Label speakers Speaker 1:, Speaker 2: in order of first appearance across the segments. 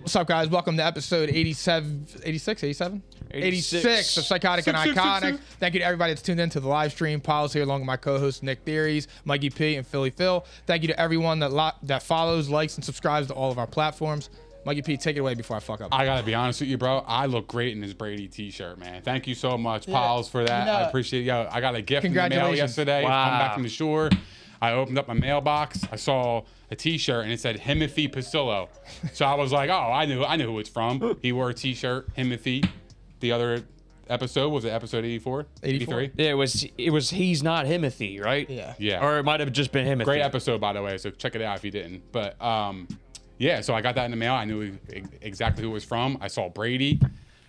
Speaker 1: What's up, guys? Welcome to episode 87, 86, 87? 86,
Speaker 2: 86.
Speaker 1: of Psychotic and Iconic. Thank you to everybody that's tuned in to the live stream. Pyle's here along with my co-hosts Nick Theories, Mikey P, and Philly Phil. Thank you to everyone that lo- that follows, likes, and subscribes to all of our platforms. Mikey P, take it away before I fuck up.
Speaker 2: I gotta be honest with you, bro. I look great in this Brady T-shirt, man. Thank you so much,
Speaker 1: Yeah.
Speaker 2: Pauls, for that.
Speaker 1: You know-
Speaker 2: I appreciate. it. Yo, I got a gift in the mail
Speaker 1: Congratulations.
Speaker 2: yesterday. Come back from the shore. I opened up my mailbox. I saw a T-shirt and it said Himothy Pasillo. So I was like, oh, I knew, I knew who it's from. He wore a T-shirt, Himothy. The other episode was it episode 84,
Speaker 1: 84?
Speaker 2: 83.
Speaker 3: Yeah, it was it was he's not Himothy, right?
Speaker 1: Yeah.
Speaker 2: Yeah.
Speaker 3: Or it might have just been Himothy.
Speaker 2: Great episode, by the way. So check it out if you didn't. But um, yeah, so I got that in the mail. I knew e- exactly who it was from. I saw Brady.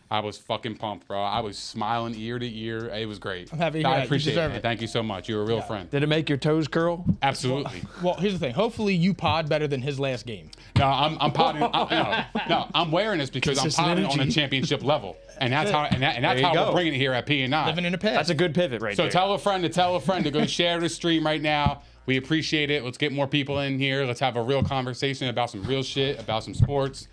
Speaker 2: I was fucking pumped, bro. I was smiling ear to ear. It was great.
Speaker 1: I'm happy to hear
Speaker 2: I
Speaker 1: that. You
Speaker 2: appreciate
Speaker 1: deserve
Speaker 2: it. man.
Speaker 1: it.
Speaker 2: Thank you so much. You're a real friend.
Speaker 3: Did it make your toes curl?
Speaker 2: Absolutely.
Speaker 1: well, here's the thing. Hopefully you pod better than his last game.
Speaker 2: No, I'm I'm potting. i no, no, I'm wearing this because
Speaker 3: Consistent
Speaker 2: I'm potting on a
Speaker 3: energy.
Speaker 2: championship level, and that's how and, that, and that's
Speaker 3: you
Speaker 2: how
Speaker 3: go.
Speaker 2: we're bringing it here at P and I.
Speaker 1: Living in a past.
Speaker 3: That's a good pivot right
Speaker 2: So
Speaker 3: there.
Speaker 2: tell a friend to tell a friend to go share the stream right now. We appreciate it. Let's get more people in here. Let's have a real conversation about some real shit, about some sports,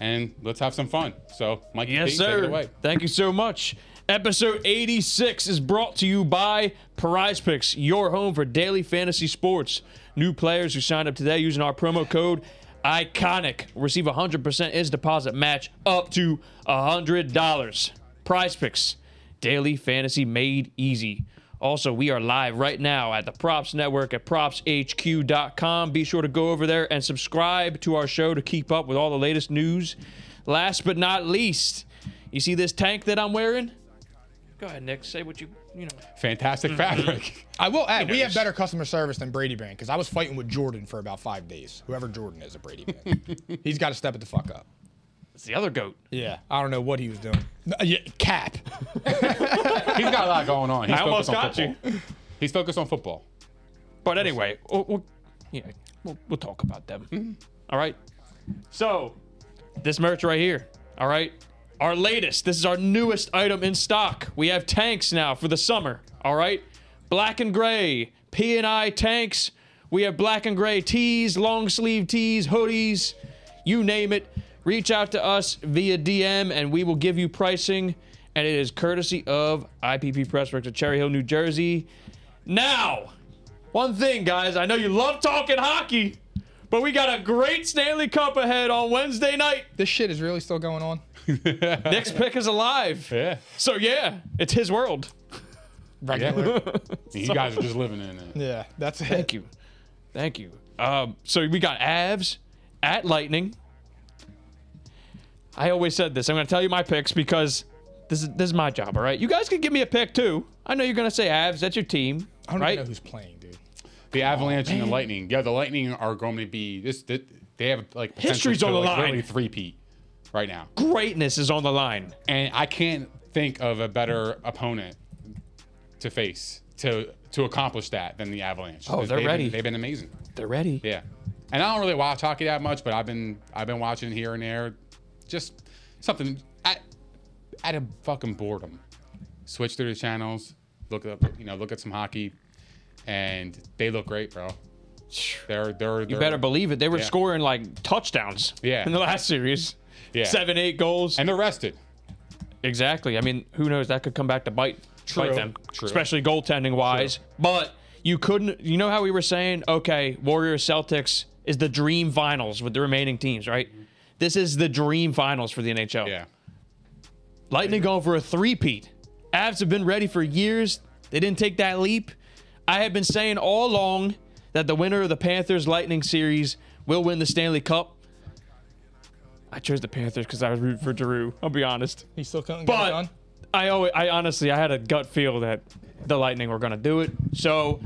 Speaker 2: and let's have some fun. So, Mike,
Speaker 3: Yes,
Speaker 2: take
Speaker 3: sir.
Speaker 2: it away.
Speaker 3: Thank you so much. Episode 86 is brought to you by Prize Picks, your home for daily fantasy sports. New players who signed up today using our promo code ICONIC receive 100% is deposit match up to $100. Prize Picks, daily fantasy made easy. Also, we are live right now at the Props Network at propshq.com. Be sure to go over there and subscribe to our show to keep up with all the latest news. Last but not least, you see this tank that I'm wearing? Go ahead, Nick. Say what you you know.
Speaker 2: Fantastic
Speaker 3: Mm-hmm.
Speaker 2: fabric.
Speaker 1: I will add, we have
Speaker 3: knows?
Speaker 1: better customer service than Brady Brand because I was fighting with Jordan for about five days. Whoever Jordan is at Brady Brand. He's got to step it the fuck up.
Speaker 3: It's the other goat.
Speaker 1: Yeah. I don't know what he was doing. No, yeah, cap.
Speaker 2: He's got a lot going on. He's
Speaker 3: I almost
Speaker 2: focused on
Speaker 3: got
Speaker 2: football. He's focused on football.
Speaker 3: But anyway, we'll, we'll, yeah, we'll, we'll talk about them. All right. So, this merch right here. All right. Our latest. This is our newest item in stock. We have tanks now for the summer. All right. Black and gray P and I tanks. We have black and gray tees, long sleeve tees, hoodies. You name it. Reach out to us via DM, and we will give you pricing. And it is courtesy of IPP Pressworks of Cherry Hill, New Jersey. Now, one thing, guys, I know you love talking hockey, but we got a great Stanley Cup ahead on Wednesday night.
Speaker 1: This shit is really still going on.
Speaker 3: Nick's pick is alive.
Speaker 2: Yeah.
Speaker 3: So, yeah, it's his world.
Speaker 1: Regular.
Speaker 2: You guys are just living in it.
Speaker 1: Yeah. that's it.
Speaker 3: Thank you. Thank you. Um, so, we got Avs at Lightning. I always said this. I'm going to tell you my picks because this is, this is my job, all right? You guys can give me a pick, too. I know you're going to say Avs. That's your team,
Speaker 1: I don't
Speaker 3: right?
Speaker 1: even know who's playing, dude.
Speaker 2: The Avalanche
Speaker 3: Oh,
Speaker 2: and the Lightning. Yeah, the Lightning are going to be this. this they have like potential
Speaker 3: History's
Speaker 2: to,
Speaker 3: on the
Speaker 2: like,
Speaker 3: line.
Speaker 2: Really three P right now,
Speaker 3: Greatness is on the line.
Speaker 2: and I can't think of a better opponent to face to to accomplish that than the Avalanche.
Speaker 3: Oh, they're
Speaker 2: They've been-
Speaker 3: ready.
Speaker 2: they've been amazing.
Speaker 3: They're ready.
Speaker 2: Yeah, and I don't really watch hockey that much, but I've been I've been watching here and there, just something at at a fucking boredom. Switch through the channels, look up you know look at some hockey, and they look great, bro. They're they're,
Speaker 3: You
Speaker 2: they're-
Speaker 3: better believe it. They were
Speaker 2: Yeah.
Speaker 3: scoring like touchdowns.
Speaker 2: Yeah.
Speaker 3: In the last series.
Speaker 2: Yeah.
Speaker 3: Seven, eight goals.
Speaker 2: and they're rested.
Speaker 3: Exactly. I mean, who knows? That could come back to bite,
Speaker 2: True.
Speaker 3: bite them,
Speaker 2: True.
Speaker 3: especially goaltending wise. But you couldn't. You know how we were saying, okay, Warriors Celtics is the dream finals with the remaining teams, right? This is the dream finals for the NHL.
Speaker 2: Mm-hmm. Yeah.
Speaker 3: Lightning going for a three-peat. Avs have been ready for years. They didn't take that leap. I have been saying all along that the winner of the Panthers Lightning series will win the Stanley Cup. I chose the Panthers because I was rooting for Giroux. I'll be honest.
Speaker 1: He still couldn't get it
Speaker 3: But
Speaker 1: done.
Speaker 3: I always, I honestly, I had a gut feel that the Lightning were gonna do it. So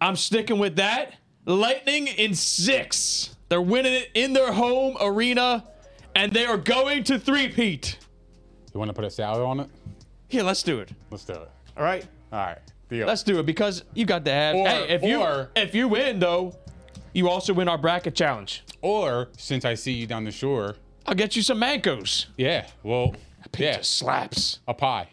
Speaker 3: I'm sticking with that. Lightning in six. They're winning it in their home arena, and they are going to three-peat.
Speaker 2: You want to put a salary on it?
Speaker 3: Here, let's do it.
Speaker 2: Let's do it.
Speaker 3: All right,
Speaker 2: All right. Deal.
Speaker 3: let's do it because you got the have.
Speaker 2: Or-
Speaker 3: hey, if
Speaker 2: or-
Speaker 3: you if you win though, you also win our bracket challenge.
Speaker 2: or since I see you down the shore,
Speaker 3: I'll get you some mancos.
Speaker 2: yeah. Well, yeah,
Speaker 3: Just slaps.
Speaker 2: a pie.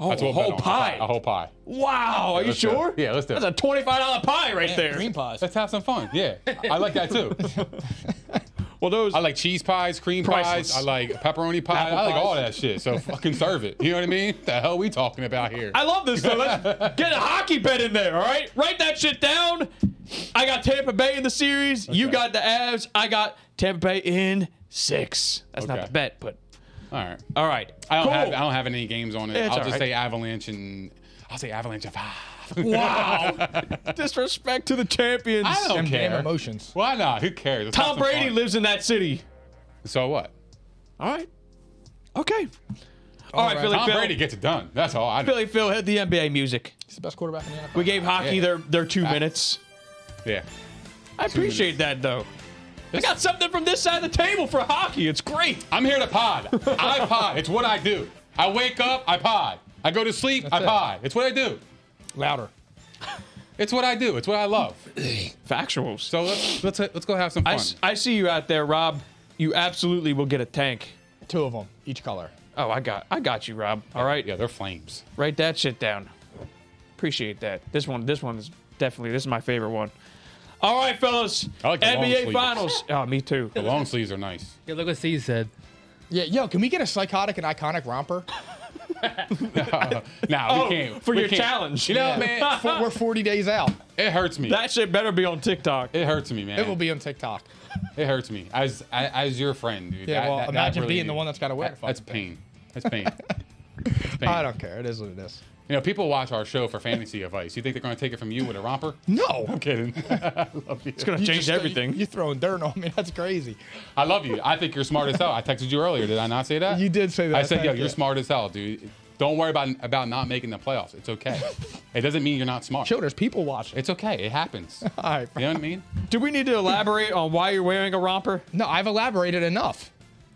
Speaker 3: Oh,
Speaker 2: That's
Speaker 3: a
Speaker 2: what we'll bet
Speaker 3: whole
Speaker 2: on,
Speaker 3: pie.
Speaker 2: A whole pie.
Speaker 3: Wow, are you
Speaker 2: let's do it.
Speaker 3: sure?
Speaker 2: Yeah, let's do it.
Speaker 3: That's a twenty-five dollar pie right there.
Speaker 1: Cream pies.
Speaker 2: Let's have some fun. Yeah, I like that too.
Speaker 3: Well, those
Speaker 2: I like cheese pies, cream
Speaker 3: Priceless.
Speaker 2: pies. I like pepperoni pie.
Speaker 3: Apple
Speaker 2: I like
Speaker 3: pies.
Speaker 2: all that shit. So fucking serve it. You know what I mean? The hell we talking about here?
Speaker 3: I love this. So let's get a hockey bet in there. All right, write that shit down. I got Tampa Bay in the series. You got the Avs. I got Tampa Bay in six. That's not
Speaker 2: Okay.
Speaker 3: the bet, but
Speaker 2: all right.
Speaker 3: all right.
Speaker 2: I don't
Speaker 3: Cool.
Speaker 2: have I don't have any games on it.
Speaker 3: It's all
Speaker 2: I'll just
Speaker 3: right.
Speaker 2: say Avalanche and I'll say Avalanche of five.
Speaker 3: Wow. Disrespect to the champions.
Speaker 2: I don't
Speaker 1: Them damn
Speaker 2: care.
Speaker 1: emotions.
Speaker 2: Why not? Who cares? Let's have
Speaker 3: Tom
Speaker 2: some
Speaker 3: Brady
Speaker 2: fun.
Speaker 3: lives in that city.
Speaker 2: So what?
Speaker 3: All right. Okay. all right,
Speaker 1: right.
Speaker 3: Philly
Speaker 2: Tom
Speaker 3: Phil.
Speaker 2: Brady gets it done. That's all I know.
Speaker 3: Philly Phil, hit the NBA music.
Speaker 1: He's the best quarterback in the NFL.
Speaker 3: We gave hockey
Speaker 2: Yeah.
Speaker 3: their their two
Speaker 2: Facts.
Speaker 3: minutes.
Speaker 2: Yeah.
Speaker 3: I appreciate that though. I got something from this side of the table for hockey. It's great.
Speaker 2: I'm here to pod. I pod. It's what I do. I wake up, I pod. I go to sleep, I
Speaker 1: it.
Speaker 2: pod. It's what I do.
Speaker 1: Louder.
Speaker 2: It's what I do. It's what I love.
Speaker 3: Factuals.
Speaker 2: So let's let's let's go have some
Speaker 3: I,
Speaker 2: fun.
Speaker 3: s- I see you out there, Rob. You absolutely will get a tank.
Speaker 1: Two of them, each color.
Speaker 3: Oh, I got I got you, Rob. All right,
Speaker 2: yeah, they're flames.
Speaker 3: write that shit down. Appreciate that. This one, this one is definitely this is my favorite one. All right, fellas.
Speaker 2: I like the long
Speaker 3: NBA
Speaker 2: sleeves.
Speaker 3: Finals. Oh, me too.
Speaker 2: The long sleeves are nice.
Speaker 4: Yeah, look what Steve said.
Speaker 1: Yeah, yo, can we get a psychotic and iconic romper?
Speaker 2: Nah,
Speaker 3: Oh,
Speaker 2: we can't.
Speaker 3: for
Speaker 2: we
Speaker 3: your
Speaker 2: can't.
Speaker 3: challenge.
Speaker 2: You know, man,
Speaker 1: We're 40 days out.
Speaker 2: it hurts me.
Speaker 3: That shit better be on TikTok.
Speaker 2: it hurts me, man.
Speaker 1: It will be on TikTok.
Speaker 2: It hurts me as as, as your friend, dude.
Speaker 1: Yeah,
Speaker 2: That-
Speaker 1: well,
Speaker 2: that- that
Speaker 1: imagine
Speaker 2: really-
Speaker 1: being the one that's got to wear
Speaker 2: that- that's pain. That's pain. That's pain.
Speaker 1: I don't care. It is what it is.
Speaker 2: You know, people watch our show for fantasy advice. You think they're going to take it from you with a romper?
Speaker 1: No.
Speaker 2: I'm kidding. I love you.
Speaker 3: It's gonna change everything.
Speaker 1: You're throwing dirt on me. That's crazy.
Speaker 2: I love you. I think you're smart as hell. I texted you earlier. Did I not say that?
Speaker 1: You did say that.
Speaker 2: I said, yo,
Speaker 1: Thank
Speaker 2: you're
Speaker 1: you.
Speaker 2: smart as hell, dude. Don't worry about about not making the playoffs. It's okay. it doesn't mean you're not smart.
Speaker 1: Yo, there's people watching.
Speaker 2: It's okay. It happens.
Speaker 1: All right.
Speaker 2: You know what I mean?
Speaker 3: Do we need to elaborate on why you're wearing a romper?
Speaker 1: No, I've elaborated enough.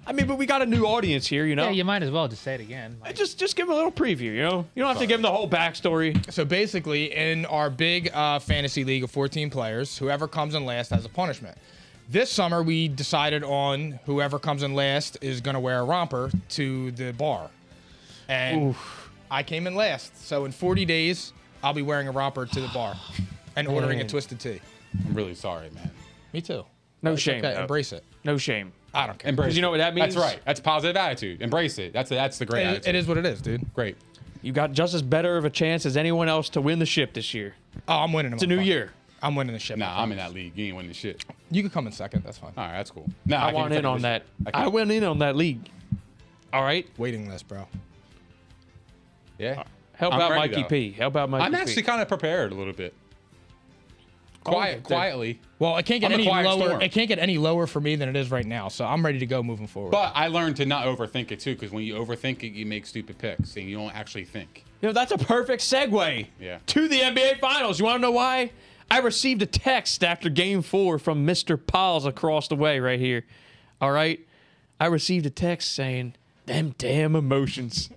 Speaker 3: I mean, but we got a new audience here, you know.
Speaker 4: Yeah, you might as well just say it again. Like,
Speaker 3: Just just give them a little preview, you know. You don't have to give them the whole backstory.
Speaker 1: So basically, in our big uh, fantasy league of 14 players, whoever comes in last has a punishment. This summer, we decided on whoever comes in last is going to wear a romper to the bar. And I came in last. So in 40 days, I'll be wearing a romper to the bar and ordering a
Speaker 3: Man.
Speaker 1: twisted tea.
Speaker 2: I'm really sorry, man.
Speaker 1: Me too.
Speaker 3: No shame.
Speaker 1: Okay,
Speaker 3: though.
Speaker 1: embrace it.
Speaker 3: No shame.
Speaker 1: I don't care.
Speaker 2: Embrace.
Speaker 3: you know
Speaker 2: it.
Speaker 3: what that means?
Speaker 2: That's right. That's positive attitude. Embrace it. That's that's the great
Speaker 1: It-
Speaker 2: attitude.
Speaker 1: it is what it is, dude.
Speaker 2: great.
Speaker 3: You got just as better of a chance as anyone else to win the ship this year.
Speaker 1: Oh, I'm winning.
Speaker 3: It's a new year.
Speaker 1: I'm winning the ship.
Speaker 2: Nah, I'm in that league. You ain't winning shit.
Speaker 1: You can come in second. That's fine.
Speaker 2: All right, that's cool. Nah,
Speaker 3: I,
Speaker 2: can't
Speaker 3: want
Speaker 2: even
Speaker 3: in
Speaker 2: take
Speaker 3: on
Speaker 2: this
Speaker 3: that.
Speaker 2: shit.
Speaker 3: I,
Speaker 2: can't-
Speaker 3: went in on that league. All right.
Speaker 1: Waiting list, bro.
Speaker 2: Yeah.
Speaker 3: Help
Speaker 2: I'm
Speaker 3: out
Speaker 2: ready,
Speaker 3: Mikey
Speaker 2: though.
Speaker 3: P. Help out Mikey
Speaker 2: I'm
Speaker 3: P.
Speaker 2: actually kind of prepared a little bit. Quiet,
Speaker 3: dude.
Speaker 2: quietly.
Speaker 1: Well, it can't get
Speaker 2: I'm a
Speaker 1: any
Speaker 2: quiet
Speaker 1: lower.
Speaker 2: storm.
Speaker 1: It can't get any lower for me than it is right now. So I'm ready to go moving forward.
Speaker 2: But I learned to not overthink it too, because when you overthink it, you make stupid picks and you don't actually think.
Speaker 3: You know, that's a perfect segue
Speaker 2: Yeah.
Speaker 3: to the NBA Finals. You want to know why? I received a text after game four from Mr. Piles across the way right here. All right. I received a text saying, them damn emotions.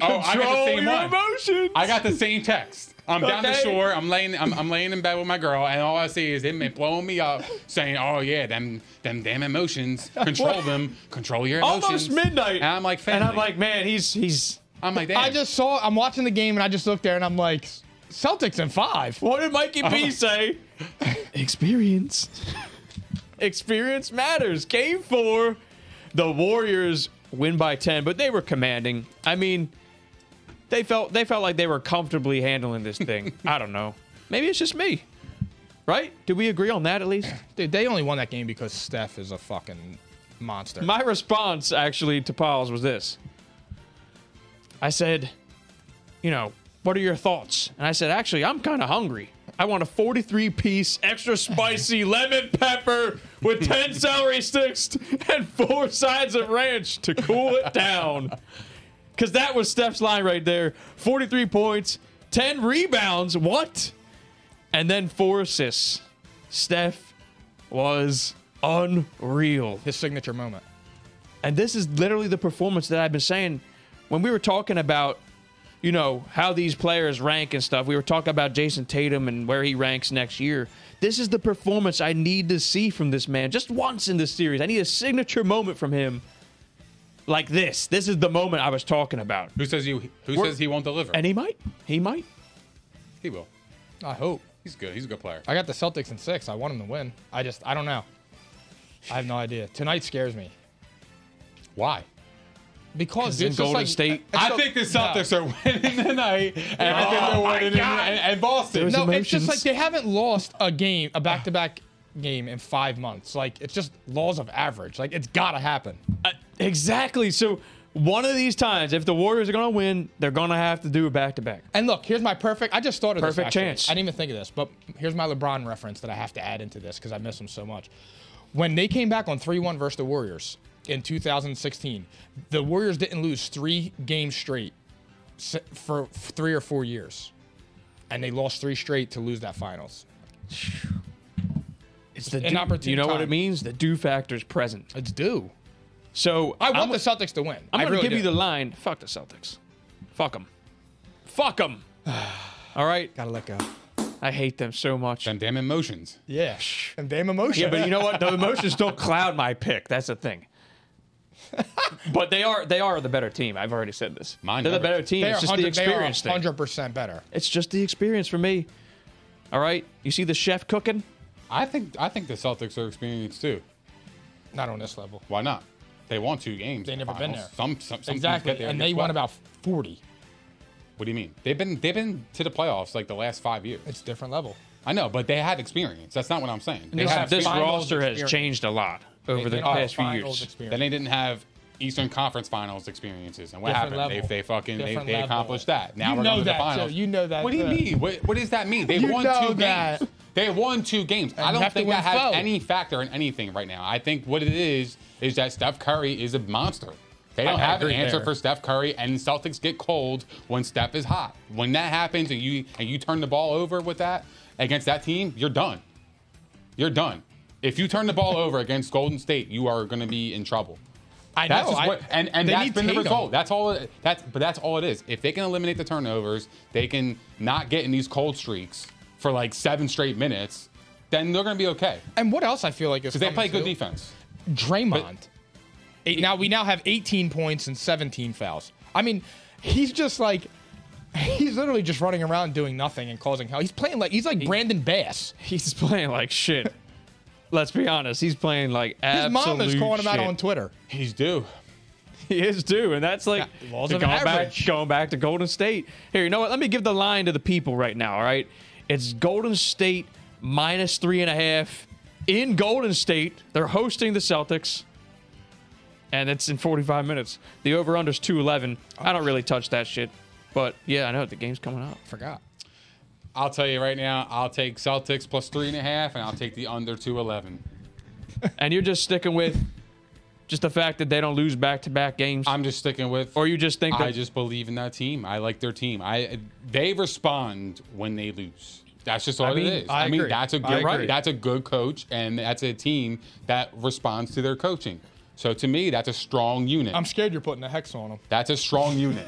Speaker 2: Oh, I got the
Speaker 3: Control
Speaker 2: same
Speaker 3: your
Speaker 2: one.
Speaker 3: emotions.
Speaker 2: I got the same text. I'm down the
Speaker 3: Okay.
Speaker 2: shore. I'm laying. I'm, I'm laying in bed with my girl, and all I see is him blowing me up, saying, "Oh yeah, them them damn emotions. Control them. Control your emotions."
Speaker 3: Almost midnight.
Speaker 2: And I'm like, family.
Speaker 3: and I'm like, man, he's he's.
Speaker 2: I'm like, damn.
Speaker 1: I just saw. I'm watching the game and I just looked there and I'm like, Celtics in five.
Speaker 3: What did Mikey P say? experience. experience matters. Game four, the Warriors win by ten, but they were commanding. I mean, they felt they felt like they were comfortably handling this thing. I don't know. Maybe it's just me, right? Do we agree on that at least?
Speaker 1: Dude, they only won that game because Steph is a fucking monster.
Speaker 3: My response actually to Pauls was this. I said, you know, what are your thoughts? And I said, actually, I'm kind of hungry. I want a 43 piece extra spicy lemon pepper with 10 celery sticks and four sides of ranch to cool it down. Because that was Steph's line right there 43 points, 10 rebounds. What? And then four assists. Steph was unreal.
Speaker 1: His signature moment.
Speaker 3: And this is literally the performance that I've been saying when we were talking about, you know, how these players rank and stuff. We were talking about Jason Tatum and where he ranks next year. This is the performance I need to see from this man just once in this series. I need a signature moment from him like this. This is the moment I was talking about.
Speaker 2: Who says you? Who
Speaker 3: We're-
Speaker 2: says he won't deliver?
Speaker 3: And he might. He might.
Speaker 2: he will.
Speaker 1: I hope.
Speaker 2: He's good. He's a good player.
Speaker 1: I got the Celtics in six. I want them to win. I just, I don't know. I have no idea. Tonight scares me.
Speaker 2: Why?
Speaker 1: Because
Speaker 3: in
Speaker 1: it's just
Speaker 3: Golden
Speaker 1: like-
Speaker 3: State.
Speaker 1: it's
Speaker 2: I
Speaker 1: so-
Speaker 2: think the
Speaker 1: No.
Speaker 2: Celtics are winning tonight, and I think
Speaker 3: Oh
Speaker 2: they're
Speaker 3: my
Speaker 2: winning in,
Speaker 3: God.
Speaker 2: and, and Boston.
Speaker 3: There's
Speaker 2: No,
Speaker 1: No, Oh, it's just
Speaker 3: emotions.
Speaker 1: like they haven't lost a game, a back-to-back game in five months. Like it's just laws of average. Like it's gotta happen.
Speaker 3: Uh, exactly. So one of these times, if the Warriors are going to win, they're going to have to do a back to back.
Speaker 1: And look, here's my perfect. I just thought of this,
Speaker 3: Perfect
Speaker 1: actually.
Speaker 3: chance.
Speaker 1: I didn't even think of this, but here's my LeBron reference that I have to add into this because I miss him so much. When they came back on 3-1 versus the Warriors in 2016, the Warriors didn't lose three games straight s- for three or four years, and they lost three straight to lose that finals.
Speaker 3: It's the
Speaker 1: An
Speaker 3: do-
Speaker 1: opportune
Speaker 3: You know what
Speaker 1: time.
Speaker 3: it means? The do factor is present.
Speaker 1: It's due.
Speaker 3: So
Speaker 1: I want
Speaker 3: I'm-
Speaker 1: the Celtics to win.
Speaker 3: I'm
Speaker 1: I
Speaker 3: going to
Speaker 1: really
Speaker 3: give you
Speaker 1: do.
Speaker 3: the line. Fuck the Celtics. Fuck them. Fuck them. All right.
Speaker 1: gotta let go.
Speaker 3: I hate them so much.
Speaker 2: Them damn emotions.
Speaker 1: Yeah, and damn emotion.
Speaker 3: Yeah, but you know what? The emotions don't cloud my pick. That's the thing. but they are they are the better team. I've already said this.
Speaker 2: Mine
Speaker 3: They're the
Speaker 2: never-
Speaker 3: better team.
Speaker 1: they are
Speaker 3: it's just the
Speaker 1: 100 they are
Speaker 3: experience thing.
Speaker 1: 100% better.
Speaker 3: It's just the experience for me. All right. You see the chef cooking?
Speaker 2: I think I think the Celtics are experienced too.
Speaker 1: Not on this level.
Speaker 2: Why not? They won two games.
Speaker 1: They
Speaker 2: in
Speaker 1: never
Speaker 2: the
Speaker 1: been
Speaker 2: finals.
Speaker 1: there.
Speaker 2: Some, some, some teams get
Speaker 1: exactly,
Speaker 2: there
Speaker 1: and
Speaker 2: get
Speaker 1: they won
Speaker 2: swept.
Speaker 1: about 40.
Speaker 2: What do you mean? They've been they've been to the playoffs like the last five years.
Speaker 1: It's different level.
Speaker 2: I know, but they had experience. That's not what I'm saying. They,
Speaker 1: They
Speaker 2: had
Speaker 1: have
Speaker 3: This
Speaker 1: finals
Speaker 3: roster has
Speaker 1: experience.
Speaker 3: changed a lot over the
Speaker 1: They are
Speaker 3: past few
Speaker 1: finals
Speaker 3: years.
Speaker 1: experience.
Speaker 2: Then they didn't have Eastern Conference Finals experiences, and what
Speaker 1: Different
Speaker 2: happened?
Speaker 1: level.
Speaker 2: They, they fucking they,
Speaker 1: Different
Speaker 2: they
Speaker 1: level.
Speaker 2: accomplished that. Now
Speaker 1: You
Speaker 2: we're
Speaker 1: know
Speaker 2: going to the
Speaker 1: that, Joe.
Speaker 2: finals.
Speaker 1: You know that,
Speaker 2: What do you
Speaker 1: Joe.
Speaker 2: mean? What, what does that mean? They
Speaker 1: You
Speaker 2: won
Speaker 1: know
Speaker 2: two
Speaker 1: that.
Speaker 2: games. They won two games.
Speaker 1: you
Speaker 2: I don't
Speaker 1: have to
Speaker 2: think that
Speaker 1: win
Speaker 2: has
Speaker 1: foul.
Speaker 2: any factor in anything right now. I think what it is is that Steph Curry is a monster. They don't
Speaker 1: I
Speaker 2: have an
Speaker 1: agree
Speaker 2: answer
Speaker 1: there.
Speaker 2: for Steph Curry, and Celtics get cold when Steph is hot. When that happens, and you and you turn the ball over with that against that team, you're done. You're done. If you turn the ball over against Golden State, you are going to be in trouble.
Speaker 1: I
Speaker 2: That's
Speaker 1: know.
Speaker 2: just
Speaker 1: I-
Speaker 2: what, and and
Speaker 1: they
Speaker 2: that's
Speaker 1: need
Speaker 2: been the
Speaker 1: Tatum.
Speaker 2: result. That's all. it- That's but that's all it is. If they can eliminate the turnovers, they can not get in these cold streaks for like seven straight minutes. Then they're going to be okay
Speaker 1: And what else I feel like is
Speaker 2: because they play
Speaker 1: coming
Speaker 2: good
Speaker 1: to?
Speaker 2: defense.
Speaker 1: Draymond. Eight, now we now have 18 points and 17 fouls. I mean, he's just like he's literally just running around doing nothing and causing hell. He's playing like he's like Brandon Bass.
Speaker 3: He's playing like shit. Let's be honest. He's playing like
Speaker 1: His
Speaker 3: absolute
Speaker 1: mom is calling him out
Speaker 3: shit.
Speaker 1: on Twitter.
Speaker 2: He's due.
Speaker 3: He is too, and that's like
Speaker 1: Yeah, laws
Speaker 3: going
Speaker 1: of
Speaker 3: back,
Speaker 1: average.
Speaker 3: going back to Golden State. Here, you know what? Let me give the line to the people right now. All right, it's Golden State minus three and a half in Golden State. They're hosting the Celtics, and it's in 45 minutes. The over unders 211. I don't really touch that shit, but yeah, I know the game's coming up.
Speaker 1: Forgot.
Speaker 2: I'll tell you right now. I'll take Celtics plus three and a half, and I'll take the under two eleven.
Speaker 3: And you're just sticking with just the fact that they don't lose back to back games,
Speaker 2: I'm just sticking with.
Speaker 3: or you just think that
Speaker 2: I just believe in that team. I like their team. I they respond when they lose. That's just all
Speaker 3: mean,
Speaker 2: it is.
Speaker 3: I
Speaker 2: I, mean,
Speaker 3: agree.
Speaker 2: that's a
Speaker 3: I
Speaker 2: good
Speaker 3: agree.
Speaker 2: that's a good coach, and that's a team that responds to their coaching. So to me, that's a strong unit.
Speaker 1: I'm scared you're putting a hex on him.
Speaker 2: that's a strong unit.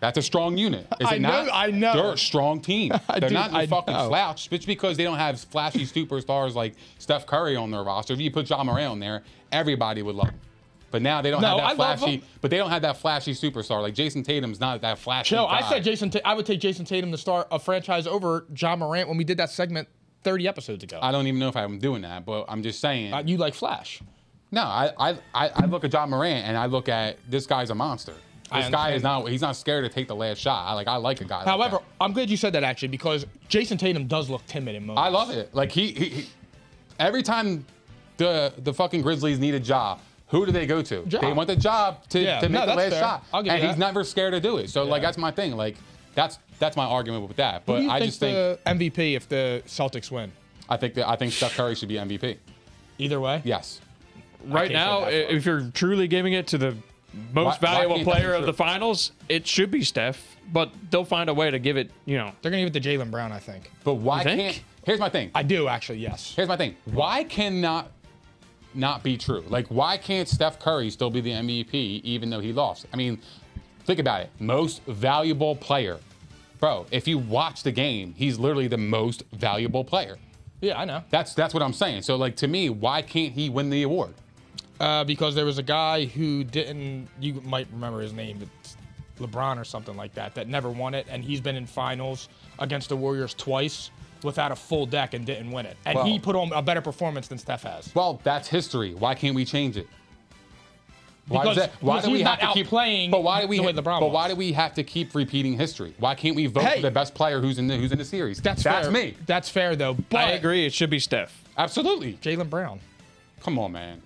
Speaker 2: That's a strong unit. Is
Speaker 1: I
Speaker 2: it not?
Speaker 1: know- I know.
Speaker 2: They're a strong team. They're
Speaker 1: do-
Speaker 2: not a
Speaker 1: I
Speaker 2: fucking
Speaker 1: know.
Speaker 2: slouch. It's because they don't have flashy superstars like Steph Curry on their roster. If you put John Moran on there, everybody would love him. But now they don't
Speaker 1: No,
Speaker 2: have that
Speaker 1: I love
Speaker 2: flashy.
Speaker 1: him.
Speaker 2: But they don't have that flashy superstar. Like Jason Tatum's not that flashy.
Speaker 1: Joe, I
Speaker 2: guy.
Speaker 1: said Jason. Ta- I would take Jason Tatum to start a franchise over John Morant when we did that segment
Speaker 3: 30 episodes ago.
Speaker 2: I don't even know if I'm doing that, but I'm just saying.
Speaker 3: Uh, you like Flash.
Speaker 2: no, I, I I I look at John Moran and I look at this guy's a monster. This guy is
Speaker 3: understand.
Speaker 2: not he's not scared to take the last shot. I like I like a guy. like
Speaker 3: However,
Speaker 2: that.
Speaker 1: I'm glad you said that actually because Jason Tatum does look timid in moments.
Speaker 2: I love it. Like he, he, he every time the the fucking Grizzlies need a job, who do they go to?
Speaker 1: Ja.
Speaker 2: They want the job to,
Speaker 3: Yeah,
Speaker 2: to
Speaker 3: no,
Speaker 2: make the
Speaker 3: that's
Speaker 2: last
Speaker 3: fair.
Speaker 2: shot.
Speaker 3: I'll give
Speaker 2: and
Speaker 3: you
Speaker 2: he's
Speaker 3: that.
Speaker 2: never scared to do it. So like that's my thing. Like that's that's my argument with that.
Speaker 1: Who
Speaker 2: But
Speaker 1: do you
Speaker 2: I just think
Speaker 1: the MVP if the Celtics win.
Speaker 2: I think that I think Steph Curry should be MVP.
Speaker 1: Either way.
Speaker 2: Yes.
Speaker 3: Right
Speaker 1: can't go
Speaker 3: now, i-
Speaker 1: that far.
Speaker 3: if you're truly giving it to the most
Speaker 2: Why- why
Speaker 3: valuable
Speaker 2: can't that be
Speaker 3: player of
Speaker 2: true?
Speaker 3: the finals, it should be Steph, but they'll find a way to give it, you know.
Speaker 1: They're gonna give it to Jalen Brown, I think.
Speaker 2: But why
Speaker 3: think?
Speaker 2: can't? Here's my thing.
Speaker 1: I do actually, yes.
Speaker 2: Here's my thing. Why cannot not be true? Like, why can't Steph Curry still be the MVP even though he lost? I mean, think about it. Most valuable player. Bro, if you watch the game, he's literally the most valuable player.
Speaker 1: Yeah, I know.
Speaker 2: That's that's what I'm saying. So like to me, why can't he win the award?
Speaker 1: Uh, because there was a guy who didn't. You might remember his name. It's LeBron or something like that. That never won it, and he's been in finals against the Warriors twice without a full deck and didn't win it. And
Speaker 2: Well-
Speaker 1: he put on a better performance than Steph has.
Speaker 2: Well, that's history. Why can't we change it? Why
Speaker 1: Because-
Speaker 2: does that? Why
Speaker 1: because
Speaker 2: do we
Speaker 1: he's
Speaker 2: have
Speaker 1: not
Speaker 2: to keep
Speaker 1: outplaying
Speaker 2: But why do we?
Speaker 1: the way LeBron
Speaker 2: but why
Speaker 1: was.
Speaker 2: do we have to keep repeating history? Why can't we vote
Speaker 1: Hey.
Speaker 2: for the best player who's in the who's in the series?
Speaker 1: That's
Speaker 2: that's
Speaker 1: fair.
Speaker 2: me.
Speaker 1: That's fair though. But
Speaker 3: I agree. It should be Steph.
Speaker 2: Absolutely.
Speaker 1: Jalen Brown.
Speaker 2: Come on, man.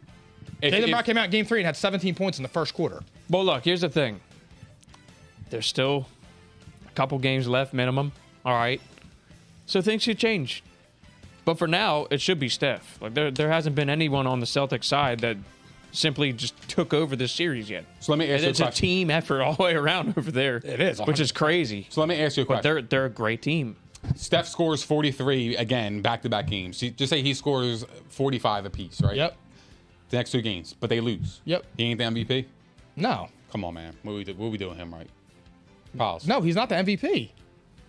Speaker 2: If-
Speaker 1: Jalen
Speaker 2: if-
Speaker 1: Brown came out in game three and had 17 points in the first quarter.
Speaker 3: But look, here's the thing. There's still a couple games left minimum. All right. So things could change. But for now, it should be Steph. Like there there hasn't been anyone on the Celtics side that simply just took over this series yet.
Speaker 2: So let me ask
Speaker 3: And
Speaker 2: you a
Speaker 3: it's
Speaker 2: question.
Speaker 3: team effort all the way around over there. It
Speaker 2: is,
Speaker 3: Which is crazy.
Speaker 2: so let me ask you a
Speaker 3: But
Speaker 2: question.
Speaker 3: they're they're a great team.
Speaker 2: Steph scores 43 again, back-to-back games. He- Just say he scores 45 apiece, right?
Speaker 1: Yep.
Speaker 2: The next two games, but they lose.
Speaker 1: Yep.
Speaker 2: He ain't the MVP.
Speaker 1: No.
Speaker 2: Come on, man. What we do, what we doing him right? Pause.
Speaker 1: No, he's not the MVP.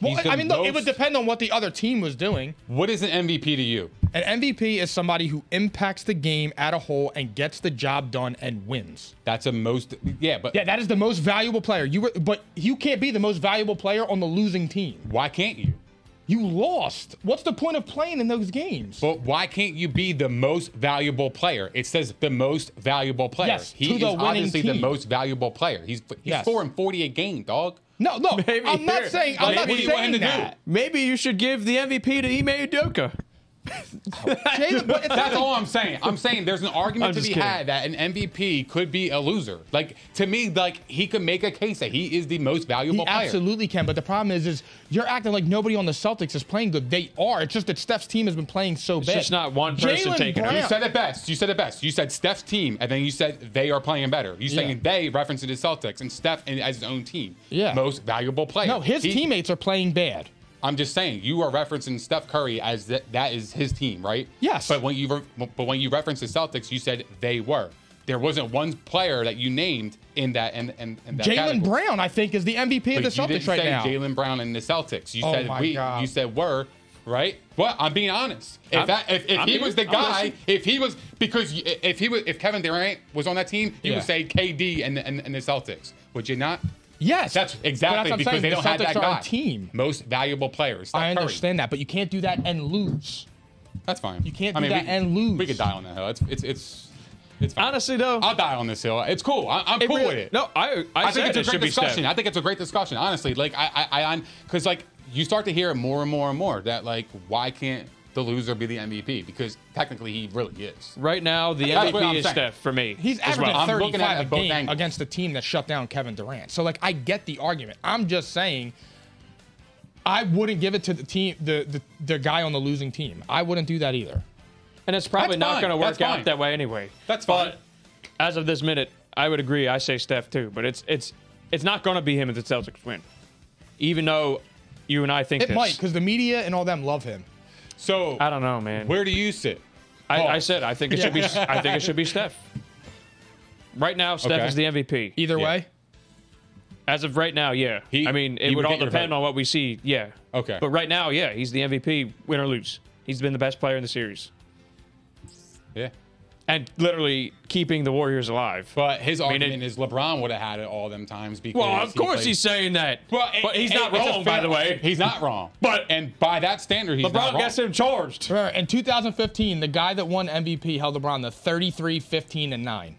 Speaker 1: Well,
Speaker 2: He's the
Speaker 1: I mean, look, it would
Speaker 2: most-
Speaker 1: depend on what the other team was doing.
Speaker 2: What is an MVP to you?
Speaker 1: An MVP is somebody who impacts the game at a whole and gets the job done and wins.
Speaker 2: That's a most. Yeah, but
Speaker 1: Yeah, that is the most valuable player. You were, but you can't be the most valuable player on the losing team.
Speaker 2: why can't you?
Speaker 1: You lost. What's the point of playing in those games?
Speaker 2: But why can't you be the most valuable player? It says the most valuable player.
Speaker 1: Yes,
Speaker 2: he
Speaker 1: to
Speaker 2: is
Speaker 1: the winning
Speaker 2: obviously the
Speaker 1: team.
Speaker 2: most valuable player. He's he's
Speaker 1: Yes.
Speaker 2: four and forty a game, dog.
Speaker 1: no, no,
Speaker 3: Maybe
Speaker 1: I'm not
Speaker 3: here-
Speaker 1: saying. I'm
Speaker 3: like,
Speaker 1: not
Speaker 3: what do
Speaker 1: saying
Speaker 3: you want him
Speaker 2: to do?
Speaker 1: that.
Speaker 3: Maybe you should give the MVP to Ime Udoka.
Speaker 1: Jalen- but it's not-
Speaker 2: That's all I'm saying. I'm saying there's an argument
Speaker 3: I'm
Speaker 2: to
Speaker 3: just
Speaker 2: be
Speaker 3: kidding.
Speaker 2: had that an MVP could be a loser. Like to me, like he could make a case that he is the most
Speaker 1: He
Speaker 2: valuable player.
Speaker 1: absolutely can, but the problem is, is you're acting like nobody on the Celtics is playing good. They are. It's just that Steph's team has been playing so bad.
Speaker 3: just not one person
Speaker 1: Jaylen
Speaker 3: taking it.
Speaker 2: You
Speaker 1: Brown-
Speaker 2: said it best. You said it best. You said Steph's team, and then you said they are playing better. You saying
Speaker 1: Yeah.
Speaker 2: they referenced the Celtics and Steph and as his own team.
Speaker 1: Yeah.
Speaker 2: Most valuable player.
Speaker 1: No, his
Speaker 2: He-
Speaker 1: teammates are playing bad.
Speaker 2: I'm just saying you are referencing Steph Curry as that that is his team, right?
Speaker 1: Yes.
Speaker 2: But when you re- but when you referenced the Celtics, you said they were. There wasn't one player that you named in that and and that
Speaker 1: Jalen
Speaker 2: category.
Speaker 1: Brown, I think, is the MVP of
Speaker 2: But
Speaker 1: the
Speaker 2: you
Speaker 1: Celtics
Speaker 2: didn't
Speaker 1: right
Speaker 2: say
Speaker 1: now.
Speaker 2: Jalen Brown and the Celtics. You
Speaker 1: Oh
Speaker 2: said
Speaker 1: my
Speaker 2: we.
Speaker 1: God.
Speaker 2: You said were. Right? Well, I'm being honest. If
Speaker 3: I'm-
Speaker 2: that, if, if
Speaker 3: I'm
Speaker 2: he
Speaker 3: here.
Speaker 2: was the
Speaker 3: I'm
Speaker 2: guy,
Speaker 3: listening.
Speaker 2: if he was because you- if he was if Kevin Durant was on that team, you
Speaker 1: Yeah.
Speaker 2: would say KD and, the- and and the Celtics. Would you not?
Speaker 1: Yes,
Speaker 2: That's
Speaker 1: But
Speaker 2: exactly
Speaker 1: what I'm
Speaker 2: because
Speaker 1: saying.
Speaker 2: they
Speaker 1: The
Speaker 2: don't have
Speaker 1: Celtics
Speaker 2: that
Speaker 1: are a
Speaker 2: guy.
Speaker 1: team.
Speaker 2: Most valuable players.
Speaker 1: I understand that, but you can't do that and lose.
Speaker 2: That's fine.
Speaker 1: You can't do that
Speaker 2: we,
Speaker 1: and lose.
Speaker 2: We could die on that hill. It's it's it's. it's fine.
Speaker 3: Honestly, though-
Speaker 2: I'll die on this hill. It's cool. I, I'm
Speaker 3: It
Speaker 2: cool
Speaker 3: really-
Speaker 2: with it.
Speaker 3: no, I- I said
Speaker 2: think
Speaker 3: it
Speaker 2: it's a
Speaker 3: should
Speaker 2: great
Speaker 3: be
Speaker 2: discussion.
Speaker 3: Steph.
Speaker 2: I think it's a great discussion. Honestly, like I I I because like you start to hear it more and more and more that like why can't the loser be the MVP? Because technically he really is.
Speaker 3: Right now, the
Speaker 2: That's what
Speaker 3: MVP
Speaker 2: I'm
Speaker 3: is
Speaker 2: saying.
Speaker 3: Steph for me.
Speaker 1: He's
Speaker 3: as
Speaker 1: averaging
Speaker 3: well.
Speaker 2: I'm looking at it
Speaker 1: 35
Speaker 2: at
Speaker 1: a
Speaker 2: both
Speaker 1: game
Speaker 2: angles.
Speaker 1: against the team that shut down Kevin Durant. So like I get the argument. I'm just saying I wouldn't give it to the team the the, the guy on the losing team. I wouldn't do that either.
Speaker 3: And it's probably
Speaker 2: That's
Speaker 3: not
Speaker 2: fine.
Speaker 3: going to work
Speaker 2: That's fine.
Speaker 3: out that way anyway.
Speaker 2: That's
Speaker 3: but
Speaker 2: fine.
Speaker 3: as of this minute, I would agree. I say Steph too, but it's it's it's not going to be him if the Celtics win. Even though you and I think
Speaker 1: It
Speaker 3: this.
Speaker 1: might cuz the media and all them love him.
Speaker 2: So
Speaker 3: I don't know, man.
Speaker 2: Uh, Where do you sit?
Speaker 3: I, I said I think it should be I think it should be Steph. Right now, Steph
Speaker 2: Okay.
Speaker 3: is the MVP.
Speaker 1: Either way,
Speaker 3: As of right now, yeah.
Speaker 2: He-
Speaker 3: I mean,
Speaker 2: he
Speaker 3: it
Speaker 2: would
Speaker 3: would all
Speaker 2: get your
Speaker 3: depend
Speaker 2: vote.
Speaker 3: on what we see. Yeah.
Speaker 2: Okay.
Speaker 3: But right now, yeah, he's the MVP, win or lose. He's been the best player in the series.
Speaker 2: Yeah.
Speaker 3: and literally keeping the Warriors alive.
Speaker 2: But his
Speaker 3: mean, it-
Speaker 2: argument is LeBron would have had it all them times because.
Speaker 3: well, of
Speaker 2: he
Speaker 3: course
Speaker 2: played-
Speaker 3: he's saying that.
Speaker 2: Well, it-
Speaker 3: but he's
Speaker 2: it-
Speaker 3: not
Speaker 2: it's a
Speaker 3: wrong, by
Speaker 2: fair-
Speaker 3: the way.
Speaker 2: He's not wrong.
Speaker 3: But-
Speaker 2: and by that standard, he's not
Speaker 3: LeBron
Speaker 2: wrong.
Speaker 3: gets him charged.
Speaker 1: Remember, in 2015, the guy that won MVP held LeBron to 33, 15, and 9.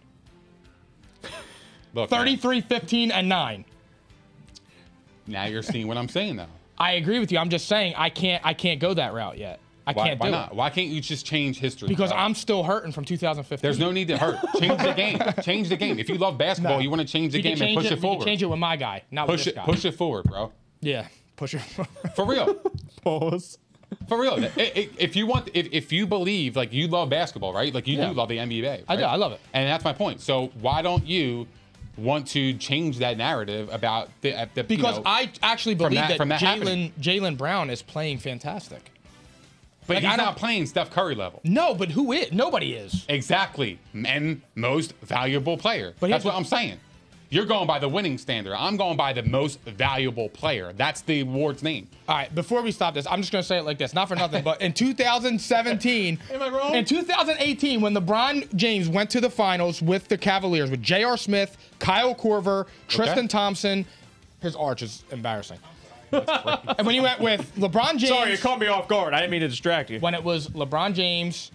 Speaker 2: Look, man,
Speaker 1: 33, 15, and 9.
Speaker 2: Now you're seeing what I'm saying, though.
Speaker 1: I agree with you. I'm just saying I can't I can't go that route yet. I
Speaker 2: Why,
Speaker 1: can't
Speaker 2: why
Speaker 1: do
Speaker 2: not?
Speaker 1: it.
Speaker 2: Why can't you just change history?
Speaker 1: Because
Speaker 2: bro?
Speaker 1: I'm still hurting from 2015.
Speaker 2: There's no need to hurt. Change the game. Change the game. If you love basketball, you want to change the
Speaker 1: We can
Speaker 2: game and
Speaker 1: change
Speaker 2: push it,
Speaker 1: we can
Speaker 2: forward.
Speaker 1: Change it with my guy, not with
Speaker 2: push
Speaker 1: this
Speaker 2: it.
Speaker 1: guy.
Speaker 2: Push it forward, bro.
Speaker 1: Yeah, push it.
Speaker 2: For real. For real. I- I- If you want, if, if you believe, like you love basketball, right? Like you
Speaker 1: Yeah.
Speaker 2: do love the NBA.
Speaker 1: I do.
Speaker 2: right?
Speaker 1: I love it.
Speaker 2: And that's my point. So why don't you want to change that narrative about the, uh, the you
Speaker 1: because
Speaker 2: know-
Speaker 1: I actually believe
Speaker 2: that-
Speaker 1: that,
Speaker 2: from that happening.
Speaker 1: Jalen Jalen Brown is playing fantastic.
Speaker 2: but
Speaker 1: like,
Speaker 2: he's
Speaker 1: I don't-
Speaker 2: not playing Steph Curry level.
Speaker 1: No, but who is? Nobody is.
Speaker 2: Exactly. And most valuable player.
Speaker 1: But
Speaker 2: That's
Speaker 1: here's
Speaker 2: what I'm saying. You're going by the winning standard. I'm going by the most valuable player. That's the award's name.
Speaker 1: All right, before we stop this, I'm just going to say it like this, not for nothing, but in 2017,
Speaker 2: Am I wrong?
Speaker 1: In 2018, when LeBron James went to the finals with the Cavaliers with J.R. Smith, Kyle Corver, Tristan Thompson, his arch is embarrassing. and when he went with LeBron James,
Speaker 3: Sorry, it caught me off guard. I didn't mean to distract you.
Speaker 1: when it was LeBron James,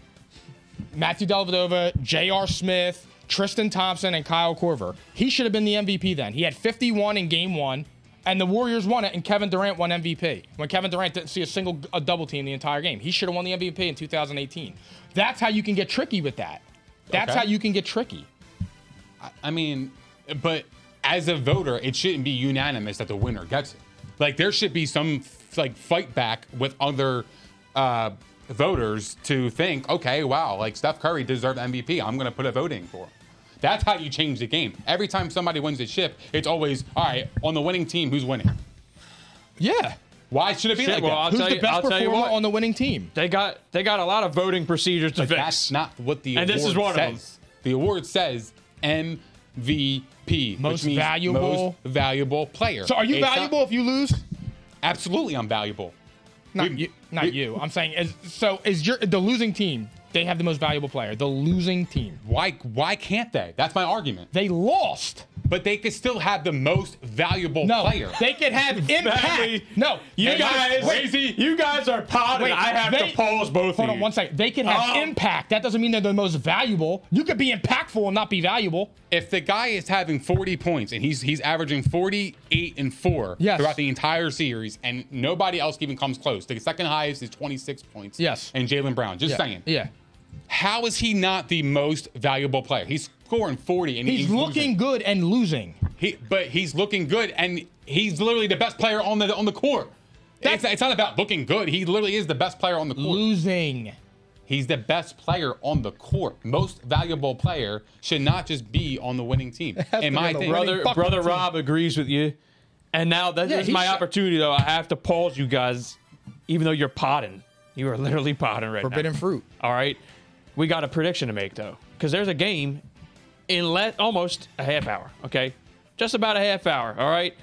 Speaker 1: Matthew Dellavedova, J.R. Smith, Tristan Thompson, and Kyle Corver. He should have been the MVP then. He had 51 in game one, and the Warriors won it, and Kevin Durant won MVP. When Kevin Durant didn't see a single a double team the entire game, he should have won the MVP in 2018. That's how you can get tricky with that. That's
Speaker 2: Okay.
Speaker 1: how you can get tricky.
Speaker 2: I mean, but as a voter, it shouldn't be unanimous that the winner gets it. Like there should be some like fight back with other uh, voters to think, okay, wow, like Steph Curry deserved MVP. I'm gonna put a voting for him. That's how you change the game. Every time somebody wins a ship, it's always all right on the winning team. Who's winning?
Speaker 1: Yeah.
Speaker 2: Why should it be
Speaker 3: Shit,
Speaker 2: like
Speaker 3: well,
Speaker 2: that?
Speaker 3: I'll
Speaker 1: Who's
Speaker 3: tell
Speaker 1: the
Speaker 3: you-
Speaker 1: best
Speaker 3: I'll tell you
Speaker 1: performer
Speaker 3: what.
Speaker 1: on the winning team?
Speaker 3: They got they got a lot of voting procedures to fix.
Speaker 2: That's not what the
Speaker 3: And
Speaker 2: award
Speaker 3: this is one of them.
Speaker 2: says. The award says MVP,
Speaker 1: Most
Speaker 2: which means
Speaker 1: valuable-
Speaker 2: most valuable player.
Speaker 1: So are you
Speaker 2: It's not-
Speaker 1: valuable if you lose?
Speaker 2: Absolutely, I'm valuable.
Speaker 1: Not
Speaker 2: We-
Speaker 1: you. Not
Speaker 2: we-
Speaker 1: you. I'm saying. Is, so is your the losing team? They have the most valuable player. The losing team.
Speaker 2: Why? Why can't they? That's my argument.
Speaker 1: They lost.
Speaker 2: But they could still have the most valuable
Speaker 1: No,
Speaker 2: player.
Speaker 1: they could have
Speaker 3: Bagley,
Speaker 1: impact. No,
Speaker 3: you
Speaker 1: they-
Speaker 3: guys,
Speaker 1: wait,
Speaker 3: you guys are potted.
Speaker 1: wait,
Speaker 3: I have
Speaker 1: they-
Speaker 3: to pause both
Speaker 1: Hold
Speaker 3: of
Speaker 1: on
Speaker 3: you.
Speaker 1: one second. They could have
Speaker 3: Oh.
Speaker 1: impact. That doesn't mean they're the most valuable. You could be impactful and not be valuable.
Speaker 2: if the guy is having 40 points and he's he's averaging 48 and four
Speaker 1: Yes.
Speaker 2: throughout the entire series, and nobody else even comes close. The second highest is 26 points.
Speaker 1: Yes.
Speaker 2: And Jalen Brown. Just saying.
Speaker 1: Yeah.
Speaker 2: How is he not the most valuable player? He's scoring 40 and
Speaker 1: He's, looking
Speaker 2: losing.
Speaker 1: good and losing.
Speaker 2: He, but he's looking good, and he's literally the best player on the on the court. That's, it's not about looking good. He literally is the best player on the court.
Speaker 1: Losing.
Speaker 2: He's the best player on the court. Most valuable player should not just be on the winning team. In my
Speaker 1: on the
Speaker 2: thing,
Speaker 1: winning
Speaker 3: brother,
Speaker 1: fucking
Speaker 3: brother
Speaker 1: team.
Speaker 3: Rob agrees with you. And now that
Speaker 1: Yeah,
Speaker 3: is
Speaker 1: he
Speaker 3: my
Speaker 1: sh-
Speaker 3: opportunity, though. I have to pause you guys, even though you're potting. You are literally potting right now.
Speaker 1: fruit.
Speaker 3: All right, we got a prediction to make though, because there's a game in let almost a half hour. Okay, just about a half hour. All right,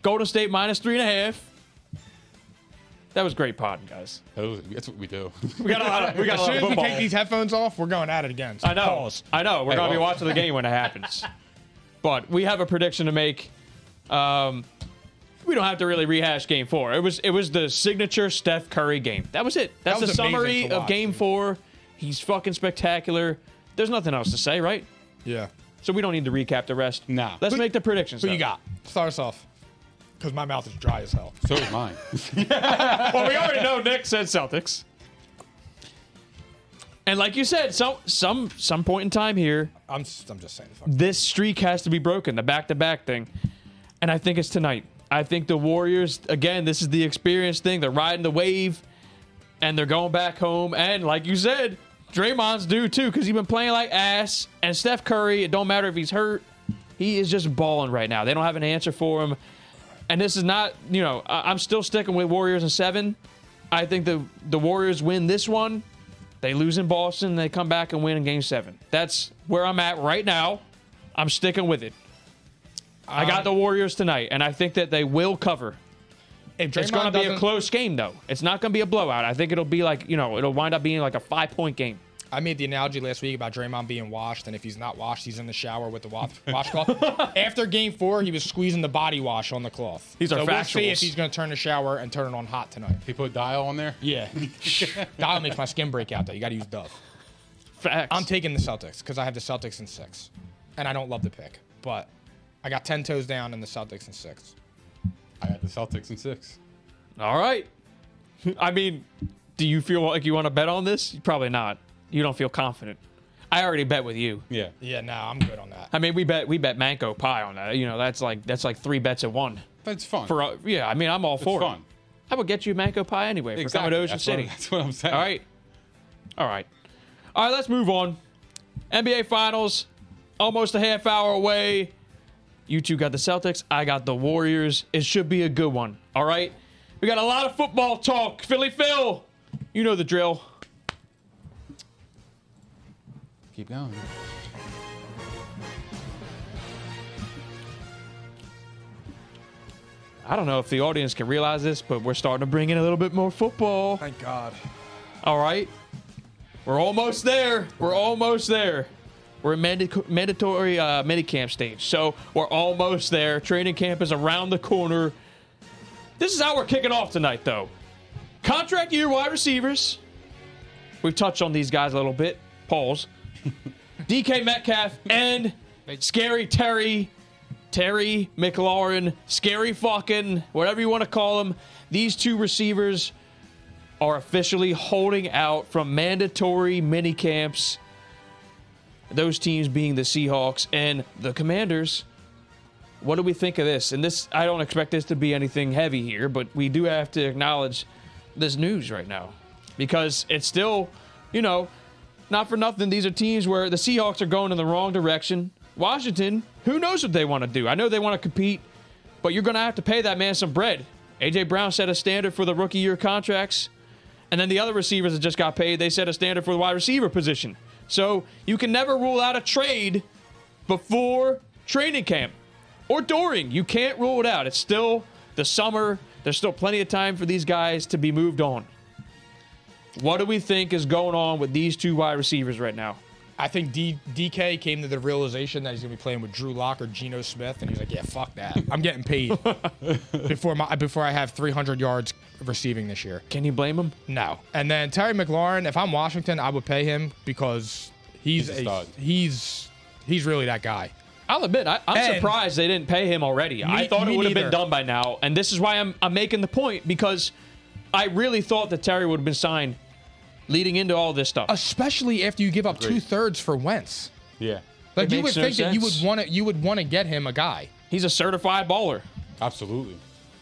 Speaker 3: Golden State minus three and a half. That was great potting, guys.
Speaker 2: Those- Oh, that's what we do.
Speaker 3: We got a lot. Of, we got a
Speaker 1: As
Speaker 3: lot
Speaker 1: soon
Speaker 3: of
Speaker 1: as we
Speaker 3: football.
Speaker 1: take these headphones off, we're going at it again. So
Speaker 3: I know.
Speaker 1: pause.
Speaker 3: I know. We're
Speaker 2: Hey,
Speaker 3: gonna be
Speaker 2: whoa.
Speaker 3: watching the game when it happens. but we have a prediction to make. Um, we don't have to really rehash Game Four. It was it was the signature Steph Curry game. That was it. That's
Speaker 1: was
Speaker 3: the
Speaker 1: amazing
Speaker 3: summary
Speaker 1: to
Speaker 3: of
Speaker 1: watch,
Speaker 3: Game
Speaker 1: dude.
Speaker 3: Four. He's fucking spectacular. There's nothing else to say, right?
Speaker 1: Yeah.
Speaker 3: So we don't need to recap the rest.
Speaker 2: Nah.
Speaker 3: Let's
Speaker 2: Who-
Speaker 3: make the predictions.
Speaker 1: Who you
Speaker 3: though.
Speaker 1: got? Start us off. Because my mouth is dry as hell.
Speaker 2: so is mine.
Speaker 3: well, we already know Nick said Celtics. And like you said, some some some point in time here,
Speaker 1: I'm, s- I'm just saying. Fuck.
Speaker 3: this streak has to be broken, the back to back thing. And I think it's tonight. I think the Warriors, again, this is the experience thing. They're riding the wave and they're going back home. And like you said, Draymond's due too because he's been playing like ass. And Steph Curry, it don't matter if he's hurt, he is just balling right now. They don't have an answer for him. And this is not, you know, I- I'm still sticking with Warriors and seven. I think the, the Warriors win this one. They lose in Boston. They come back and win in game seven. That's where I'm at right now. I'm sticking with it. I
Speaker 2: Um,
Speaker 3: got the Warriors tonight, and I think that they will cover.
Speaker 1: If
Speaker 3: It's going
Speaker 1: Draymond
Speaker 3: to be a
Speaker 1: doesn't-
Speaker 3: close game, though. It's not going to be a blowout. I think it'll be like, you know, it'll wind up being like a five point game.
Speaker 1: I made the analogy last week about Draymond being washed, and if he's not washed, he's in the shower with the wa- washcloth. After game four, he was squeezing the body wash on the cloth.
Speaker 3: These are
Speaker 1: so We'll see if
Speaker 3: factuals.
Speaker 1: he's going to turn the shower and turn it on hot tonight.
Speaker 2: They put dial on there.
Speaker 1: Yeah. Dial makes my skin break out, though. You got to use Dove.
Speaker 3: Facts.
Speaker 1: I'm taking the Celtics because I have the Celtics in six, and I don't love the pick, but I got ten toes down in the Celtics in six.
Speaker 2: I got the Celtics in six.
Speaker 3: All right. I mean, do you feel like you want to bet on this? Probably not. You don't feel confident. I already bet with you.
Speaker 2: Yeah.
Speaker 1: Yeah, no, I'm good on that.
Speaker 3: I mean, we bet we bet Manco Pie on that. You know, that's like that's like three bets at one.
Speaker 2: That's fun.
Speaker 3: For uh, yeah, I mean, I'm all
Speaker 2: it's
Speaker 3: for it.
Speaker 2: fun.
Speaker 3: I would get you Manco Pie anyway for coming to Ocean
Speaker 2: that's
Speaker 3: City.
Speaker 2: What, that's what I'm saying.
Speaker 3: All right. All right. All right, let's move on. NBA Finals, almost a half hour away. You two got the Celtics. I got the Warriors. It should be a good one. All right. We got a lot of football talk. Philly Phil, you know the drill.
Speaker 2: Keep going.
Speaker 3: I don't know if the audience can realize this, but we're starting to bring in a little bit more football.
Speaker 1: Thank God.
Speaker 3: All right. We're almost there. We're almost there. We're in mandi- mandatory uh, minicamp stage. So we're almost there. Training camp is around the corner. This is how we're kicking off tonight, though. Contract year wide receivers. We've touched on these guys a little bit. Pause. DK Metcalf and Scary Terry. Terry McLaurin. Scary fucking, whatever you want to call him. These two receivers are officially holding out from mandatory mini camps. Those teams being the Seahawks and the Commanders. What do we think of this? And this, I don't expect this to be anything heavy here, but we do have to acknowledge this news right now because it's still, you know, not for nothing. These are teams where the Seahawks are going in the wrong direction. Washington, who knows what they want to do? I know they want to compete, but you're going to have to pay that man some bread. AJ Brown set a standard for the rookie year contracts. And then the other receivers that just got paid, they set a standard for the wide receiver position. So you can never rule out a trade before training camp or during. You can't rule it out. It's still the summer. There's still plenty of time for these guys to be moved on. What do we think is going on with these two wide receivers right now?
Speaker 1: I think D- DK came to the realization that he's gonna be playing with Drew Lock or Geno Smith, and he's like, "Yeah, fuck that. I'm getting paid before my before I have 300 yards receiving this year."
Speaker 3: Can you blame them?
Speaker 1: No. And then Terry McLaurin, if I'm Washington, I would pay him because he's
Speaker 2: He's a
Speaker 1: a-
Speaker 2: stud.
Speaker 1: he's he's really that guy.
Speaker 3: I'll admit, I, I'm
Speaker 1: And-
Speaker 3: surprised they didn't pay him already. I
Speaker 1: Me-
Speaker 3: thought it
Speaker 1: me
Speaker 3: would have been
Speaker 1: neither.
Speaker 3: done by now. And this is why I'm, I'm making the point because I really thought that Terry would have been signed leading into all this stuff.
Speaker 1: Especially after you give up two thirds for Wentz.
Speaker 2: Yeah.
Speaker 1: Like
Speaker 3: It
Speaker 1: you would
Speaker 3: makes no
Speaker 1: think that you would
Speaker 3: sense.
Speaker 1: want to you would want to get him a guy.
Speaker 3: He's a certified baller.
Speaker 2: Absolutely.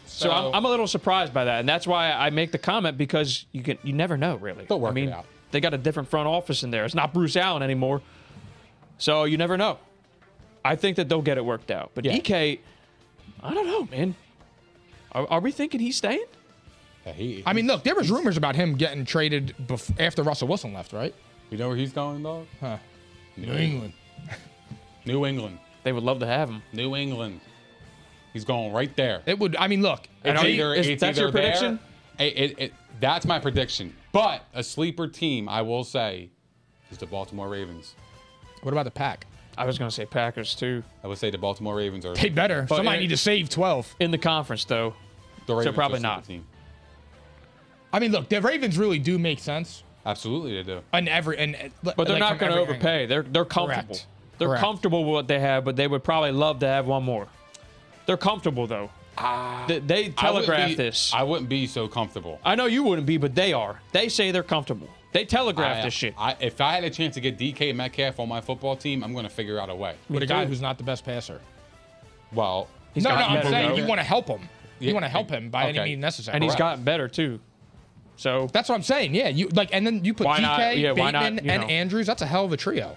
Speaker 3: So, I'm, I'm a little surprised by that, and that's why I make the comment because you can you never know really.
Speaker 2: They'll work
Speaker 3: I mean,
Speaker 2: it out.
Speaker 3: they got a different front office in there. It's not Bruce Allen anymore, so you never know. I think that they'll get it worked out. But
Speaker 1: Yeah.
Speaker 3: DK, I don't know, man. Are, are we thinking he's staying?
Speaker 2: Yeah, he,
Speaker 1: I mean, look, there was rumors about him getting traded bef- after Russell Wilson left, right?
Speaker 2: you know where he's going, dog?
Speaker 1: Huh.
Speaker 2: New England. New England.
Speaker 3: They would love to have him.
Speaker 2: New England. He's going right there.
Speaker 1: It would. I mean, look.
Speaker 3: I
Speaker 2: It's
Speaker 3: don't-
Speaker 2: either,
Speaker 3: is-
Speaker 2: it's
Speaker 3: that's your
Speaker 2: either there-
Speaker 3: prediction?
Speaker 2: It- it- it- that's my prediction. But a sleeper team, I will say, is the Baltimore Ravens.
Speaker 1: What about the pack?
Speaker 3: I was gonna say Packers too
Speaker 2: I would say the Baltimore Ravens are
Speaker 1: They better.
Speaker 3: But
Speaker 1: Somebody
Speaker 3: it-
Speaker 1: need to save twelve.
Speaker 3: in the conference though.
Speaker 2: the Ravens are a
Speaker 3: probably
Speaker 2: sleeper
Speaker 3: not.
Speaker 2: Team.
Speaker 1: I mean, look, the Ravens really do make sense
Speaker 2: Absolutely, they do.
Speaker 1: on every and.
Speaker 3: But they're not going to overpay. They're they're comfortable.
Speaker 1: Correct.
Speaker 3: They're
Speaker 1: Correct.
Speaker 3: comfortable with what they have, but they would probably love to have one more. They're comfortable though. they, they
Speaker 2: Ah. I wouldn't
Speaker 3: telegraph
Speaker 2: be-
Speaker 3: this.
Speaker 2: I wouldn't be so comfortable.
Speaker 3: I know you wouldn't be, but they are. They say they're comfortable. They telegraph
Speaker 2: I-
Speaker 3: this shit.
Speaker 2: I, if I had a chance to get DK Metcalf on my football team, I'm going to figure out a way.
Speaker 1: with a guy who's not the best passer.
Speaker 2: Well,
Speaker 3: He's
Speaker 1: no, no,
Speaker 3: gotten
Speaker 1: I'm
Speaker 3: better,
Speaker 1: saying
Speaker 3: though.
Speaker 1: you want to help him.
Speaker 2: Yeah,
Speaker 1: You want to help him by any
Speaker 2: okay.
Speaker 1: means necessary.
Speaker 3: and he's
Speaker 1: Correct.
Speaker 3: gotten better too. So
Speaker 1: That's what I'm saying. Yeah, you like, and then you put
Speaker 3: Why
Speaker 1: DK,
Speaker 3: not? Yeah, why
Speaker 1: Bateman,
Speaker 3: not, you
Speaker 1: and
Speaker 3: know.
Speaker 1: Andrews. That's a hell of a trio.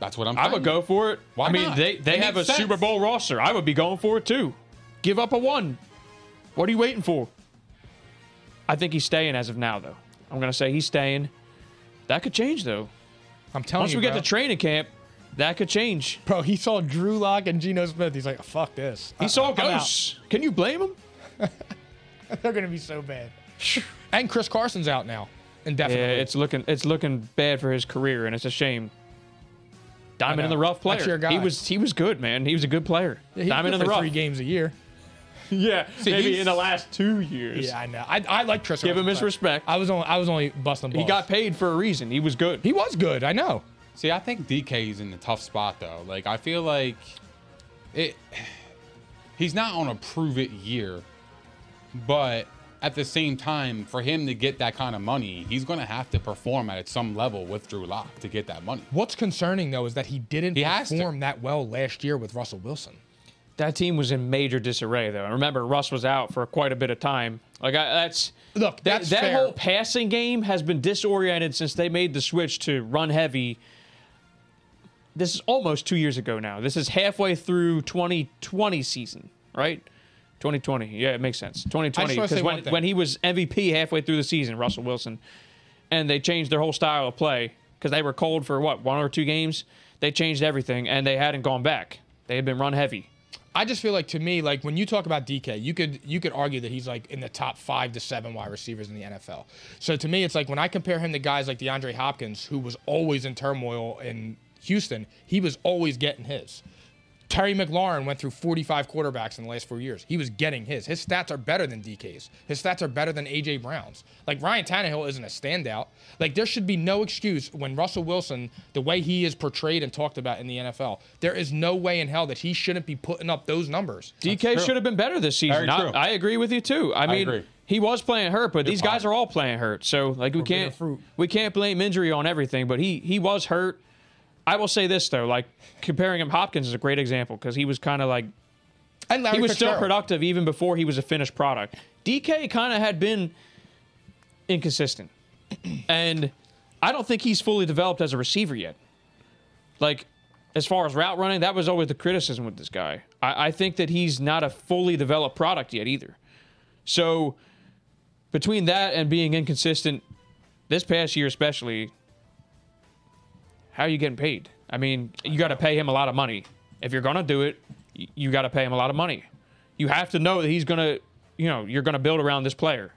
Speaker 2: that's what I'm.
Speaker 3: I would
Speaker 2: saying.
Speaker 3: go for it.
Speaker 2: Why
Speaker 3: I mean,
Speaker 2: not?
Speaker 3: they they
Speaker 2: It
Speaker 3: have a
Speaker 2: makes sense.
Speaker 3: Super Bowl roster. I would be going for it too. Give up a one. What are you waiting for? I think he's staying as of now, though. I'm gonna say he's staying. That could change though.
Speaker 1: I'm telling
Speaker 3: Once
Speaker 1: you,
Speaker 3: we get
Speaker 1: bro.
Speaker 3: to training camp, that could change.
Speaker 1: bro, he saw Drew Lock and Geno Smith. He's like, fuck this.
Speaker 3: He
Speaker 2: Uh,
Speaker 3: saw
Speaker 1: I'm out.
Speaker 3: ghosts. Can you blame him?
Speaker 1: They're gonna be so bad. and Chris Carson's out now. indefinitely.
Speaker 3: Yeah, it's looking it's looking bad for his career, and it's a shame. Diamond in the rough player.
Speaker 1: That's your guy.
Speaker 3: He was he was good, man. He was a good player.
Speaker 1: He can
Speaker 3: Diamond
Speaker 1: go
Speaker 3: in the
Speaker 1: for
Speaker 3: rough.
Speaker 1: three games a year.
Speaker 3: Yeah, maybe
Speaker 1: he's-
Speaker 3: in the last two years.
Speaker 1: Yeah, I know. I, I like Tristan.
Speaker 3: Give him his
Speaker 1: Thompson.
Speaker 3: respect.
Speaker 1: I was only I was only busting balls.
Speaker 3: he got paid for a reason. He was good.
Speaker 1: he was good. I know.
Speaker 2: See, I think DK's in the tough spot though. Like I feel like it he's not on a prove it year, but at the same time, for him to get that kind of money, he's gonna have to perform at some level with Drew Lock to get that money.
Speaker 1: What's concerning though is that he didn't
Speaker 2: He has to.
Speaker 1: perform that well last year with Russell Wilson.
Speaker 3: That team was in major disarray, though. And remember, Russ was out for quite a bit of time. Like I, that's
Speaker 1: Look,
Speaker 3: that,
Speaker 1: that's
Speaker 3: that
Speaker 1: fair.
Speaker 3: whole passing game has been disoriented since they made the switch to run heavy. This is almost two years ago now. This is halfway through 2020 season, right? 2020. Yeah, it makes sense. 2020
Speaker 1: wanna say
Speaker 3: because
Speaker 1: one
Speaker 3: when,
Speaker 1: thing.
Speaker 3: when he was MVP halfway through the season, Russell Wilson, and they changed their whole style of play because they were cold for what one or two games. They changed everything and they hadn't gone back. They had been run heavy.
Speaker 1: I just feel like to me, like when you talk about DK, you could you could argue that he's like in the top five to seven wide receivers in the NFL. So to me, it's like when I compare him to guys like DeAndre Hopkins, who was always in turmoil in Houston, he was always getting his. Terry McLaurin went through 45 quarterbacks in the last four years. He was getting his. His stats are better than DK's. His stats are better than AJ Brown's. Like Ryan Tannehill isn't a standout. Like there should be no excuse when Russell Wilson, the way he is portrayed and talked about in the NFL, there is no way in hell that he shouldn't be putting up those numbers.
Speaker 3: DK should have been better this season.
Speaker 2: Very
Speaker 3: I,
Speaker 2: true.
Speaker 3: I agree with you too. I mean,
Speaker 2: agree.
Speaker 3: he was playing hurt, but these guys
Speaker 2: point.
Speaker 3: are all playing hurt. So like we can't
Speaker 1: fruit.
Speaker 3: we can't blame injury on everything. But he he was hurt. I will say this though, like comparing him, Hopkins is a great example because he was kind of like
Speaker 1: And Larry
Speaker 3: he was still
Speaker 1: Fitzgerald.
Speaker 3: productive even before he was a finished product. DK kind of had been inconsistent, and I don't think he's fully developed as a receiver yet. Like as far as route running, that was always the criticism with this guy. I, I think that he's not a fully developed product yet either. So between that and being inconsistent, this past year especially, how are you getting paid? I mean, you got to pay him a lot of money. If you're going to do it, y- you got to pay him a lot of money. You have to know that he's going to, you know, you're going to build around this player.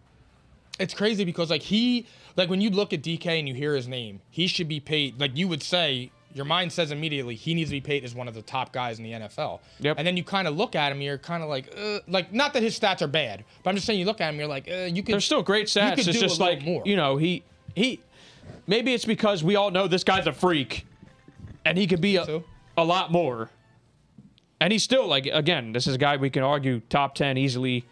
Speaker 1: it's crazy because like he like when you look at DK and you hear his name, he should be paid like you would say your mind says immediately he needs to be paid as one of the top guys in the NFL.
Speaker 3: Yep.
Speaker 1: And then you kind of look at him, you're kind of like, uh, like not that his stats are bad, but I'm just saying you look at him, you're like, uh, you could.
Speaker 3: They're still great
Speaker 1: you
Speaker 3: stats.
Speaker 1: could
Speaker 3: It's
Speaker 1: do a
Speaker 3: just
Speaker 1: little
Speaker 3: like, you know, he, he, maybe it's because we all know this guy's a freak and he could be a,
Speaker 1: So?
Speaker 3: a lot more. And he's still like, again, this is a guy we can argue top 10 easily.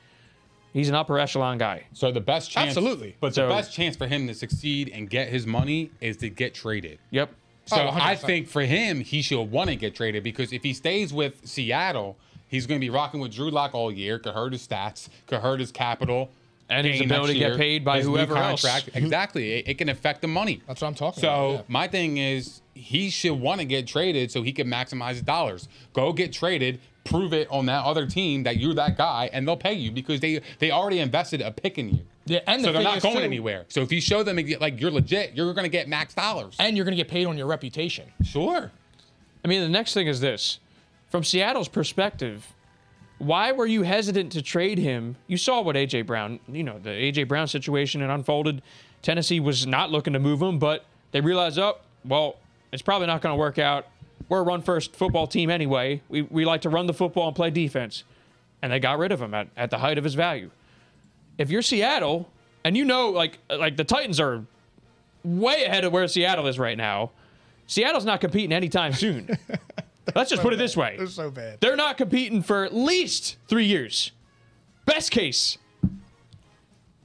Speaker 3: He's an upper echelon guy.
Speaker 2: So the best chance
Speaker 1: Absolutely.
Speaker 2: But
Speaker 3: So-
Speaker 2: the best chance for him to succeed and get his money is to get traded.
Speaker 3: Yep.
Speaker 2: So
Speaker 1: Oh, 100%.
Speaker 2: I think for him, he should want to get traded because if he stays with Seattle, he's going to be rocking with Drew Lock all year. Could hurt his stats. Could hurt his capital.
Speaker 3: And his
Speaker 2: gain next
Speaker 3: ability to get
Speaker 2: year,
Speaker 3: paid by
Speaker 2: his new
Speaker 3: whoever else.
Speaker 2: Exactly. It, it can affect the money.
Speaker 1: That's what I'm talking
Speaker 2: So
Speaker 1: about, yeah.
Speaker 2: my thing is, he should want to get traded so he can maximize his dollars. Go get traded. Prove it on that other team that you're that guy, and they'll pay you because they they already invested a pick in you.
Speaker 1: Yeah, and the
Speaker 2: so they're
Speaker 1: thing
Speaker 2: not
Speaker 1: is,
Speaker 2: going
Speaker 1: too-
Speaker 2: anywhere. So if you show them like you're legit, you're going to get max dollars.
Speaker 1: and you're gonna get paid on your reputation.
Speaker 2: Sure.
Speaker 3: I mean, the next thing is this. From Seattle's perspective, why were you hesitant to trade him? You saw what A.J. Brown, you know, the A.J. Brown situation had unfolded. Tennessee was not looking to move him, but they realized, oh, well, it's probably not going to work out. We're a run first football team anyway. We, we like to run the football and play defense. And they got rid of him at, at the height of his value. If you're Seattle and you know, like, like the Titans are way ahead of where Seattle is right now, Seattle's not competing anytime soon. Let's just put it this way.
Speaker 1: so bad.
Speaker 3: They're not competing for at least three years. Best case.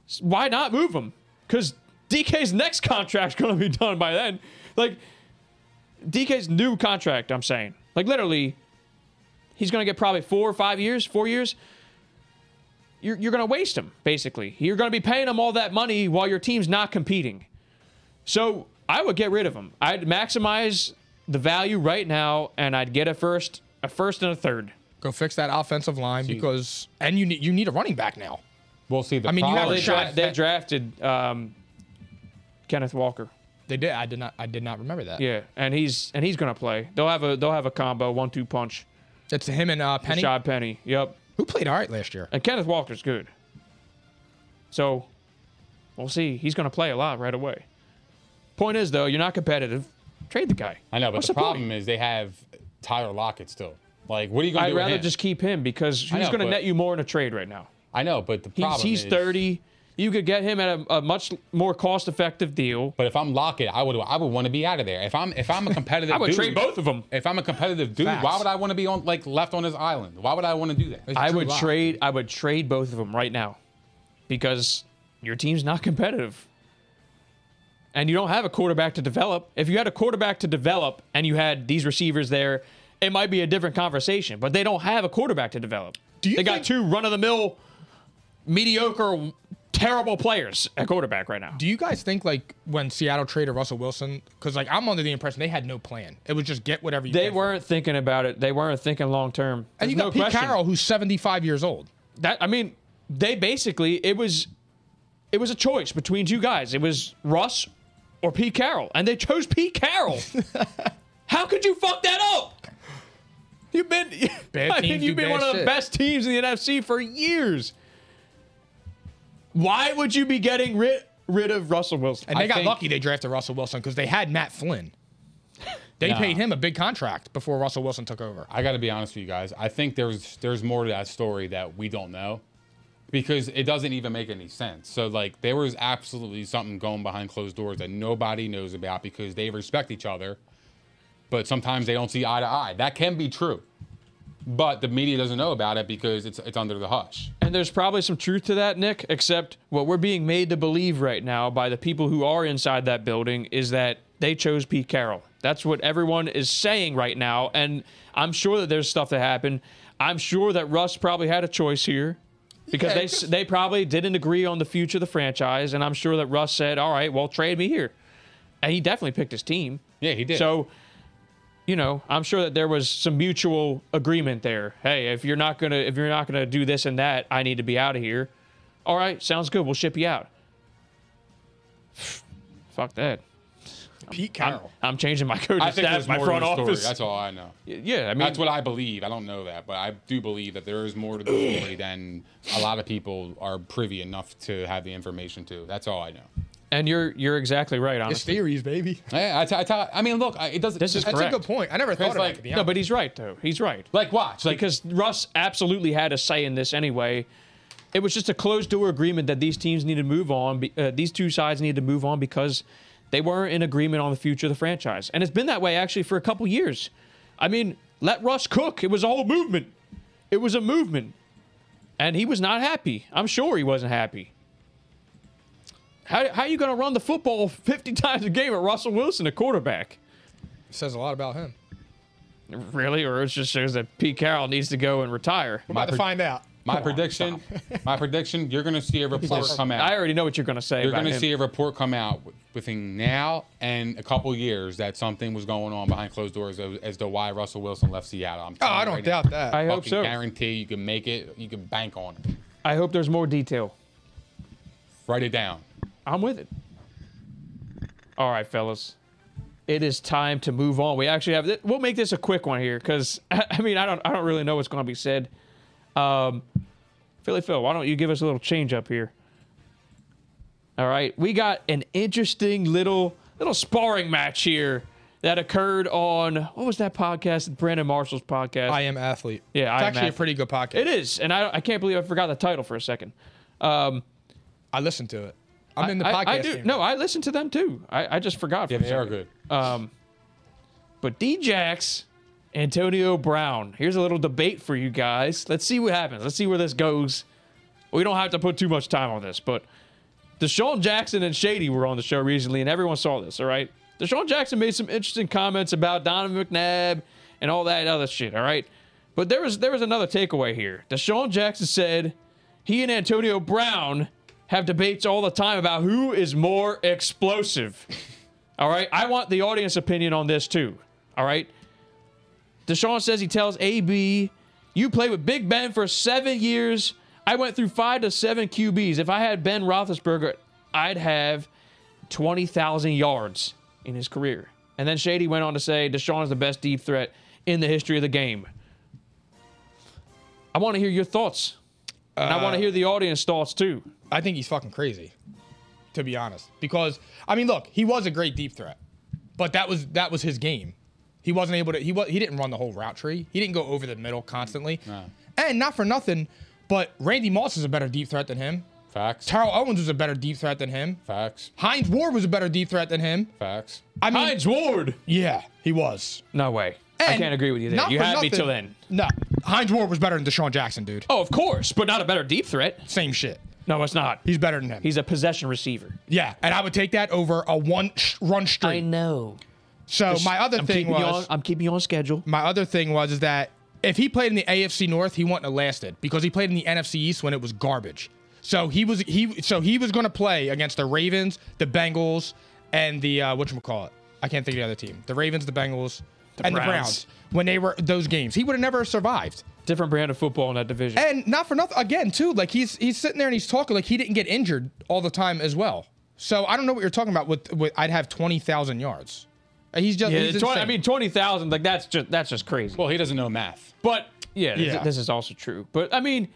Speaker 3: S- Why not move him? Because DK's next contract's going to be done by then. Like, DK's new contract, I'm saying. Like, literally, he's going to get probably four or five years, four years. You're, you're going to waste him, basically. You're going to be paying him all that money while your team's not competing. So I would get rid of him. I'd maximize the value right now, and I'd get a first, a first and a third.
Speaker 1: Go fix that offensive line because and you need you need a running back now.
Speaker 2: We'll see. The
Speaker 1: I mean, you have
Speaker 2: problem
Speaker 1: a
Speaker 3: They,
Speaker 2: is-
Speaker 1: shot.
Speaker 3: dra- they drafted um, Kenneth Walker.
Speaker 1: They did. I did not. I did not remember that.
Speaker 3: Yeah, and he's and he's gonna play. They'll have a they'll have a combo one two punch.
Speaker 1: It's him and uh, Penny,
Speaker 3: Rashad Penny. Yep,
Speaker 1: who played all right last year.
Speaker 3: and Kenneth Walker's good. So We'll see. He's going to play a lot right away. Point is, though, you're not competitive. Trade the guy.
Speaker 2: I know, but
Speaker 3: What's
Speaker 2: the,
Speaker 3: point?
Speaker 2: problem is they have Tyler Lockett still. Like, what are you going to
Speaker 3: I'd
Speaker 2: do? with
Speaker 3: rather
Speaker 2: him?
Speaker 3: just keep him because he's
Speaker 2: I know,
Speaker 3: going to
Speaker 2: but-
Speaker 3: net you more in a trade right now.
Speaker 2: I know, but the
Speaker 3: He's,
Speaker 2: problem
Speaker 3: he's
Speaker 2: is
Speaker 3: 30. You could get him at a, a much more cost-effective deal.
Speaker 2: But if I'm Lockett, I would I would want to be out of there. If I'm if I'm a competitive,
Speaker 3: I would
Speaker 2: dude,
Speaker 3: trade both of them.
Speaker 2: If I'm a competitive dude, why
Speaker 1: Facts.
Speaker 2: would I want to be on like left on his island? Why would I want to do that?
Speaker 3: I
Speaker 1: Drew
Speaker 3: would
Speaker 1: Lock.
Speaker 3: trade. I would trade both of them right now, because your team's not competitive, and you don't have a quarterback to develop. If you had a quarterback to develop and you had these receivers there, it might be a different conversation. But they don't have a quarterback to develop.
Speaker 1: you
Speaker 3: they got
Speaker 1: think-
Speaker 3: two run-of-the-mill, mediocre, terrible players at quarterback right now.
Speaker 1: Do you guys think like when Seattle traded Russell Wilson? Because like I'm under the impression they had no plan. It was just get whatever you.
Speaker 3: They
Speaker 1: get for him.
Speaker 3: weren't thinking about it. They weren't thinking long term.
Speaker 1: And you got Pete Carroll, who's 75 years old.
Speaker 3: that I mean, they basically it was it was a choice between two guys. It was Russ or Pete Carroll, and they chose Pete Carroll. How could you fuck that up? You've been
Speaker 1: Bad
Speaker 3: I mean,
Speaker 1: teams
Speaker 3: you've
Speaker 1: do
Speaker 3: been
Speaker 1: bad
Speaker 3: one of the
Speaker 1: shit.
Speaker 3: best teams in the NFC for years. Why would you be getting rid rid of Russell Wilson?
Speaker 1: And they
Speaker 2: I
Speaker 1: got
Speaker 2: think-
Speaker 1: lucky they drafted Russell Wilson because they had Matt Flynn. They paid him a big contract before Russell Wilson took over.
Speaker 2: I got to be honest with you guys. I think there's there's more to that story that we don't know because it doesn't even make any sense. So like there was absolutely something going behind closed doors that nobody knows about because they respect each other, but sometimes they don't see eye to eye. That can be true. But the media doesn't know about it because it's it's under the hush.
Speaker 3: And there's probably some truth to that, Nick, except what we're being made to believe right now by the people who are inside that building is that they chose Pete Carroll. That's what everyone is saying right now. And I'm sure that there's stuff that happened. I'm sure that Russ probably had a choice here because they s they probably didn't agree on the future of the franchise. And I'm sure that Russ said, all right, well, trade me here. And he definitely picked his team.
Speaker 2: Yeah, he did.
Speaker 3: So, you know, I'm sure that there was some mutual agreement there. Hey, if you're not gonna if you're not gonna do this and that, I need to be out of here. All right, sounds good. We'll ship you out. Fuck that.
Speaker 1: Pete
Speaker 3: I'm, I'm changing my coach
Speaker 2: I think
Speaker 3: staff,
Speaker 2: there's
Speaker 3: my
Speaker 2: more
Speaker 3: front
Speaker 2: to the story.
Speaker 3: office.
Speaker 2: That's all I know.
Speaker 3: yeah, I mean,
Speaker 2: That's what I believe. I don't know that, but I do believe that there is more to the story than a lot of people are privy enough to have the information to. That's all I know.
Speaker 3: and you're you're exactly right.
Speaker 1: It's
Speaker 3: Honestly,
Speaker 1: theories, baby.
Speaker 2: Yeah, I, t- I, t- I mean, look, I, it doesn't.
Speaker 3: This is
Speaker 2: I-
Speaker 1: That's
Speaker 3: Correct.
Speaker 1: a good point. I never thought
Speaker 2: Because,
Speaker 1: about
Speaker 2: like,
Speaker 1: it. to be
Speaker 3: no,
Speaker 1: honest.
Speaker 3: but he's right though. He's right.
Speaker 2: like watch, like
Speaker 3: because Russ absolutely had a say in this anyway. It was just a closed door agreement that these teams need to move on. be- Uh, these two sides need to move on because they weren't in agreement on the future of the franchise, and it's been that way actually for a couple years. I mean, let Russ cook. It was all movement. It was a movement, and he was not happy. I'm sure he wasn't happy. How, how are you going to run the football 50 times a game at Russell Wilson, a quarterback?
Speaker 1: says a lot about him.
Speaker 3: Really? Or it just shows that Pete Carroll needs to go and retire.
Speaker 1: We're about to find out.
Speaker 2: my prediction, my prediction, you're gonna see a report come out.
Speaker 3: I already know what you're going to say.
Speaker 2: you're
Speaker 3: going
Speaker 2: gonna
Speaker 3: to
Speaker 2: see a report come out w- within now and a couple years that something was going on behind closed doors as, as to why Russell Wilson left Seattle. I'm
Speaker 1: Oh,
Speaker 2: telling
Speaker 1: I
Speaker 2: you
Speaker 1: don't
Speaker 2: right now.
Speaker 1: doubt that.
Speaker 3: I hope
Speaker 2: Fucking
Speaker 3: so.
Speaker 2: guarantee you can make it. You can bank on it.
Speaker 3: I hope there's more detail.
Speaker 2: Write it down.
Speaker 3: I'm with it. All right, fellas. It is time to move on. We actually have. We'll make this a quick one here because I mean I don't I don't really know what's going to be said. Um, Philly Phil, why don't you give us a little change up here? All right, we got an interesting little little sparring match here that occurred on what was that podcast? Brandon Marshall's podcast.
Speaker 1: I am athlete.
Speaker 3: Yeah,
Speaker 1: it's
Speaker 3: I Am
Speaker 1: actually
Speaker 3: Athlete.
Speaker 1: a pretty good podcast.
Speaker 3: It is, and I, I can't believe I forgot the title for a second. Um,
Speaker 1: I listened to it. I'm in the
Speaker 3: I,
Speaker 1: podcast.
Speaker 3: I do.
Speaker 1: game.
Speaker 3: No, I listen to them too. I, I just forgot. For
Speaker 2: Yeah,
Speaker 3: a
Speaker 2: they are
Speaker 3: second.
Speaker 2: good.
Speaker 3: But Djax, Antonio Brown. Here's a little debate for you guys. Let's see what happens. Let's see where this goes. We don't have to put too much time on this, but Deshaun Jackson and Shady were on the show recently, and everyone saw this. All right, Deshaun Jackson made some interesting comments about Donovan McNabb and all that other shit. All right, but there was there was another takeaway here. Deshaun Jackson said he and Antonio Brown have debates all the time about who is more explosive. All right. I want the audience opinion on this too. All right. Deshaun says he tells AB, you played with Big Ben for seven years. I went through five to seven QBs. If I had Ben Roethlisberger, I'd have 20,000 yards in his career. And then Shady went on to say Deshaun is the best deep threat in the history of the game. I
Speaker 1: Uh,
Speaker 3: want to hear your thoughts. And I want to hear the audience thoughts too.
Speaker 1: I think he's fucking crazy. to be honest. Because I mean, look, he was a great deep threat, but that was that was his game. He wasn't able to. He was he didn't run the whole route tree. He didn't go over the middle constantly. And not for nothing, but Randy Moss is a better deep threat than him.
Speaker 2: Facts.
Speaker 1: Terrell Owens was a better deep threat than him.
Speaker 2: Facts.
Speaker 1: Heinz Ward was a better deep threat than him.
Speaker 2: Facts.
Speaker 1: I mean,
Speaker 3: Hines Ward.
Speaker 1: yeah, he was.
Speaker 3: No way. I
Speaker 1: And
Speaker 3: can't agree with you there.
Speaker 1: not
Speaker 3: You
Speaker 1: for
Speaker 3: had me
Speaker 1: nothing-
Speaker 3: till then.
Speaker 1: No, Heinz Ward was better than Deshaun Jackson, dude.
Speaker 3: Oh, of course, but not a better deep threat.
Speaker 1: Same shit.
Speaker 3: No, it's not.
Speaker 1: He's better than him.
Speaker 3: He's a possession receiver.
Speaker 1: yeah, and I would take that over a one sh- run streak.
Speaker 3: know.
Speaker 1: So my other
Speaker 3: I'm
Speaker 1: thing
Speaker 3: keeping you
Speaker 1: was
Speaker 3: on- I'm keeping you on schedule.
Speaker 1: my other thing was is that if he played in the AFC North, he wouldn't have lasted because he played in the NFC East when it was garbage. So he was he so he was going to play against the Ravens, the Bengals, and the uh, what call it? I can't think of the other team. The Ravens, the Bengals, and the
Speaker 3: Browns.
Speaker 1: Browns. When they were those games, he would have never survived.
Speaker 3: Different brand of football in that division.
Speaker 1: And not for nothing, again, too, like he's he's sitting there and he's talking like he didn't get injured all the time as well. So I don't know what you're talking about with, with I'd have twenty thousand yards. Uh, He's just
Speaker 3: yeah,
Speaker 1: he's
Speaker 3: 20, I
Speaker 1: insane.
Speaker 3: mean, twenty thousand. Like that's just that's just crazy.
Speaker 2: Well, he doesn't know math.
Speaker 3: But yeah, th-
Speaker 1: Yeah.
Speaker 3: this is also true. But I mean,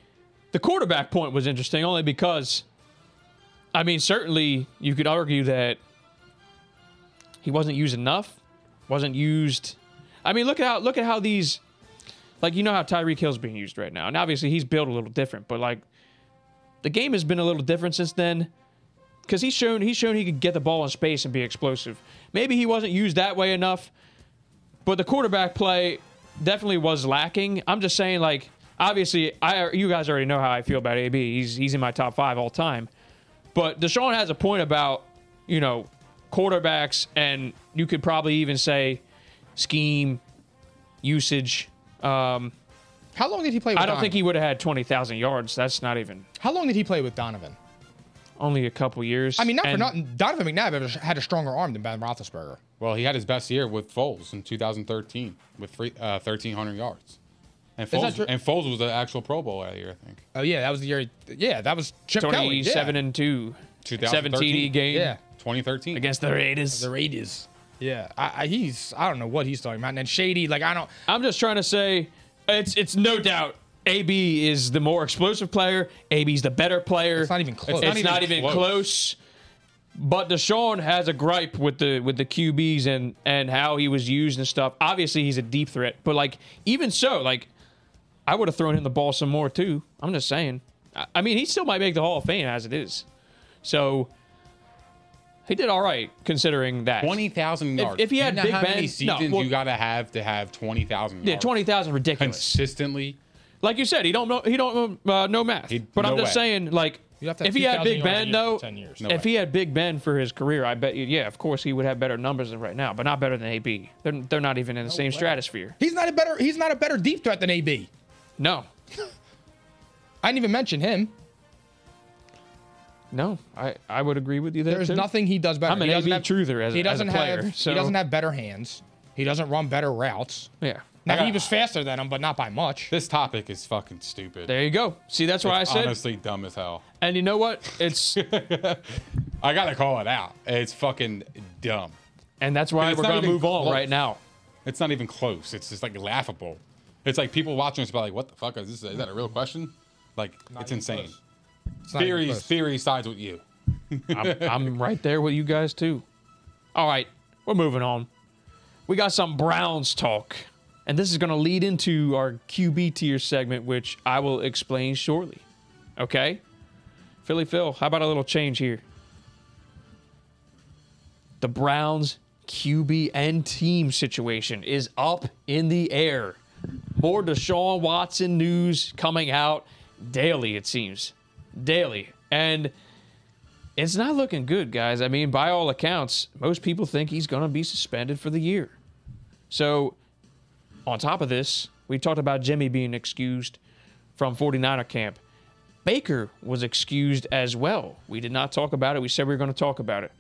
Speaker 3: the quarterback point was interesting only because, I mean, certainly you could argue that he wasn't used enough, wasn't used. I mean, look at how look at how these, like you know how Tyreek Hill's being used right now, and obviously he's built a little different, but like the game has been a little different since then. Because he's shown he's shown he could get the ball in space and be explosive. Maybe he wasn't used that way enough, but the quarterback play definitely was lacking. I'm just saying, like, obviously, I you guys already know how I feel about AB. He's he's in my top five all time. But Deshaun has a point about you know quarterbacks, and you could probably even say scheme, usage. Um,
Speaker 1: how long did he play? With
Speaker 3: I don't
Speaker 1: Donovan?
Speaker 3: think he would have had twenty thousand yards. That's not even
Speaker 1: How long did he play with Donovan?
Speaker 3: only a couple years.
Speaker 1: I mean, not for
Speaker 3: And-
Speaker 1: nothing. Donovan McNabb ever had a stronger arm than Ben Roethlisberger.
Speaker 2: Well, he had his best year with Foles in 2013 with three, uh, 1,300 yards. And
Speaker 1: that
Speaker 2: Foles,
Speaker 1: true?
Speaker 2: and Foles was an actual Pro Bowl that year, I think.
Speaker 1: Oh yeah, that was the year. Yeah, that was Chip Kelly. Yeah.
Speaker 3: Twenty-seven and two,
Speaker 2: 2013.
Speaker 3: seven TD game
Speaker 1: Yeah.
Speaker 2: 2013.
Speaker 3: against the Raiders.
Speaker 1: Raiders. Yeah, I, I, he's. I don't know what he's talking about. And then Shady, like I don't.
Speaker 3: I'm just trying to say it's it's no doubt AB is the more explosive player. AB's the better player.
Speaker 1: It's not even close.
Speaker 3: It's not even close. But Deshaun has a gripe with the with the QBs and and how he was used and stuff. Obviously, he's a deep threat, but like even so, like I would have thrown him the ball some more too. I'm just saying. I, I mean, he still might make the Hall of Fame as it is. So he did all right considering that.
Speaker 2: 20,000
Speaker 3: If-
Speaker 2: yards.
Speaker 3: if he had
Speaker 2: you know
Speaker 3: Big
Speaker 2: how
Speaker 3: Ben-
Speaker 2: many
Speaker 3: no,
Speaker 2: seasons
Speaker 3: well-
Speaker 2: you got to have to have 20,000 yards?
Speaker 3: yeah, twenty thousand ridiculous.
Speaker 2: Consistently.
Speaker 3: like you said, he don't know he don't uh, know math.
Speaker 2: He-
Speaker 3: but I'm
Speaker 2: no
Speaker 3: just
Speaker 2: way.
Speaker 3: saying, like,
Speaker 1: You have to have
Speaker 3: if he had
Speaker 1: 2,000
Speaker 3: Big
Speaker 1: yards a
Speaker 3: Ben
Speaker 1: year
Speaker 3: though,
Speaker 1: for 10 years.
Speaker 2: No
Speaker 3: if
Speaker 2: way.
Speaker 3: he had Big Ben for his career, I bet you, yeah, of course he would have better numbers than right now. But not better than AB. They're they're not even in the same stratosphere.
Speaker 1: He's not a better. He's not a better deep threat than AB.
Speaker 3: No,
Speaker 1: I didn't even mention him.
Speaker 3: no, I I would agree with you there.
Speaker 1: There's
Speaker 3: too.
Speaker 1: nothing he does better.
Speaker 3: I'm an
Speaker 1: he doesn't
Speaker 3: AB truther as a-
Speaker 1: he
Speaker 3: as a
Speaker 1: doesn't
Speaker 3: player,
Speaker 1: Have,
Speaker 3: so-
Speaker 1: He doesn't have better hands. He doesn't run better routes.
Speaker 3: Yeah.
Speaker 1: Now
Speaker 2: got-
Speaker 1: he was faster than him, but not by much.
Speaker 2: This topic is fucking stupid.
Speaker 3: There you go. See, that's why I
Speaker 2: It's
Speaker 3: said.
Speaker 2: honestly dumb as hell.
Speaker 3: And you know what? It's
Speaker 2: I got to call it out. It's fucking dumb.
Speaker 3: and that's why
Speaker 2: It's
Speaker 3: we're
Speaker 2: not
Speaker 3: gonna
Speaker 2: even
Speaker 3: move on
Speaker 2: close.
Speaker 3: right now.
Speaker 2: It's not even close. It's just like laughable. It's like people watching us be like, what the fuck is this? Is that a real question? Like, it's insane.
Speaker 1: It's not even
Speaker 2: Theory,
Speaker 1: close.
Speaker 2: theory sides with you.
Speaker 3: I'm, I'm right there with you guys too. All right, we're moving on. We got some Browns talk, and this is going to lead into our QB tier segment, which I will explain shortly. Okay, Philly Phil, how about a little change here? The Browns QB and team situation is up in the air. More Deshaun Watson news coming out daily, it seems. Daily. And it's not looking good, guys. I mean, by all accounts, most people think he's going to be suspended for the year. So, on top of this, we talked about Jimmy being excused from 49er camp. Baker was excused as well. We did not talk about it. We said we were going to talk about it.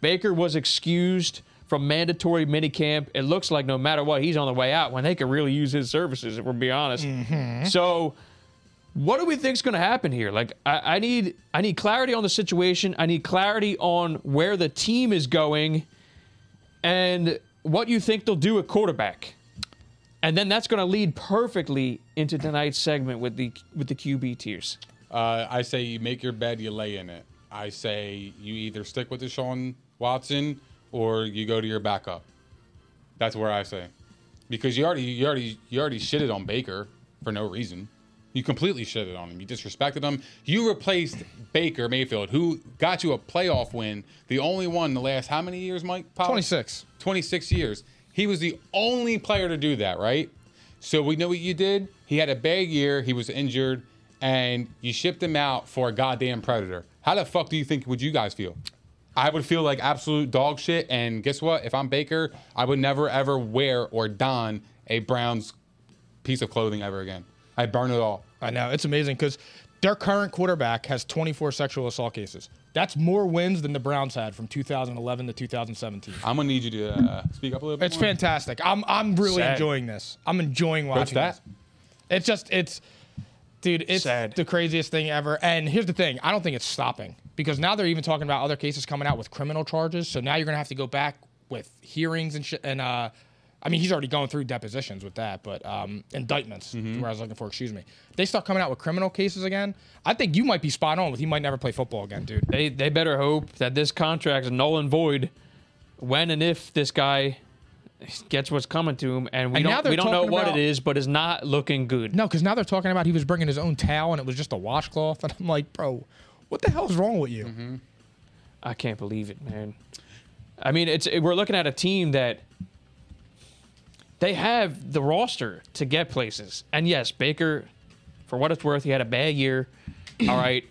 Speaker 3: Baker was excused from mandatory minicamp. It looks like no matter what, he's on the way out when they could really use his services, if we're being honest. So, what do we think's going to happen here? Like, I, I need I need clarity on the situation. I need clarity on where the team is going, and what you think they'll do at quarterback. And then that's going to lead perfectly into tonight's segment with the with the QB tiers.
Speaker 2: Uh, I say you make your bed, you lay in it. I say you either stick with Deshaun Watson or you go to your backup. That's where I say, because you already you already you already shitted on Baker for no reason. You completely shitted on him. You disrespected him. You replaced Baker Mayfield, who got you a playoff win, the only one in the last how many years, Mike? Pollock?
Speaker 1: 26.
Speaker 2: 26 years. He was the only player to do that, right? So we know what you did. He had a bad year. He was injured, and you shipped him out for a goddamn predator. How the fuck do you think would you guys feel? I would feel like absolute dog shit. And guess what? If I'm Baker, I would never ever wear or don a Browns piece of clothing ever again. I burn it all.
Speaker 1: I know it's amazing because their current quarterback has 24 sexual assault cases. That's more wins than the Browns had from 2011 to 2017.
Speaker 2: I'm gonna need you to uh, speak up a little bit.
Speaker 1: It's
Speaker 2: more.
Speaker 1: fantastic. I'm I'm really
Speaker 3: Sad.
Speaker 1: enjoying this. I'm enjoying watching
Speaker 2: What's that?
Speaker 1: this. It's just it's dude, it's
Speaker 3: Sad.
Speaker 1: the craziest thing ever. And here's the thing, I don't think it's stopping because now they're even talking about other cases coming out with criminal charges. So now you're going to have to go back with hearings and shit and uh I mean, he's already going through depositions with that, but um, indictments, where I was looking for, excuse me. They start coming out with criminal cases again. I think you might be spot on with he might never play football again, dude.
Speaker 3: They they better hope that this contract is null and void when and if this guy gets what's coming to him, and we
Speaker 1: And now
Speaker 3: don't
Speaker 1: they're
Speaker 3: we don't know
Speaker 1: talking
Speaker 3: what
Speaker 1: about-
Speaker 3: it is, but it's not looking good.
Speaker 1: No, because now they're talking about he was bringing his own towel and it was just a washcloth. And I'm like, bro, what the hell's wrong with you?
Speaker 3: I can't believe it, man. I mean, it's it, we're looking at a team that they have the roster to get places. And yes, Baker, for what it's worth, he had a bad year. All right.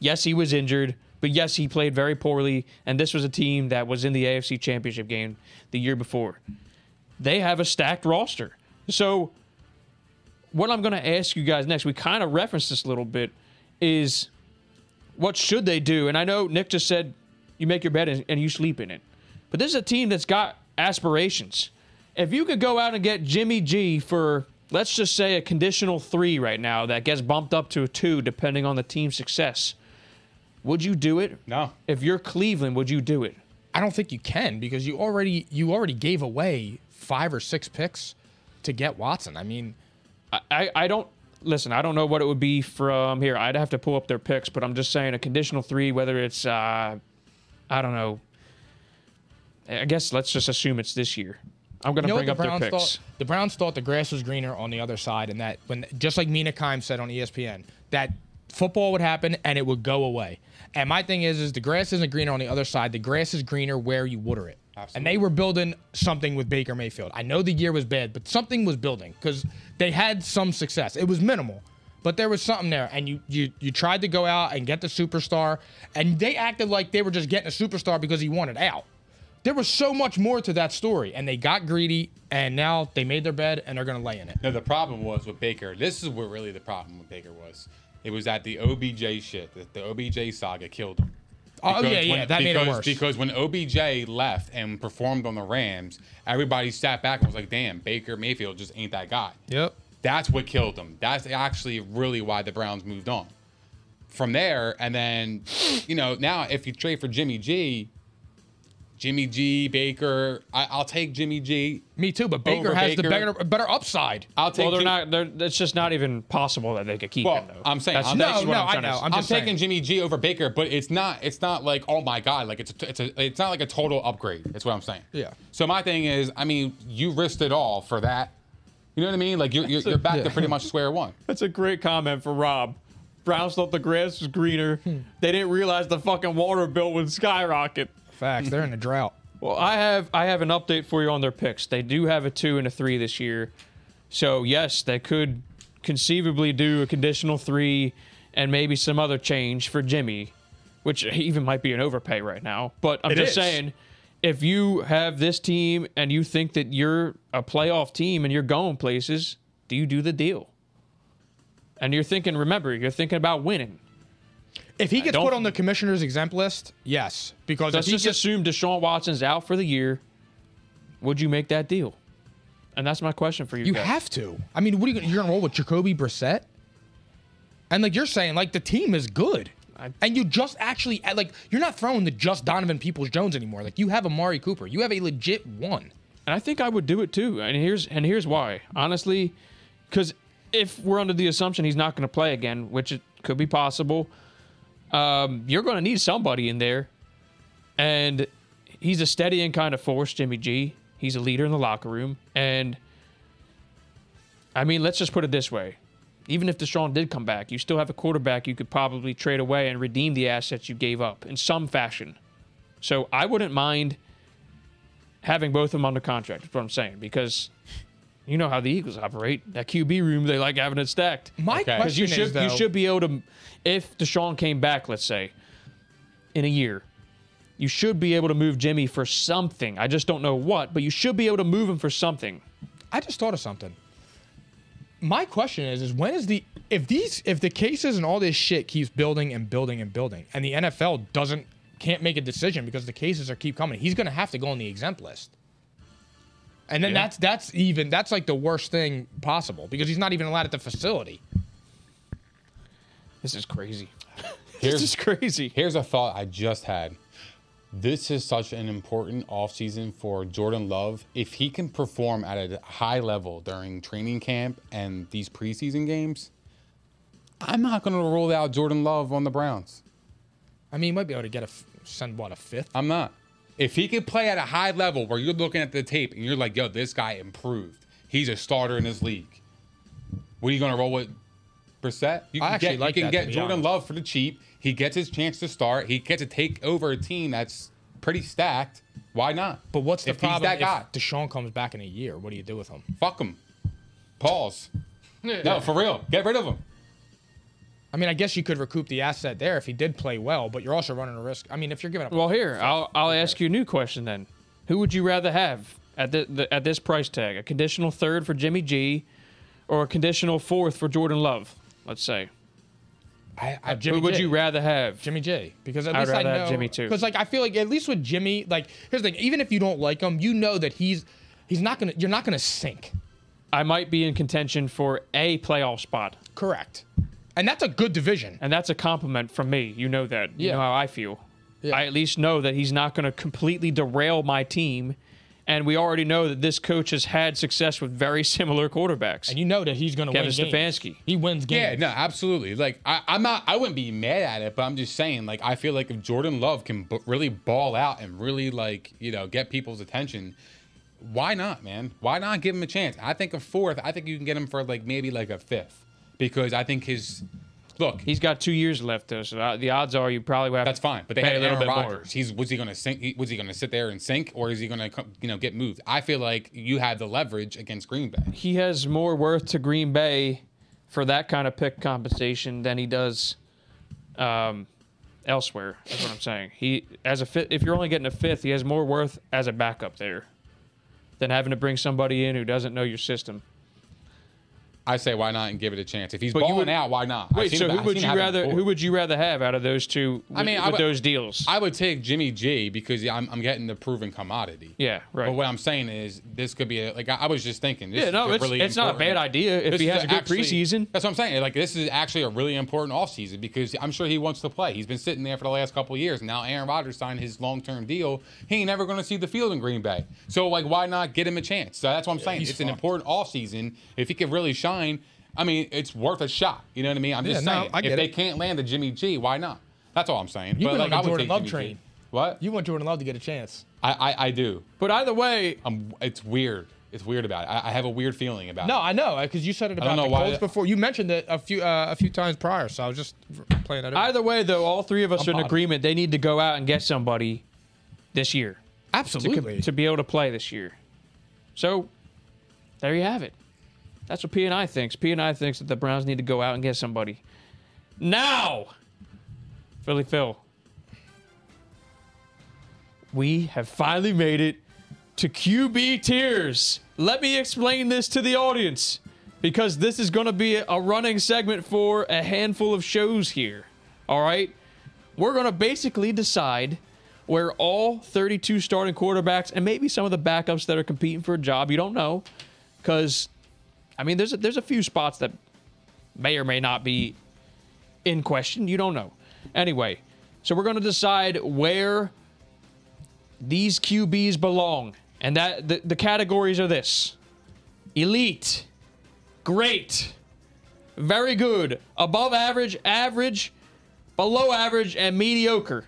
Speaker 3: Yes, he was injured, but yes, he played very poorly. And this was a team that was in the AFC Championship game the year before. They have a stacked roster. So, what I'm going to ask you guys next, we kind of referenced this a little bit, is what should they do? And I know Nick just said you make your bed and, and you sleep in it. But this is a team that's got aspirations. If you could go out and get Jimmy G for, let's just say, a conditional three right now that gets bumped up to a two depending on the team's success, would you do it?
Speaker 2: No.
Speaker 3: If you're Cleveland, would you do it?
Speaker 1: I don't think you can because you already you already gave away five or six picks to get Watson. I mean,
Speaker 3: I, I don't listen. I don't know what it would be from here. I'd have to pull up their picks, but I'm just saying a conditional three. Whether it's uh, I don't know. I guess let's just assume it's this year. I'm gonna
Speaker 1: you know
Speaker 3: bring
Speaker 1: what the
Speaker 3: up their
Speaker 1: Browns
Speaker 3: picks.
Speaker 1: thought? The Browns thought the grass was greener on the other side, and that when just like Mina Kimes said on E ESPN that football would happen and it would go away. And my thing is, is the grass isn't greener on the other side. The grass is greener where you water it. And they were building something with Baker Mayfield. I know the year was bad, but something was building because they had some success. It was minimal, but there was something there. And you you you tried to go out and get the superstar, and they acted like they were just getting a superstar because he wanted out there was so much more to that story, and they got greedy, and now they made their bed and they're gonna lay in it.
Speaker 2: No, the problem was with Baker. This is where really the problem with Baker was. It was that the OBJ shit, that the OBJ saga killed him.
Speaker 1: Oh, yeah, yeah, that made it
Speaker 2: because,
Speaker 1: worse.
Speaker 2: Because when OBJ left and performed on the Rams, everybody sat back and was like, "Damn, Baker Mayfield just ain't that guy."
Speaker 1: Yep.
Speaker 2: That's what killed him. That's actually really why the Browns moved on from there. And then, you know, now if you trade for Jimmy G, Jimmy G, Baker, I, I'll take Jimmy G.
Speaker 1: Me too, but Baker
Speaker 2: Over
Speaker 1: has the
Speaker 2: Baker.
Speaker 1: better, better upside.
Speaker 2: I'll take
Speaker 3: well, they're
Speaker 2: Jimmy-
Speaker 3: not. They're, it's just not even possible that they could keep
Speaker 2: Well,
Speaker 3: him. Though
Speaker 2: I'm saying-
Speaker 3: that's,
Speaker 2: I'm-
Speaker 3: that's
Speaker 1: No,
Speaker 3: what
Speaker 1: no,
Speaker 3: I'm
Speaker 1: I
Speaker 3: trying to
Speaker 1: know.
Speaker 3: say.
Speaker 1: I'm
Speaker 2: I'm
Speaker 1: just saying.
Speaker 2: taking Jimmy G over Baker, but it's not it's not like oh my god, like it's a, it's a, it's not like a total upgrade. That's what I'm saying.
Speaker 1: Yeah.
Speaker 2: So my thing is, I mean, you risked it all for that. You know what I mean? Like you're you're, you're back to pretty much square one.
Speaker 3: That's a great comment for Rob. Browns thought the grass was greener.
Speaker 1: Hmm.
Speaker 3: They didn't realize the fucking water bill would skyrocket.
Speaker 1: Facts. They're in a drought.
Speaker 3: Well, I have I have an update for you on their picks. They do have a two and a three this year, so yes, they could conceivably do a conditional three and maybe some other change for Jimmy, which even might be an overpay right now. But I'm
Speaker 1: It
Speaker 3: just
Speaker 1: is.
Speaker 3: saying, if you have this team and you think that you're a playoff team and you're going places, do you do the deal? And you're thinking, remember, you're thinking about winning.
Speaker 1: If he gets
Speaker 3: don't-
Speaker 1: put on the commissioner's exempt list, yes, because if
Speaker 3: Let's
Speaker 1: he
Speaker 3: just
Speaker 1: gets,
Speaker 3: assume Deshaun Watson's out for the year. Would you make that deal? And that's my question for you.
Speaker 1: you
Speaker 3: guys.
Speaker 1: have to. I mean, what are you gonna, you're gonna roll with Jacoby Brissett? And like you're saying, like the team is good, and you just actually like you're not throwing the just Donovan Peoples Jones anymore. Like you have Amari Cooper, you have a legit one.
Speaker 3: and I think I would do it too. And here's and here's why, honestly, because if we're under the assumption he's not going to play again, which it could be possible, um, you're going to need somebody in there. And he's a steadying kind of force, Jimmy G. He's a leader in the locker room. And I mean, let's just put it this way. Even if Deshaun did come back, you still have a quarterback you could probably trade away and redeem the assets you gave up in some fashion. So I wouldn't mind having both of them under contract, is what I'm saying, because you know how the Eagles operate. That QB room, they like having it stacked.
Speaker 1: My
Speaker 2: Okay.
Speaker 3: 'Cause
Speaker 1: question
Speaker 3: you
Speaker 1: is,
Speaker 3: should
Speaker 1: though,
Speaker 3: you should be able to, if Deshaun came back, let's say, in a year, you should be able to move Jimmy for something. I just don't know what, but you should be able to move him for something.
Speaker 1: I just thought of something. My question is, is when is the if these if the cases and all this shit keeps building and building and building, and the NFL doesn't can't make a decision because the cases are keep coming, he's gonna have to go on the exempt list. And then that's that's even that's like the worst thing possible because he's not even allowed at the facility.
Speaker 3: This is crazy.
Speaker 2: Here's-
Speaker 3: this is crazy.
Speaker 2: Here's a thought I just had. This is such an important offseason for Jordan Love. If he can perform at a high level during training camp and these preseason games, I'm not going to rule out Jordan Love on the Browns.
Speaker 1: I mean, he might be able to get a f- send what a fifth.
Speaker 2: I'm not. If he could play at a high level where you're looking at the tape and you're like, yo, this guy improved. He's a starter in this league. What are you going to roll with Brissett? You
Speaker 1: I
Speaker 2: can
Speaker 1: actually
Speaker 2: get,
Speaker 1: like
Speaker 2: you
Speaker 1: that,
Speaker 2: can
Speaker 1: to
Speaker 2: get
Speaker 1: be
Speaker 2: Jordan
Speaker 1: honest.
Speaker 2: Love for the cheap. He gets his chance to start. He gets to take over a team that's pretty stacked. Why not?
Speaker 1: But what's the
Speaker 2: if
Speaker 1: problem
Speaker 2: He's that guy.
Speaker 1: if Deshaun comes back in a year? What do you do with him?
Speaker 2: Fuck him. Pause. no, for real. Get rid of him.
Speaker 1: I mean, I guess you could recoup the asset there if he did play well, but you're also running a risk. I mean, if you're giving up
Speaker 3: Well, here I'll I'll ask you a new question then. Who would you rather have at the, the at this price tag? A conditional third for Jimmy G, or a conditional fourth for Jordan Love? Let's say.
Speaker 1: I, I,
Speaker 3: Who would you rather have?
Speaker 1: Jimmy J because at
Speaker 3: I'd
Speaker 1: least
Speaker 3: rather
Speaker 1: I know
Speaker 3: have Jimmy, too.
Speaker 1: Because like I feel like at least with Jimmy, like here's the thing: even if you don't like him, you know that he's he's not gonna you're not gonna sink.
Speaker 3: I might be in contention for a playoff spot,
Speaker 1: Correct. And that's a good division.
Speaker 3: and that's a compliment from me. You know that. You
Speaker 1: Yeah.
Speaker 3: know how I feel.
Speaker 1: Yeah.
Speaker 3: I at least know that he's not going to completely derail my team, and we already know that this coach has had success with very similar quarterbacks.
Speaker 1: And you know that he's gonna
Speaker 3: Kevin
Speaker 1: win games.
Speaker 3: Stefanski.
Speaker 1: He wins
Speaker 2: Yeah,
Speaker 1: games.
Speaker 2: no, absolutely. Like I, I'm not, I wouldn't be mad at it, but I'm just saying, like I feel like if Jordan Love can b- really ball out and really like you know get people's attention, why not, man? Why not give him a chance? I think a fourth. I think you can get him for like maybe like a fifth because I think his look.
Speaker 3: He's got two years left though, so uh, the odds are you probably would have.
Speaker 2: That's
Speaker 3: to
Speaker 2: fine, but they
Speaker 3: pay
Speaker 2: had
Speaker 3: a little
Speaker 2: Aaron
Speaker 3: bit more.
Speaker 2: Rodgers. He's was he going to sink? he- Was he going to sit there and sink, or is he going to you know get moved? I feel like you had the leverage against Green Bay.
Speaker 3: he has more worth to Green Bay for that kind of pick compensation than he does um, elsewhere. That's what I'm saying. He as a fifth, if you're only getting a fifth, he has more worth as a backup there than having to bring somebody in who doesn't know your system.
Speaker 2: I say why not and give it a chance. If he's
Speaker 3: But you
Speaker 2: balling
Speaker 3: would-
Speaker 2: out, why not? I've
Speaker 3: Wait,
Speaker 2: seen
Speaker 3: so
Speaker 2: it-
Speaker 3: who
Speaker 2: I've
Speaker 3: would
Speaker 2: seen it
Speaker 3: you
Speaker 2: happen
Speaker 3: rather
Speaker 2: before.
Speaker 3: who would you rather have out of those two?
Speaker 2: I mean,
Speaker 3: with,
Speaker 2: I
Speaker 3: with
Speaker 2: would-
Speaker 3: those deals,
Speaker 2: I would take Jimmy G because I'm, I'm getting the proven commodity.
Speaker 3: Yeah, right.
Speaker 2: But what I'm saying is, this could be a, like I, I was just thinking. This
Speaker 3: Yeah, no,
Speaker 2: is a
Speaker 3: it's-
Speaker 2: really
Speaker 3: it's not a bad
Speaker 2: important-
Speaker 3: idea if
Speaker 2: this
Speaker 3: he
Speaker 2: is
Speaker 3: has a good
Speaker 2: actually-
Speaker 3: preseason.
Speaker 2: That's what I'm saying. Like this is actually a really important offseason because I'm sure he wants to play. He's been sitting there for the last couple of years. Now Aaron Rodgers signed his long-term deal. He ain't never going to see the field in Green Bay. So like, why not get him a chance? So that's what I'm saying. It's an important offseason. If he could really shine, I mean, it's worth a shot. You know what I mean? I'm just
Speaker 1: Yeah, no,
Speaker 2: saying.
Speaker 1: I
Speaker 2: if
Speaker 1: get
Speaker 2: they
Speaker 1: it.
Speaker 2: can't land the Jimmy G, why not? That's all I'm saying.
Speaker 1: You've been
Speaker 2: but like,
Speaker 1: on the
Speaker 2: I would
Speaker 1: Jordan
Speaker 2: take
Speaker 1: Love
Speaker 2: Jimmy G.
Speaker 1: train.
Speaker 2: What?
Speaker 1: You want Jordan Love to get a chance.
Speaker 2: I, I, I do.
Speaker 3: but either way,
Speaker 2: I'm, it's weird. It's weird about it. I, I have a weird feeling about
Speaker 1: No,
Speaker 2: it.
Speaker 1: I know because you said it
Speaker 2: don't
Speaker 1: about
Speaker 2: know
Speaker 1: the
Speaker 2: why
Speaker 1: Colts
Speaker 2: that-
Speaker 1: before. You mentioned it a few uh, a few times prior, so I was just r- playing that. over.
Speaker 3: either way though, all three of us are
Speaker 1: I'm
Speaker 3: in
Speaker 1: bothered.
Speaker 3: agreement. They need to go out and get somebody this year. to,
Speaker 1: absolutely.
Speaker 3: to be able to play this year. So there you have it. That's what P and I thinks. P and I thinks that the Browns need to go out and get somebody now. Philly Phil, we have finally made it to QB tiers. Let me explain this to the audience because this is going to be a running segment for a handful of shows here. All right, we're going to basically decide where all 32 starting quarterbacks and maybe some of the backups that are competing for a job, you don't know, because I mean, there's a, there's a few spots that may or may not be in question. You don't know. Anyway, so we're going to decide where these QBs belong, and that the, the categories are this: elite, great, very good, above average, average, below average, and mediocre.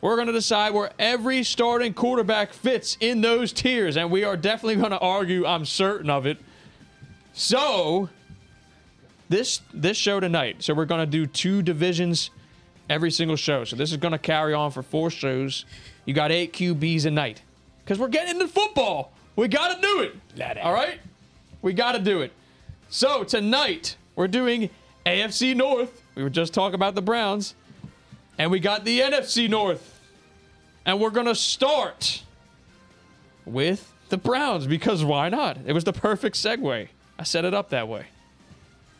Speaker 3: We're going to decide where every starting quarterback fits in those tiers, and we are definitely going to argue, I'm certain of it. So, this this show tonight, so we're going to do two divisions every single show. So, this is going to carry on for four shows. You got eight QBs a night because we're getting into football. We got to do it. All right? We got to do it. So tonight we're doing AFC North. We were just talking about the Browns, and we got the NFC North, and we're gonna start with the Browns because why not? It was the perfect segue. I set it up that way.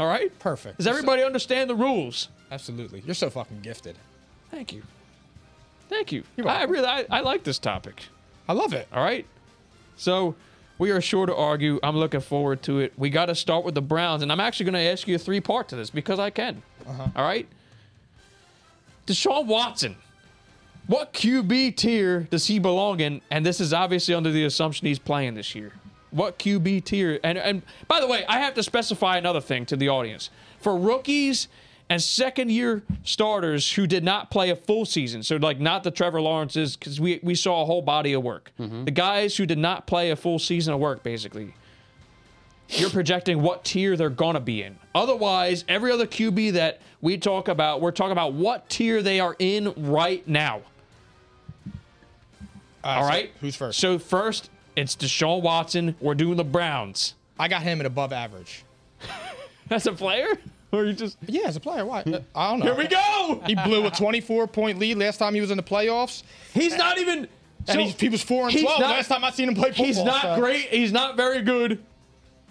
Speaker 3: All right.
Speaker 1: Perfect.
Speaker 3: Does everybody understand the rules?
Speaker 1: Absolutely. You're so fucking gifted.
Speaker 3: Thank you. Thank you.
Speaker 1: You're
Speaker 3: I
Speaker 1: welcome.
Speaker 3: really I, I like this topic.
Speaker 1: I love it.
Speaker 3: All right. So we are sure to argue. I'm looking forward to it. We got to start with the Browns, and I'm actually going to ask you a three part to this because I can.
Speaker 1: Uh-huh.
Speaker 3: All right. Deshaun Watson. What QB tier does he belong in? And this is obviously under the assumption he's playing this year. What QB tier? And and by the way, I have to specify another thing to the audience. For rookies and second year starters who did not play a full season, so like not the Trevor Lawrences, because we, we saw a whole body of work. The guys who did not play a full season of work, basically, you're projecting what tier they're gonna be in. Otherwise, every other QB that we talk about, we're talking about what tier they are in right now. All right.
Speaker 1: Uh, who's first?
Speaker 3: So first, it's Deshaun Watson. We're doing the Browns.
Speaker 1: I got him at above average.
Speaker 3: That's a player, or you just
Speaker 1: Yeah, as a player, why? Uh, I don't know.
Speaker 3: Hmm. here we go.
Speaker 1: He blew a 24 point lead last time he was in the playoffs,
Speaker 3: He's not even.
Speaker 1: and
Speaker 3: so-
Speaker 1: he's, he was four and
Speaker 3: he's
Speaker 1: 12
Speaker 3: not-
Speaker 1: last time I seen him play football.
Speaker 3: He's not
Speaker 1: so-
Speaker 3: great. He's not very good.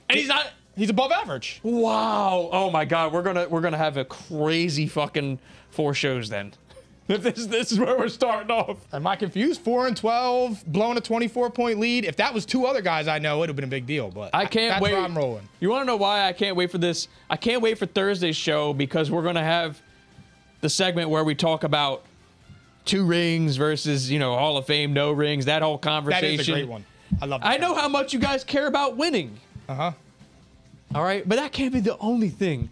Speaker 3: And he's not.
Speaker 1: He's above average.
Speaker 3: Wow. Oh my God. We're gonna we're gonna have a crazy fucking four shows then. If this this is where we're starting off.
Speaker 1: Am I confused? Four and 12, blowing a 24 point lead. If that was two other guys I know, it would have been a big deal. But
Speaker 3: I can't
Speaker 1: that's
Speaker 3: wait.
Speaker 1: Where I'm rolling.
Speaker 3: You want to know why I can't wait for this? I can't wait for Thursday's show because we're gonna have the segment where we talk about two rings versus you know Hall of Fame, no rings, that whole
Speaker 1: That
Speaker 3: conversation.
Speaker 1: is a great one. I love.
Speaker 3: I know how much you guys care about winning.
Speaker 1: Uh huh.
Speaker 3: All right, but that can't be the only thing.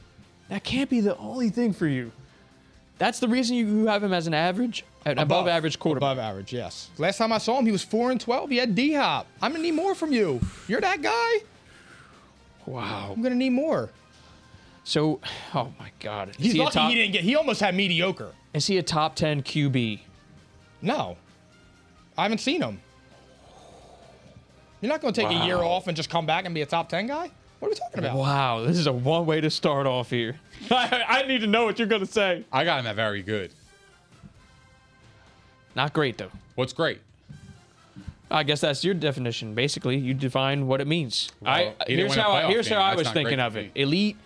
Speaker 3: That can't be the only thing for you. That's the reason you- you have him as an average, an above, average quarterback.
Speaker 1: Above average, yes. Last time I saw him, he was four and 12. He had D Hop. I'm gonna need more from you. You're that guy.
Speaker 3: Wow.
Speaker 1: I'm gonna need more.
Speaker 3: So, oh my God, is
Speaker 1: He's
Speaker 3: he a
Speaker 1: lucky
Speaker 3: top?
Speaker 1: he didn't get. He almost had mediocre.
Speaker 3: Is he a top ten QB?
Speaker 1: No, I haven't seen him. You're not gonna take a year off and just come back and be a top ten guy. What are we talking about?
Speaker 3: Wow, this is a one way to start off here. I, I need to know what you're gonna say.
Speaker 2: I got him at very good.
Speaker 3: Not great though.
Speaker 2: What's great?
Speaker 3: I guess that's your definition. Basically, you define what it means.
Speaker 2: Well,
Speaker 3: I
Speaker 2: he didn't
Speaker 3: here's
Speaker 2: win a
Speaker 3: how I,
Speaker 2: playoff
Speaker 3: here's
Speaker 2: game.
Speaker 3: how I
Speaker 2: That's
Speaker 3: was
Speaker 2: not
Speaker 3: thinking
Speaker 2: great
Speaker 3: of
Speaker 2: for
Speaker 3: it.
Speaker 2: me.
Speaker 3: Elite.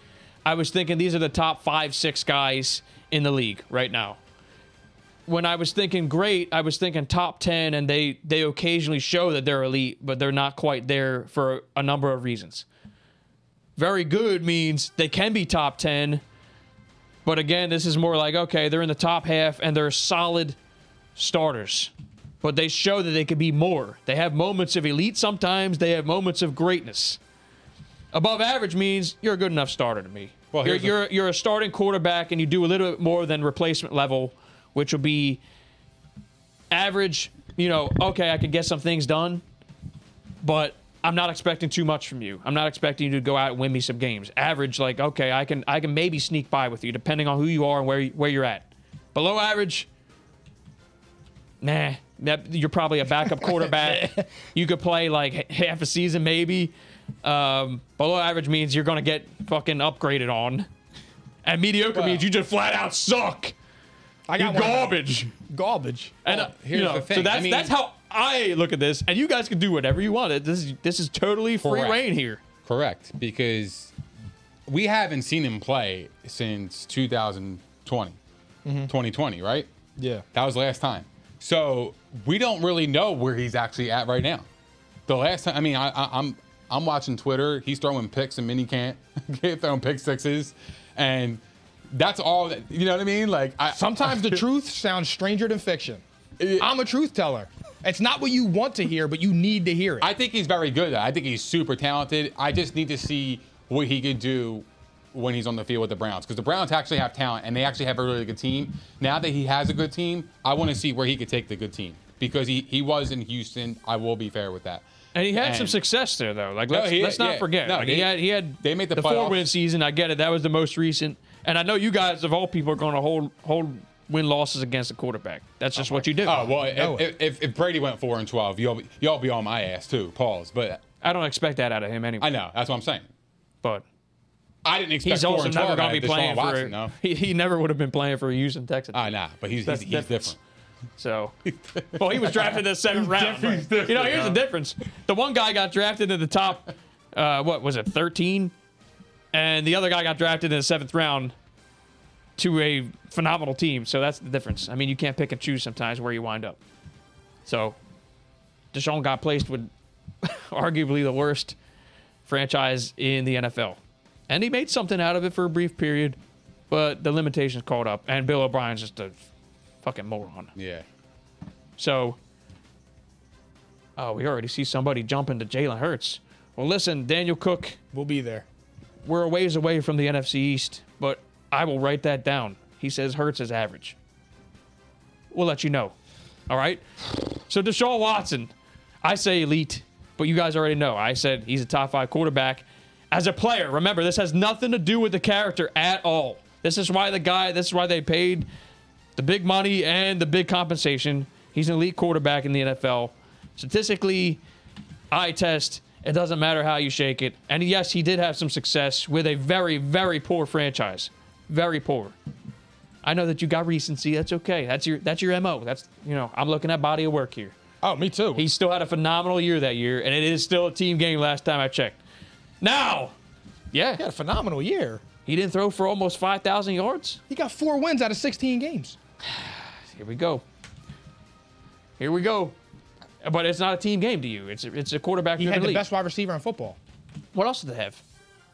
Speaker 3: I was thinking these are the top five, six guys in the league right now. When I was thinking great, I was thinking top ten, and they they occasionally show that they're elite, but they're not quite there for a number of reasons. Very good means they can be top ten, but again, this is more like okay, they're in the top half and they're solid starters but they show that they could be more. They have moments of elite sometimes, they have moments of greatness. Above average means you're a good enough starter to me.
Speaker 2: Well,
Speaker 3: you're,
Speaker 2: here's the-
Speaker 3: you're, you're a starting quarterback and you do a little bit more than replacement level, which will be average. You know, okay, I could get some things done, but I'm not expecting too much from you. I'm not expecting you to go out and win me some games. Average, like okay, I can I can maybe sneak by with you depending on who you are and where you- where you're at. Below average, nah, that, you're probably a backup quarterback. you could play like h- half a season maybe. Um, below average means you're gonna get fucking upgraded on, and mediocre means you just flat out suck.
Speaker 1: I
Speaker 3: You're
Speaker 1: got one.
Speaker 3: garbage.
Speaker 1: Garbage.
Speaker 3: And
Speaker 1: Well,
Speaker 3: uh,
Speaker 1: here's
Speaker 3: you know,
Speaker 1: the thing.
Speaker 3: so that's
Speaker 1: I mean-
Speaker 3: that's how I look at this, and you guys can do whatever you want. It- This is this is totally free
Speaker 2: Correct.
Speaker 3: reign here.
Speaker 2: Correct, because we haven't seen him play since 2020, 2020, right?
Speaker 1: Mm-hmm. Yeah.
Speaker 2: That was last time. So we don't really know where he's actually at right now. The last time, I mean, I, I, I'm I'm watching Twitter. He's throwing picks in minicamp, throwing pick sixes, and that's all. That, you know what I mean? Like I,
Speaker 1: Sometimes the truth sounds stranger than fiction. I'm a truth teller. It's not what you want to hear, but you need to hear it.
Speaker 2: I think he's very good. I think he's super talented. I just need to see what he can do when he's on the field with the Browns because the Browns actually have talent and they actually have a really good team. Now that he has a good team, I want to see where he could take the good team because he, he was in Houston. I will be fair with that.
Speaker 3: And he had some
Speaker 2: And-
Speaker 3: success there, though. Like
Speaker 2: No,
Speaker 3: let's,
Speaker 2: he-
Speaker 3: let's not
Speaker 2: yeah.
Speaker 3: forget.
Speaker 2: No,
Speaker 3: like,
Speaker 2: they-
Speaker 3: he had he had
Speaker 2: they made the
Speaker 3: four
Speaker 2: playoffs.
Speaker 3: win season. I get it. That was the most recent. And I know you guys of all people are going to hold hold win losses against the quarterback. That's just what you do.
Speaker 2: Oh well,
Speaker 1: No.
Speaker 2: if, if, if Brady went four and twelve, y'all be- y'all be on my ass too. Pause. But
Speaker 3: I don't expect that out of him anyway.
Speaker 2: I know that's what I'm saying.
Speaker 3: but
Speaker 2: I didn't expect
Speaker 3: he's
Speaker 2: four
Speaker 3: also
Speaker 2: and
Speaker 3: never
Speaker 2: twelve
Speaker 3: going
Speaker 2: out
Speaker 3: to
Speaker 2: of
Speaker 3: be
Speaker 2: Deshaun
Speaker 3: playing
Speaker 2: Watson.
Speaker 3: for.
Speaker 2: No,
Speaker 3: He, he never would have been playing for Houston Texans.
Speaker 2: I nah, but he's he's,
Speaker 3: That's-
Speaker 2: he's
Speaker 3: that's-
Speaker 2: different.
Speaker 3: So, well, he was drafted in the seventh round.
Speaker 2: different, he's different,
Speaker 3: you know, here's
Speaker 2: yeah.
Speaker 3: the difference: the one guy got drafted in the top, uh, what was it, thirteen, and the other guy got drafted in the seventh round to a phenomenal team. So that's the difference. I mean, you can't pick and choose sometimes where you wind up. So, Deshaun got placed with arguably the worst franchise in the NFL, and he made something out of it for a brief period, but the limitations caught up, and Bill O'Brien's just a fucking moron.
Speaker 2: Yeah.
Speaker 3: So, oh, we already see somebody jumping to Jalen Hurts. Well, listen, Daniel Cook,
Speaker 1: We'll be there.
Speaker 3: we're a ways away from the NFC East, but I will write that down. He says Hurts is average. We'll let you know. All right. So Deshaun Watson, I say elite, but you guys already know. I said he's a top five quarterback as a player. Remember, this has nothing to do with the character at all. This is why the guy. This is why they paid the big money and the big compensation. He's an elite quarterback in the NFL. Statistically, eye test. It doesn't matter how you shake it. And yes, he did have some success with a very, very poor franchise. Very poor. I know that you got recency. That's okay. That's your that's your MO. That's you know, I'm looking at body of work here.
Speaker 1: Oh, me too.
Speaker 3: He still had a phenomenal year that year, and it is still a team game last time I checked. Now,
Speaker 1: had
Speaker 3: yeah,
Speaker 1: a phenomenal year.
Speaker 3: he didn't throw for almost 5,000 yards.
Speaker 1: He got four wins out of 16 games.
Speaker 3: Here we go. Here we go. But it's not a team game to you. It's a, it's a quarterback
Speaker 1: He had
Speaker 3: driven
Speaker 1: the
Speaker 3: league.
Speaker 1: best wide receiver in football.
Speaker 3: What else did they have?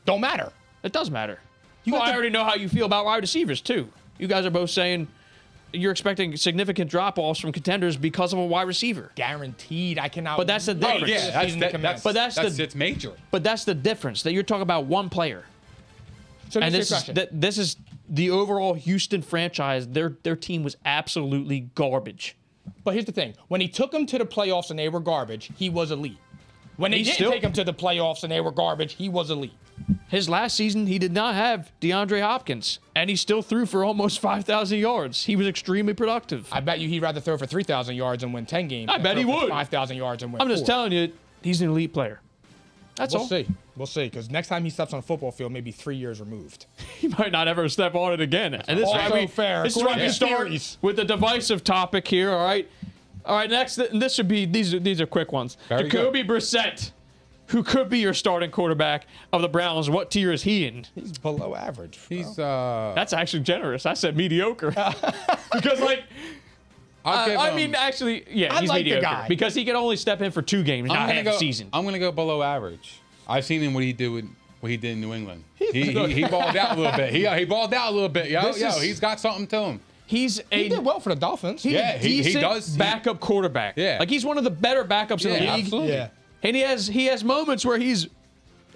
Speaker 1: Don't matter.
Speaker 3: It does matter.
Speaker 1: You
Speaker 3: well,
Speaker 1: got
Speaker 3: I
Speaker 1: the-
Speaker 3: already know how you feel about wide receivers too. You guys are both saying you're expecting significant drop-offs from contenders because of a wide receiver.
Speaker 1: Guaranteed. I cannot.
Speaker 3: But that's the
Speaker 1: wait
Speaker 3: difference.
Speaker 1: till
Speaker 3: Yeah,
Speaker 1: the
Speaker 2: Oh, that's-
Speaker 1: season
Speaker 2: that-
Speaker 1: to
Speaker 2: that's-
Speaker 1: commence.
Speaker 3: But that's,
Speaker 2: That's
Speaker 3: the
Speaker 2: it's major.
Speaker 3: but that's the difference that you're talking about one player.
Speaker 1: so
Speaker 3: And this
Speaker 1: here's your
Speaker 3: is
Speaker 1: question.
Speaker 3: th- this is the overall Houston franchise. Their their team was absolutely garbage.
Speaker 1: But here's the thing: when he took them to the playoffs and they were garbage, he was elite. When they
Speaker 3: He's
Speaker 1: didn't
Speaker 3: still-
Speaker 1: take him to the playoffs and they were garbage, he was elite.
Speaker 3: His last season, he did not have DeAndre Hopkins, and he still threw for almost 5,000 yards. He was extremely productive.
Speaker 1: I bet you he'd rather throw for 3,000 yards and win 10 games.
Speaker 3: I
Speaker 1: than
Speaker 3: bet
Speaker 1: throw
Speaker 3: he
Speaker 1: for
Speaker 3: would.
Speaker 1: 5,000 yards and win.
Speaker 3: I'm just
Speaker 1: four.
Speaker 3: telling you, he's an elite player. That's
Speaker 1: We'll
Speaker 3: all.
Speaker 1: see. We'll see. Because next time he steps on a football field, maybe three years removed.
Speaker 3: he might not ever step on it again. And this is
Speaker 1: Also
Speaker 3: why we,
Speaker 1: fair.
Speaker 3: This is why we
Speaker 1: According to
Speaker 3: start
Speaker 1: theories.
Speaker 3: with the divisive topic here. All right, all right. Next, th- this should be these. Are, these are quick ones.
Speaker 2: Very good.
Speaker 3: Jacoby Brissett, who could be your starting quarterback of the Browns. What tier is he in?
Speaker 2: Uh.
Speaker 1: He's below average. bro.
Speaker 2: He's uh.
Speaker 3: That's actually generous. I said mediocre because, like,
Speaker 2: I'll
Speaker 3: I,
Speaker 2: give
Speaker 3: Uh, I
Speaker 2: him-
Speaker 3: mean, actually, yeah,
Speaker 1: I
Speaker 3: he's
Speaker 1: like the
Speaker 3: mediocre
Speaker 1: guy.
Speaker 3: because he can only step in for two games,
Speaker 2: I'm
Speaker 3: not
Speaker 2: gonna
Speaker 3: half
Speaker 2: go,
Speaker 3: a season.
Speaker 2: I'm gonna go below average. I've seen him what he did with what he did in New England. He, he, he balled out a little bit. He he balled out a little bit. Yo,
Speaker 3: This
Speaker 2: yo,
Speaker 3: is-
Speaker 2: he's got something to him.
Speaker 3: he's a
Speaker 1: he did well for the Dolphins.
Speaker 3: he's a
Speaker 2: Yeah, he- he
Speaker 3: decent
Speaker 2: does- he-
Speaker 3: backup quarterback.
Speaker 2: Yeah.
Speaker 3: like he's one of the better backups in the
Speaker 2: Yeah,
Speaker 3: league.
Speaker 2: absolutely.
Speaker 1: Yeah.
Speaker 3: and he has he has moments where he's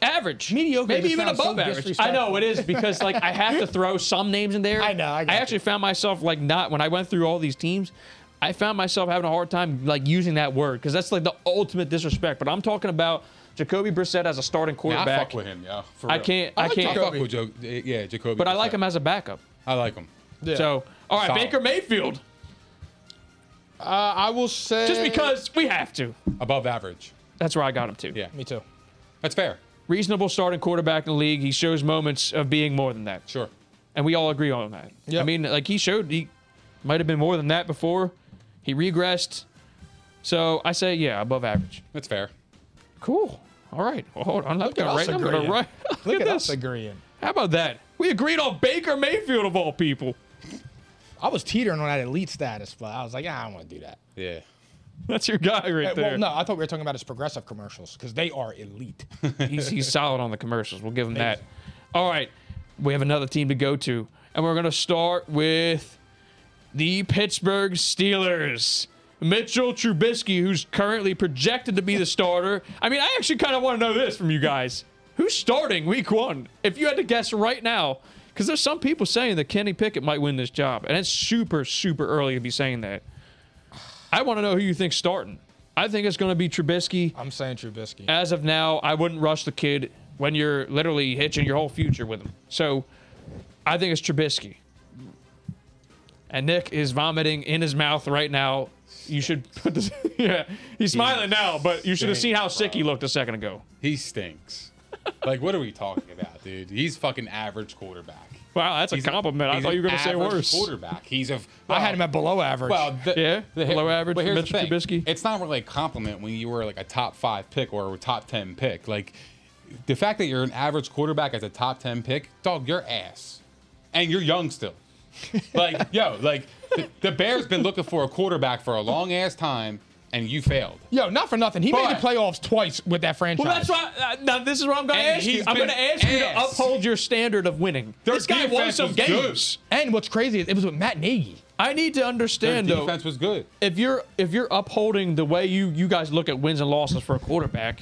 Speaker 3: average,
Speaker 1: Mediocre
Speaker 3: maybe
Speaker 1: just
Speaker 3: even
Speaker 1: sounds so
Speaker 3: above average. I
Speaker 1: disrespectful.
Speaker 3: know it is because like I have to throw some names in there.
Speaker 1: I know, I got you.
Speaker 3: actually found myself like not when I went through all these teams. I found myself having a hard time like using that word because that's like the ultimate disrespect. But I'm talking about Jacoby Brissett as a starting
Speaker 2: Man, I
Speaker 3: quarterback.
Speaker 2: fuck with him, yo. For
Speaker 3: I
Speaker 2: real.
Speaker 3: can't- I
Speaker 2: like
Speaker 3: can't-
Speaker 2: I fuck with Joe. Yeah, Jacoby.
Speaker 3: But I like
Speaker 2: Brissett.
Speaker 3: him as a backup.
Speaker 2: I like him.
Speaker 3: So all right,
Speaker 2: Solid.
Speaker 3: Baker Mayfield.
Speaker 1: Uh, I will say.
Speaker 3: Just because we have to.
Speaker 2: Above average.
Speaker 3: That's where I got him to.
Speaker 2: Yeah.
Speaker 1: Me too.
Speaker 2: That's fair.
Speaker 3: Reasonable starting quarterback in the league. He shows moments of being more than that.
Speaker 2: Sure.
Speaker 3: and we all agree on that.
Speaker 1: Yep.
Speaker 3: I mean, like he showed he might have been more than that before. He regressed. So I say, yeah, above average.
Speaker 2: That's fair.
Speaker 3: Cool. All right. Well, hold on. I'm
Speaker 1: at
Speaker 3: gonna
Speaker 1: us
Speaker 3: write. I'm gonna
Speaker 1: agreeing.
Speaker 3: write. Look,
Speaker 1: Look
Speaker 3: at
Speaker 1: at
Speaker 3: this.
Speaker 1: us agreeing.
Speaker 3: How about that? We agreed on Baker Mayfield of all people.
Speaker 1: I was teetering on that elite status, but I was like, ah, I don't want to do that.
Speaker 2: Yeah.
Speaker 3: That's your guy right
Speaker 1: Uh,
Speaker 3: there.
Speaker 1: Well, no, I thought we were talking about his progressive commercials because they are elite.
Speaker 3: he's, he's solid on the commercials. We'll give him that. All right. We have another team to go to, and we're going to start with the Pittsburgh Steelers. Mitchell Trubisky, who's currently projected to be the starter. I mean, I actually kind of want to know this from you guys. Who's starting week one? If you had to guess right now, because there's some people saying that Kenny Pickett might win this job, and it's super, super early to be saying that. I want to know who you think's starting. I think it's going to be Trubisky.
Speaker 1: I'm saying Trubisky.
Speaker 3: As of now, I wouldn't rush the kid when you're literally hitching your whole future with him. So I think it's Trubisky. And Nick is vomiting in his mouth right now. You should put this. Yeah, he's smiling now, but you should have seen how sick he looked a second ago.
Speaker 2: He stinks. like, what are we talking about, dude? He's fucking average quarterback.
Speaker 3: Wow, that's a
Speaker 2: He's
Speaker 3: compliment. I
Speaker 2: he's
Speaker 3: thought
Speaker 2: an
Speaker 3: you were going to say
Speaker 2: average
Speaker 3: worse.
Speaker 2: Quarterback. He's a.
Speaker 1: I had him at below average.
Speaker 2: Well, the,
Speaker 3: Yeah,
Speaker 2: the-
Speaker 3: below average
Speaker 2: But
Speaker 3: for
Speaker 2: here's the
Speaker 3: Mitchell
Speaker 2: thing.
Speaker 3: Trubisky.
Speaker 2: It's not really a compliment when you were like a top five pick or a top ten pick. Like the fact that you're an average quarterback as a top ten pick, dog, your ass, and you're young still. like yo, like the, the Bears been looking for a quarterback for a long ass time, and you failed.
Speaker 1: Yo, not for nothing. He made
Speaker 2: But-
Speaker 1: the playoffs twice with that franchise.
Speaker 3: Well, that's why. Uh, now, this is what I'm going to
Speaker 2: And
Speaker 3: ask you.
Speaker 2: he's
Speaker 3: I'm going to
Speaker 2: been
Speaker 3: ask you to
Speaker 2: ass.
Speaker 3: uphold your standard of winning.
Speaker 2: Their
Speaker 3: this guy won
Speaker 2: defense
Speaker 3: some
Speaker 2: was good.
Speaker 3: games.
Speaker 1: And what's crazy is it was with Matt Nagy.
Speaker 3: I need to
Speaker 2: Their
Speaker 3: understand though.
Speaker 2: defense was good.
Speaker 3: if you're if you're upholding the way you you guys look at wins and losses for a quarterback,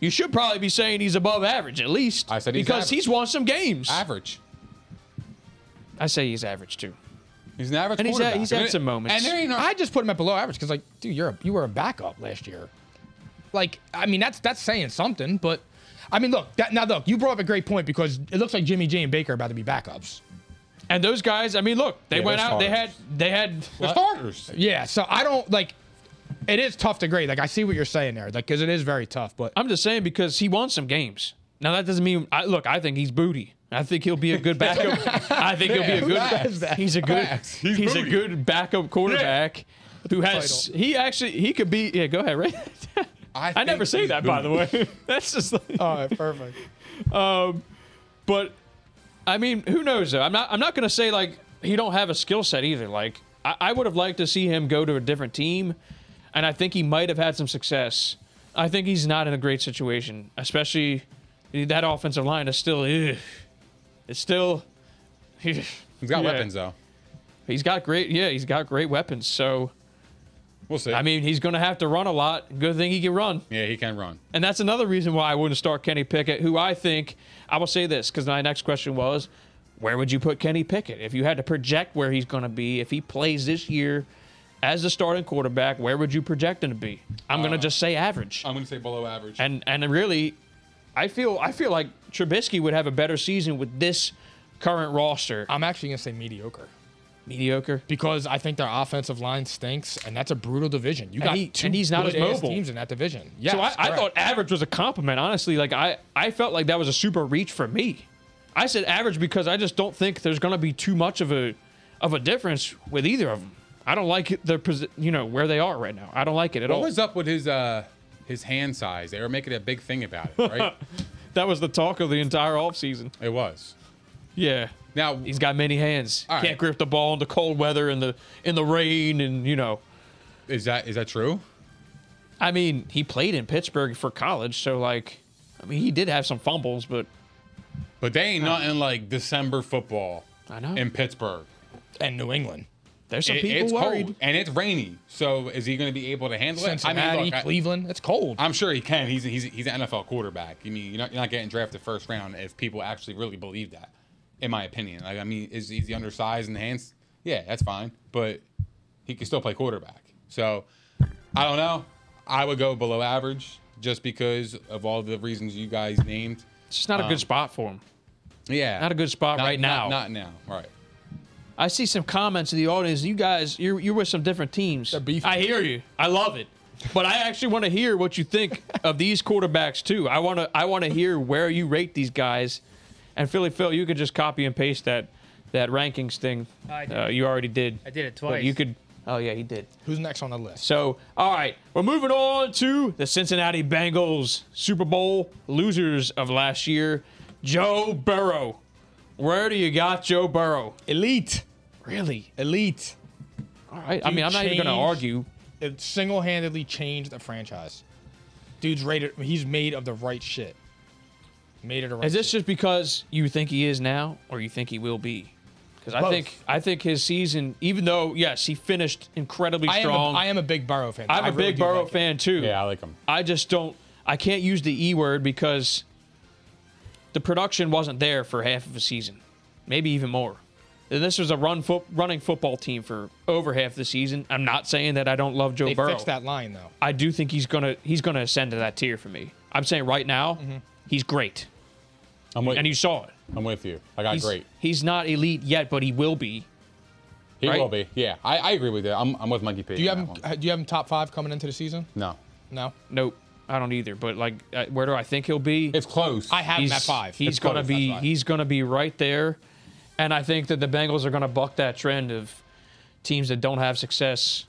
Speaker 3: you should probably be saying he's above average at least.
Speaker 2: I said he's
Speaker 3: because
Speaker 2: average.
Speaker 3: he's won some games.
Speaker 2: Average.
Speaker 3: I say he's average too.
Speaker 2: He's an average
Speaker 3: And he's had-
Speaker 2: quarterback.
Speaker 3: he's had
Speaker 2: And-
Speaker 3: some moments.
Speaker 2: And there ain't no,
Speaker 1: I just put him at below average because, like, dude, you're a, you were a backup last year. Like, I mean, that's that's saying something. But I mean, look, that, now look, you brought up a great point because it looks like Jimmy G and Baker are about to be backups.
Speaker 3: And those guys, I mean, look, they
Speaker 2: Yeah,
Speaker 3: went
Speaker 2: they're
Speaker 3: out. They had
Speaker 2: starters.
Speaker 3: they had
Speaker 2: they're starters.
Speaker 1: Yeah, so I don't like. It is tough to grade. Like, I see what you're saying there, like, because it is very tough. But
Speaker 3: I'm just saying because he won some games. Now that doesn't mean I look. I think he's booty. I think he'll be a good backup. I think he'll be a
Speaker 2: who says
Speaker 3: good. He's a good.
Speaker 2: Facts.
Speaker 3: He's,
Speaker 2: He's
Speaker 3: a
Speaker 2: booty.
Speaker 3: good backup quarterback who has. He actually he could be. Yeah, go ahead, Ray.
Speaker 2: I
Speaker 3: I,
Speaker 2: think
Speaker 3: never say
Speaker 2: he's
Speaker 3: that by the
Speaker 2: booty.
Speaker 3: way. That's just. Like,
Speaker 1: all right, perfect.
Speaker 3: but I mean, who knows though? I'm not. I'm not gonna say like he don't have a skill set either. Like I, I would have liked to see him go to a different team, and I think he might have had some success. I think he's not in a great situation, especially that offensive line is still. Ugh, it's still.
Speaker 2: He's got
Speaker 3: Yeah.
Speaker 2: weapons though.
Speaker 3: He's got great. Yeah, he's got great weapons. So
Speaker 2: We'll see.
Speaker 3: I mean, he's gonna have to run a lot. Good thing he can run.
Speaker 2: yeah, he can run.
Speaker 3: And that's another reason why I wouldn't start Kenny Pickett, who I think I will say this because my next question was, where would you put Kenny Pickett if you had to project where he's going to be if he plays this year as the starting quarterback? Where would you project him to be? I'm going to just say average.
Speaker 2: I'm gonna say below average.
Speaker 3: and and really, I feel I feel like Trubisky would have a better season with this current roster.
Speaker 1: I'm actually gonna say mediocre
Speaker 3: mediocre.
Speaker 1: because I think their offensive line stinks, and that's a brutal division. You
Speaker 3: And
Speaker 1: got
Speaker 3: he-
Speaker 1: two
Speaker 3: and he's not as
Speaker 1: good-ass
Speaker 3: mobile.
Speaker 1: teams in that division. Yeah,
Speaker 3: so I, I thought average was a compliment. Honestly, like I, I felt like that was a super reach for me. I said average because I just don't think there's going to be too much of a, of a difference with either of them. I don't like their, posi- you know, where they are right now. I don't like it at
Speaker 2: What
Speaker 3: all.
Speaker 2: was up with his uh his hand size? They were making a big thing about it, right?
Speaker 3: That was the talk of the entire offseason.
Speaker 2: it was.
Speaker 3: Yeah.
Speaker 2: Now
Speaker 3: He's got many hands.
Speaker 2: All right.
Speaker 3: Can't grip the ball in the cold weather and the in the rain and you know.
Speaker 2: is that is that true?
Speaker 3: I mean, he played in Pittsburgh for college, so like, I mean, he did have some fumbles, but
Speaker 2: But they ain't nothing like December football
Speaker 3: I know
Speaker 2: in Pittsburgh.
Speaker 1: and New England,
Speaker 3: there's some
Speaker 2: It-
Speaker 3: people
Speaker 2: it's
Speaker 3: worried.
Speaker 2: cold and it's rainy. So is he going to be able to handle
Speaker 1: Cincinnati,
Speaker 2: it? I mean, look, I-
Speaker 1: Cleveland. It's cold.
Speaker 2: I'm sure he can. He's he's he's an NFL quarterback. I mean, you're not, you're not getting drafted first round if people actually really believe that. In my opinion, like I mean, is is he undersized and hands? Yeah, that's fine, but he can still play quarterback. So I don't know. I would go below average just because of all the reasons you guys named.
Speaker 3: It's just not a good spot for him.
Speaker 2: Yeah,
Speaker 3: Not a good spot
Speaker 2: Not-
Speaker 3: right now.
Speaker 2: not- Not now, right?
Speaker 3: I see some comments in the audience. You guys, you're, you're with some different teams.
Speaker 1: beefing.
Speaker 3: I hear you. I love it. But I actually want to hear what you think of these quarterbacks too. I want to I want to hear where you rate these guys. And Philly Phil, you could just copy and paste that that rankings thing.
Speaker 4: I did.
Speaker 3: Uh, you already did.
Speaker 4: I did it
Speaker 3: But
Speaker 4: twice.
Speaker 3: you could. Oh yeah, he did.
Speaker 1: Who's next on the list?
Speaker 3: So, all right, we're moving on to the Cincinnati Bengals Super Bowl losers of last year, Joe Burrow. Where do you got Joe Burrow?
Speaker 1: Elite,
Speaker 3: Really?
Speaker 1: elite.
Speaker 3: All right. I
Speaker 1: You
Speaker 3: mean, I'm not even going to
Speaker 1: change-
Speaker 3: argue.
Speaker 1: It single-handedly changed the franchise. Dude's rated. He's made of the right shit. Made it a right.
Speaker 3: Is this
Speaker 1: shit.
Speaker 3: just because you think he is now, or you think he will be? Because I
Speaker 1: Both.
Speaker 3: think I think his season, even though yes, he finished incredibly
Speaker 1: I am, a,
Speaker 3: strong.
Speaker 1: I am a big Burrow fan.
Speaker 3: I'm
Speaker 1: I
Speaker 3: a
Speaker 1: really
Speaker 3: big
Speaker 1: do
Speaker 3: Burrow
Speaker 1: like it.
Speaker 3: fan too.
Speaker 2: Yeah, I like him.
Speaker 3: I just don't. I can't use the E word because the production wasn't there for half of a season, maybe even more. And This was a run foot running football team for over half the season. I'm not saying that I don't love Joe
Speaker 1: They
Speaker 3: Burrow.
Speaker 1: fixed that line though.
Speaker 3: I do think he's gonna he's gonna ascend to that tier for me. I'm saying right now,
Speaker 1: Mm-hmm.
Speaker 3: he's great,
Speaker 2: I'm with
Speaker 3: and you
Speaker 2: you.
Speaker 3: saw it.
Speaker 2: I'm with you. I got
Speaker 3: He's
Speaker 2: great.
Speaker 3: He's not elite yet, but he will be.
Speaker 2: He
Speaker 3: right?
Speaker 2: will be. Yeah, I, I agree with you. I'm, I'm with Monkey P.
Speaker 1: Do you
Speaker 2: on
Speaker 1: have
Speaker 2: that
Speaker 1: him?
Speaker 2: one.
Speaker 1: uh, Do you have him top five coming into the season?
Speaker 2: No,
Speaker 1: No.
Speaker 3: Nope, I don't either. But like, uh, where do I think he'll be?
Speaker 2: it's close.
Speaker 1: I have him at
Speaker 3: he's,
Speaker 1: five.
Speaker 3: He's
Speaker 1: It's
Speaker 3: gonna
Speaker 1: close,
Speaker 3: be
Speaker 1: that's why.
Speaker 3: he's gonna be right there, and I think that the Bengals are gonna buck that trend of teams that don't have success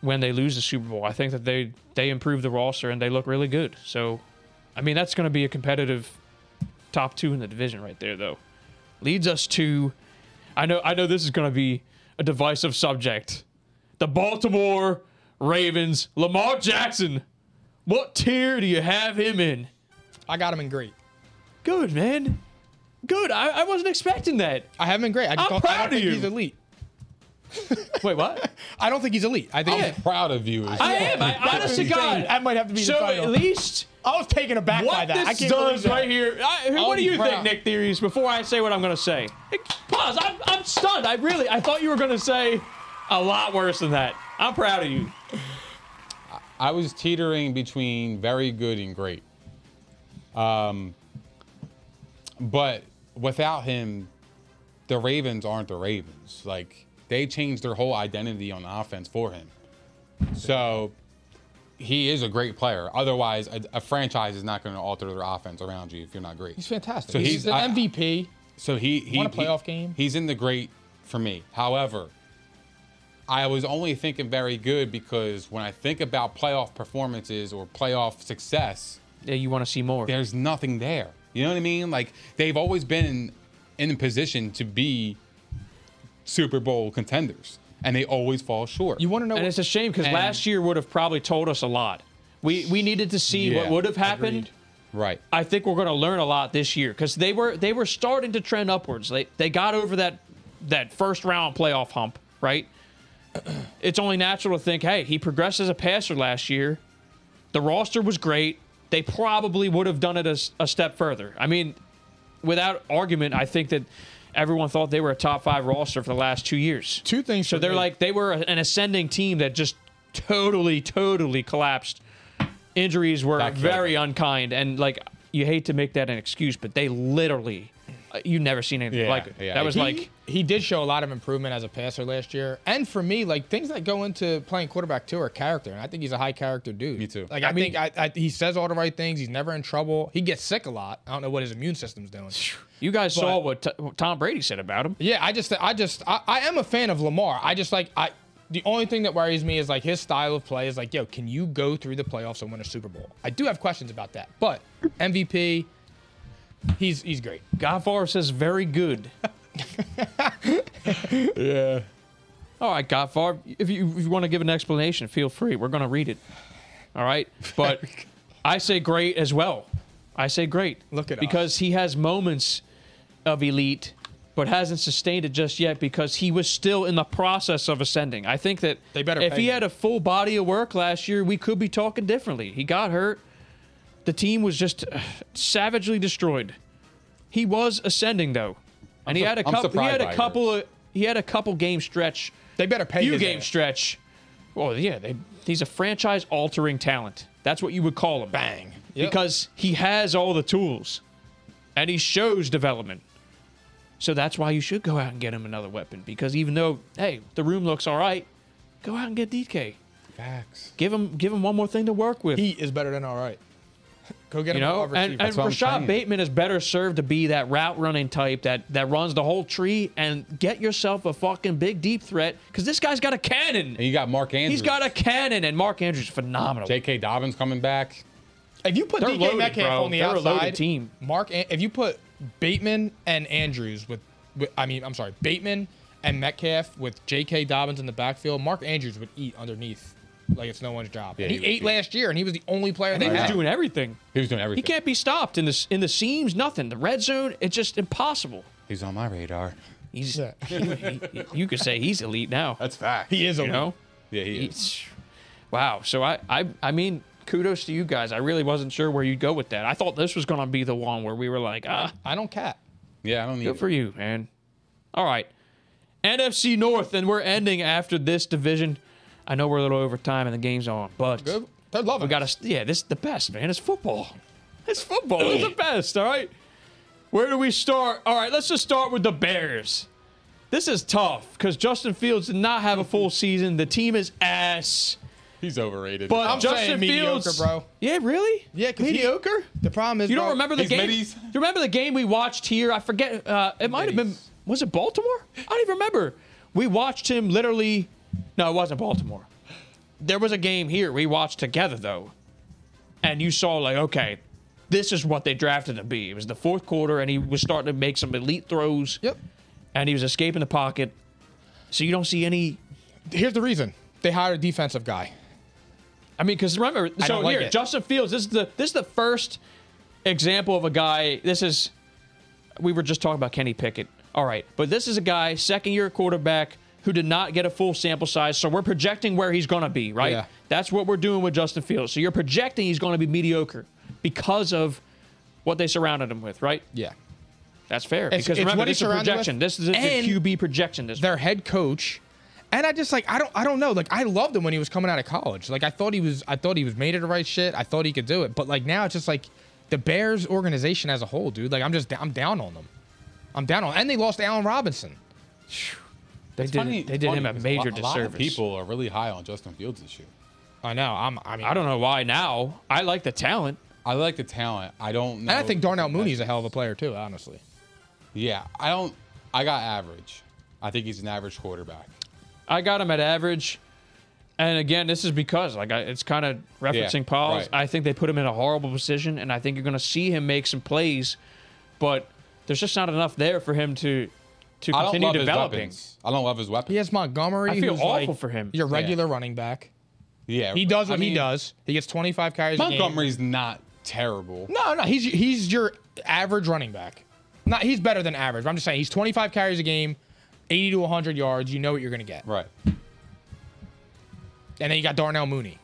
Speaker 3: when they lose the Super Bowl. I think that they they improve the roster and they look really good. So, I mean that's gonna be a competitive top two in the division right there though. Leads us to, I know I know this is gonna be a divisive subject. The Baltimore Ravens, Lamar Jackson. What tier do you have him in?
Speaker 1: I got him in great.
Speaker 3: Good, man. Good. I, I wasn't expecting that.
Speaker 1: I have him in great. I just
Speaker 3: I'm
Speaker 1: don't, I
Speaker 3: proud
Speaker 1: don't
Speaker 3: of
Speaker 1: think
Speaker 3: you.
Speaker 1: he's elite.
Speaker 3: Wait, what?
Speaker 1: I don't think he's elite. I think.
Speaker 3: Yeah.
Speaker 2: proud of you.
Speaker 3: I am. I, honest to God.
Speaker 1: That might have to be the
Speaker 3: So at
Speaker 1: title.
Speaker 3: least
Speaker 1: I was taken aback by
Speaker 3: what
Speaker 1: that. I
Speaker 3: this
Speaker 1: can't believe
Speaker 3: does
Speaker 1: that.
Speaker 3: right here. I, what do
Speaker 1: Always
Speaker 3: you
Speaker 1: proud.
Speaker 3: think, Nick Theories? Before I say what I'm going to say, pause. I'm, I'm stunned. I really. I thought you were going to say a lot worse than that. I'm proud of you.
Speaker 2: I was teetering between very good and great. Um, but without him, the Ravens aren't the Ravens. Like they changed their whole identity on offense for him. So he is a great player. Otherwise, a, a franchise is not going to alter their offense around you if you're not great.
Speaker 1: He's fantastic.
Speaker 2: So
Speaker 1: he's,
Speaker 2: he's-
Speaker 1: an
Speaker 2: I-
Speaker 1: MVP.
Speaker 2: So he he
Speaker 1: Won a
Speaker 2: he-
Speaker 1: playoff game.
Speaker 2: He's in the great for me. However, I was only thinking very good because when I think about playoff performances or playoff success,
Speaker 3: Yeah, you want to see more.
Speaker 2: there's nothing there. You know what I mean? Like they've always been in, in position to be Super Bowl contenders, and they always fall short.
Speaker 1: You want to know?
Speaker 3: and
Speaker 1: what-
Speaker 3: it's a shame because
Speaker 2: And-
Speaker 3: last year would have probably told us a lot. We we needed to see
Speaker 2: Yeah,
Speaker 3: what would have happened.
Speaker 2: agreed. right?
Speaker 3: I think we're going to learn a lot this year because they were they were starting to trend upwards. They they got over that that first round playoff hump, right? it's only natural to think, hey, he progressed as a passer last year. The roster was great. They probably would have done it a, s- a step further. I mean, without argument, I think that everyone thought they were a top five roster for the last two years.
Speaker 1: two things.
Speaker 3: So
Speaker 1: for
Speaker 3: they're
Speaker 1: me.
Speaker 3: like they were an ascending team that just totally, totally collapsed. Injuries were
Speaker 2: That killed
Speaker 3: very
Speaker 2: them.
Speaker 3: unkind, and like you hate to make that an excuse, but they literally, you never seen anything
Speaker 2: Yeah,
Speaker 3: like it.
Speaker 2: yeah.
Speaker 3: that was
Speaker 2: He-
Speaker 3: like
Speaker 1: he did show a lot of improvement as a passer last year. And for me, like things that go into playing quarterback too are character. And I think he's a high character dude.
Speaker 2: Me too.
Speaker 1: Like I, think I, I, he says all the right things. He's never in trouble. He gets sick a lot. I don't know what his immune system's doing.
Speaker 3: you guys saw what, T- what Tom Brady said about him.
Speaker 1: Yeah, I just, I just, I, I am a fan of Lamar. I just like, I, the only thing that worries me is like his style of play is like, yo, can you go through the playoffs and win a Super Bowl? I do have questions about that, but MVP, he's he's great.
Speaker 3: Godfather says very good. yeah. All right, Godfather. If you, if you want to give an explanation, feel free. We're gonna read it. All right, but I say great as well. I say great.
Speaker 1: Look at us.
Speaker 3: because he has moments of elite, but hasn't sustained it just yet because he was still in the process of ascending. I think that
Speaker 1: They better
Speaker 3: if
Speaker 1: pay
Speaker 3: he
Speaker 1: him.
Speaker 3: had a full body of work last year, we could be talking differently. He got hurt. The team was just uh, savagely destroyed. He was ascending though, and he
Speaker 2: su-
Speaker 3: had a
Speaker 2: I'm
Speaker 3: couple. He
Speaker 2: surprised
Speaker 3: had
Speaker 2: by
Speaker 3: a couple. Of, he had a couple game stretch.
Speaker 1: They better pay
Speaker 3: few
Speaker 1: his
Speaker 3: game
Speaker 1: ass.
Speaker 3: stretch. Well, yeah, they, he's a franchise altering talent. That's what you would call him.
Speaker 1: Bang. Yep.
Speaker 3: Because he has all the tools, and he shows development. So that's why you should go out and get him another weapon. Because even though, hey, the room looks all right, go out and get DK.
Speaker 2: Facts.
Speaker 3: Give him, give him one more thing to work with.
Speaker 1: He is better than all right. Go get
Speaker 3: You
Speaker 1: him a
Speaker 3: know,
Speaker 1: wide
Speaker 3: and,
Speaker 1: receiver.
Speaker 3: and
Speaker 2: what I'm
Speaker 3: Rashad
Speaker 2: saying.
Speaker 3: Bateman is better served to be that route running type that that runs the whole tree and get yourself a fucking big deep threat because this guy's got a cannon.
Speaker 2: And you got Mark Andrews.
Speaker 3: He's got a cannon, and Mark Andrews is phenomenal.
Speaker 2: J.K. Dobbins coming back.
Speaker 1: If you put
Speaker 3: They're
Speaker 1: DK
Speaker 3: loaded,
Speaker 1: Metcalf
Speaker 3: bro.
Speaker 1: on the
Speaker 3: They're a
Speaker 1: outside,
Speaker 3: loaded team.
Speaker 1: Mark, An- if you put Bateman and Andrews with, with, I mean, I'm sorry, Bateman and Metcalf with J.K. Dobbins in the backfield, Mark Andrews would eat underneath like it's no one's job.
Speaker 2: Yeah,
Speaker 1: and he,
Speaker 2: he would
Speaker 1: ate
Speaker 2: eat.
Speaker 1: last year, and he was the only player
Speaker 3: and
Speaker 1: they
Speaker 3: he was
Speaker 1: had.
Speaker 3: doing everything.
Speaker 2: He was doing everything.
Speaker 3: He can't be stopped in this in the seams. Nothing. The red zone. It's just impossible.
Speaker 2: He's on my radar.
Speaker 3: He's
Speaker 1: Yeah.
Speaker 3: he- he- you could say he's elite now.
Speaker 2: That's fact.
Speaker 1: He is a
Speaker 3: you know.
Speaker 2: Yeah, he is.
Speaker 3: He's- wow. So I I I mean, kudos to you guys. I really wasn't sure where you'd go with that. I thought this was gonna be the one where we were like, ah,
Speaker 1: I don't cat.
Speaker 2: Yeah, I don't need.
Speaker 3: Good for you, man. All right. NFC North, and we're ending after this division. I know we're a little over time and the game's on, but
Speaker 1: Good. They're loving.
Speaker 3: we got to, yeah, this is the best, man. It's football. It's football. It's the best, all right? Where do we start? All right, let's just start with the Bears. This is tough because Justin Fields did not have a full season. The team is ass.
Speaker 2: He's overrated.
Speaker 3: But
Speaker 1: I'm
Speaker 3: Justin
Speaker 1: saying mediocre,
Speaker 3: Fields,
Speaker 1: bro.
Speaker 3: Yeah, really?
Speaker 1: Yeah, 'cause he-
Speaker 3: mediocre.
Speaker 1: The problem is
Speaker 3: You don't
Speaker 1: bro,
Speaker 3: remember the
Speaker 2: His
Speaker 3: game?
Speaker 2: middies.
Speaker 3: Do you remember the game we watched here? I forget. Uh, it might have been.
Speaker 2: Middies.
Speaker 3: Was it Baltimore? I don't even remember. We watched him literally. No, it wasn't Baltimore. There was a game here we watched together though, and you saw like, okay, this is what they drafted him to be. It was the fourth quarter, and he was starting to make some elite throws.
Speaker 1: Yep.
Speaker 3: And he was escaping the pocket, so you don't see any.
Speaker 1: Here's the reason they hired a defensive guy.
Speaker 3: I mean, because remember, so
Speaker 1: don't like
Speaker 3: here,
Speaker 1: it.
Speaker 3: Justin Fields. This is the this is the first example of a guy. This is we were just talking about Kenny Pickett. All right, but this is a guy, second year quarterback, who did not get a full sample size. So we're projecting where he's going to be, right?
Speaker 1: Yeah.
Speaker 3: That's what we're doing with Justin Fields. So you're projecting he's going to be mediocre because of what they surrounded him with, right?
Speaker 1: Yeah.
Speaker 3: That's fair.
Speaker 1: It's-
Speaker 3: because
Speaker 1: it's
Speaker 3: remember,
Speaker 1: what
Speaker 3: this
Speaker 1: he's
Speaker 3: is a
Speaker 1: surrounded with,
Speaker 3: projection. This is a,
Speaker 1: and
Speaker 3: QB projection. This
Speaker 1: Their head coach. And I just like I don't I don't know like I loved him when he was coming out of college like I thought he was I thought he was made of the right shit I thought he could do it but like now it's just like the Bears organization as a whole dude like I'm just I'm down on them I'm down on and they lost Allen Robinson
Speaker 3: they did they did him a major
Speaker 2: lot,
Speaker 3: disservice.
Speaker 2: A lot of people are really high on Justin Fields this year.
Speaker 1: I know I'm I mean
Speaker 3: I don't know why now. I like the talent.
Speaker 2: I like the talent. I don't know.
Speaker 1: and I think Darnell Mooney's a hell of a player too honestly
Speaker 2: Yeah, I don't. I got average. I think he's an average quarterback.
Speaker 3: I got him at average. And again, this is because like I, it's kind of referencing
Speaker 2: Yeah,
Speaker 3: Paul's.
Speaker 2: right.
Speaker 3: I think they put him in a horrible position, and I think you're going to see him make some plays, but there's just not enough there for him to to
Speaker 2: I don't
Speaker 3: continue
Speaker 2: love his
Speaker 3: developing.
Speaker 2: weapons. I don't love his weapons.
Speaker 1: he has Montgomery
Speaker 3: I feel
Speaker 1: who's,
Speaker 3: awful
Speaker 1: like,
Speaker 3: for him.
Speaker 1: your regular running back
Speaker 2: Yeah,
Speaker 1: he does what
Speaker 2: I
Speaker 1: he
Speaker 2: mean,
Speaker 1: does he gets 25 carries a game.
Speaker 2: Montgomery's not terrible.
Speaker 1: No, no, he's he's your average running back. Not he's better than average. but I'm just saying he's 25 carries a game, 80 to 100 yards. You know what you're gonna get.
Speaker 2: Right.
Speaker 1: And then you got Darnell Mooney.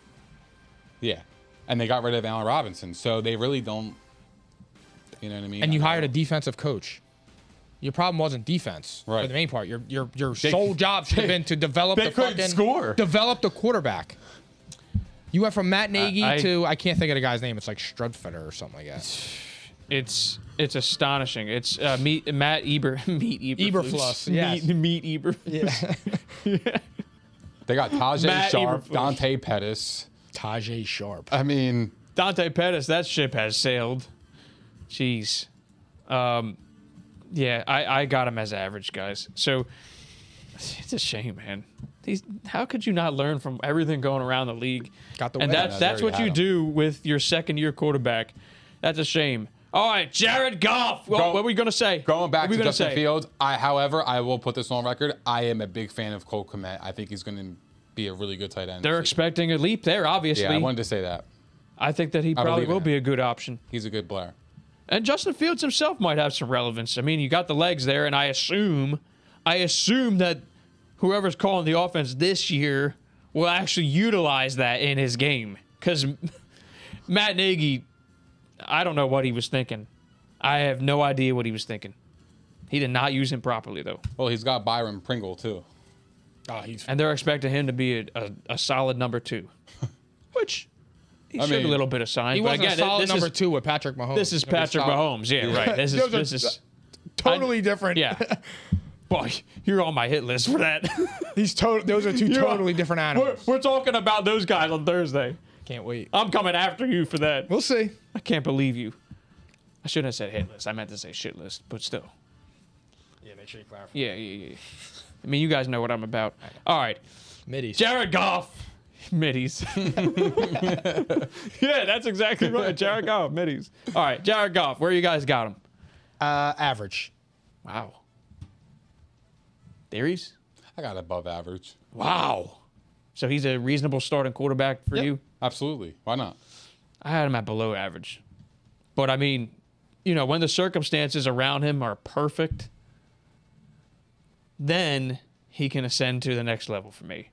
Speaker 2: Yeah, and they got rid of Allen Robinson, so they really don't. You know what I mean?
Speaker 1: And you
Speaker 2: I
Speaker 1: hired a
Speaker 2: don't-
Speaker 1: defensive coach. Your problem wasn't defense for
Speaker 2: Right.
Speaker 1: the main part. Your your your
Speaker 2: They-
Speaker 1: sole job should have been to develop
Speaker 2: they
Speaker 1: the
Speaker 2: couldn't
Speaker 1: fucking
Speaker 2: score.
Speaker 1: develop the quarterback. You went from Matt Nagy
Speaker 3: I-
Speaker 1: to I can't think of the guy's name. It's like Strudfetter or something like that.
Speaker 3: It's it's astonishing. It's uh, meet Matt Eber meet Eber
Speaker 1: Eberflus, yes.
Speaker 3: meet, meet Eber.
Speaker 2: They got Tajay
Speaker 3: Matt
Speaker 2: Sharp,
Speaker 3: Eberflus.
Speaker 2: Dante Pettis.
Speaker 1: Tajay Sharp.
Speaker 2: I mean,
Speaker 3: Dante Pettis, that ship has sailed. Jeez. Um, yeah, I, I got him as average, guys. So it's a shame, man. These, how could you not learn from everything going around the league?
Speaker 1: Got the
Speaker 3: and
Speaker 1: win.
Speaker 3: that's
Speaker 2: Yeah,
Speaker 3: that's
Speaker 2: there you
Speaker 3: what
Speaker 2: had
Speaker 3: you
Speaker 2: him.
Speaker 3: do with your second year quarterback. That's a shame. All right, Jared Goff. Well,
Speaker 2: Go-
Speaker 3: what were you gonna say?
Speaker 2: going back
Speaker 3: What were
Speaker 2: to
Speaker 3: you gonna
Speaker 2: Justin
Speaker 3: say?
Speaker 2: Fields, I, however, I will put this on record. I am a big fan of Cole Komet. I think he's going to be a really good tight end.
Speaker 3: They're
Speaker 2: this year.
Speaker 3: expecting a leap there, obviously.
Speaker 2: Yeah, I wanted to say that.
Speaker 3: I think that he probably
Speaker 2: believe in
Speaker 3: will
Speaker 2: him.
Speaker 3: be a good option.
Speaker 2: He's a good player.
Speaker 3: And Justin Fields himself might have some relevance. I mean, you got the legs there, and I assume, I assume that whoever's calling the offense this year will actually utilize that in his game. Because Matt Nagy, I don't know what he was thinking. I have no idea what he was thinking. He did not use him properly though,
Speaker 2: Well, he's got Byron Pringle too.
Speaker 1: Oh, he's
Speaker 3: and they're expecting him to be a, a, a solid number two, which he
Speaker 2: I
Speaker 3: showed a
Speaker 2: mean,
Speaker 3: little bit of signs.
Speaker 1: he
Speaker 3: but
Speaker 1: wasn't
Speaker 3: again,
Speaker 1: a solid
Speaker 3: this
Speaker 1: number
Speaker 3: is,
Speaker 1: two with Patrick Mahomes.
Speaker 3: This is Patrick
Speaker 2: solid.
Speaker 3: Mahomes. Yeah, right. This is
Speaker 1: Those are
Speaker 3: this is.
Speaker 1: totally
Speaker 3: I-
Speaker 1: different.
Speaker 3: Yeah. Boy, you're on my hit list for that.
Speaker 1: These tot- those are two
Speaker 3: You're-
Speaker 1: totally different
Speaker 3: we're,
Speaker 1: animals.
Speaker 3: we're talking about those guys on Thursday.
Speaker 1: Can't wait.
Speaker 3: I'm coming after you for that.
Speaker 1: We'll see.
Speaker 3: I can't believe you. I shouldn't have said hit list. I meant to say shit list, but still.
Speaker 1: Yeah, make sure you clarify.
Speaker 3: Yeah, yeah, yeah. I mean, you guys know what I'm about. All right.
Speaker 1: Middies.
Speaker 3: Jared Goff. Middies. yeah, that's exactly right. Jared Goff, middies. All right, Jared Goff, where you guys got him?
Speaker 1: Uh, average.
Speaker 3: Wow. Theories?
Speaker 2: I got above average.
Speaker 3: Wow. So he's a reasonable starting quarterback for you.
Speaker 2: Absolutely. Why not?
Speaker 3: I had him at below average. But I mean, you know, when the circumstances around him are perfect, then he can ascend to the next level for me.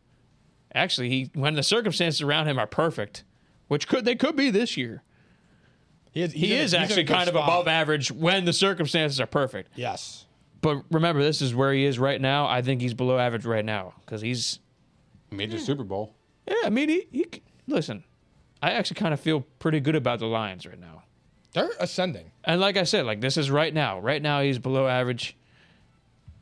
Speaker 3: Actually, he when the circumstances around him are perfect, which could they could be this year.
Speaker 5: He is,
Speaker 3: He is actually kind of above average when the circumstances are perfect.
Speaker 5: Yes.
Speaker 3: But remember, this is where he is right now. I think he's below average right now because he's
Speaker 2: Made the Super Bowl.
Speaker 3: yeah. I mean, he, he c- listen. I actually kind of feel pretty good about the Lions right now.
Speaker 1: They're ascending.
Speaker 3: And like I said, like this is right now. Right now, he's below average.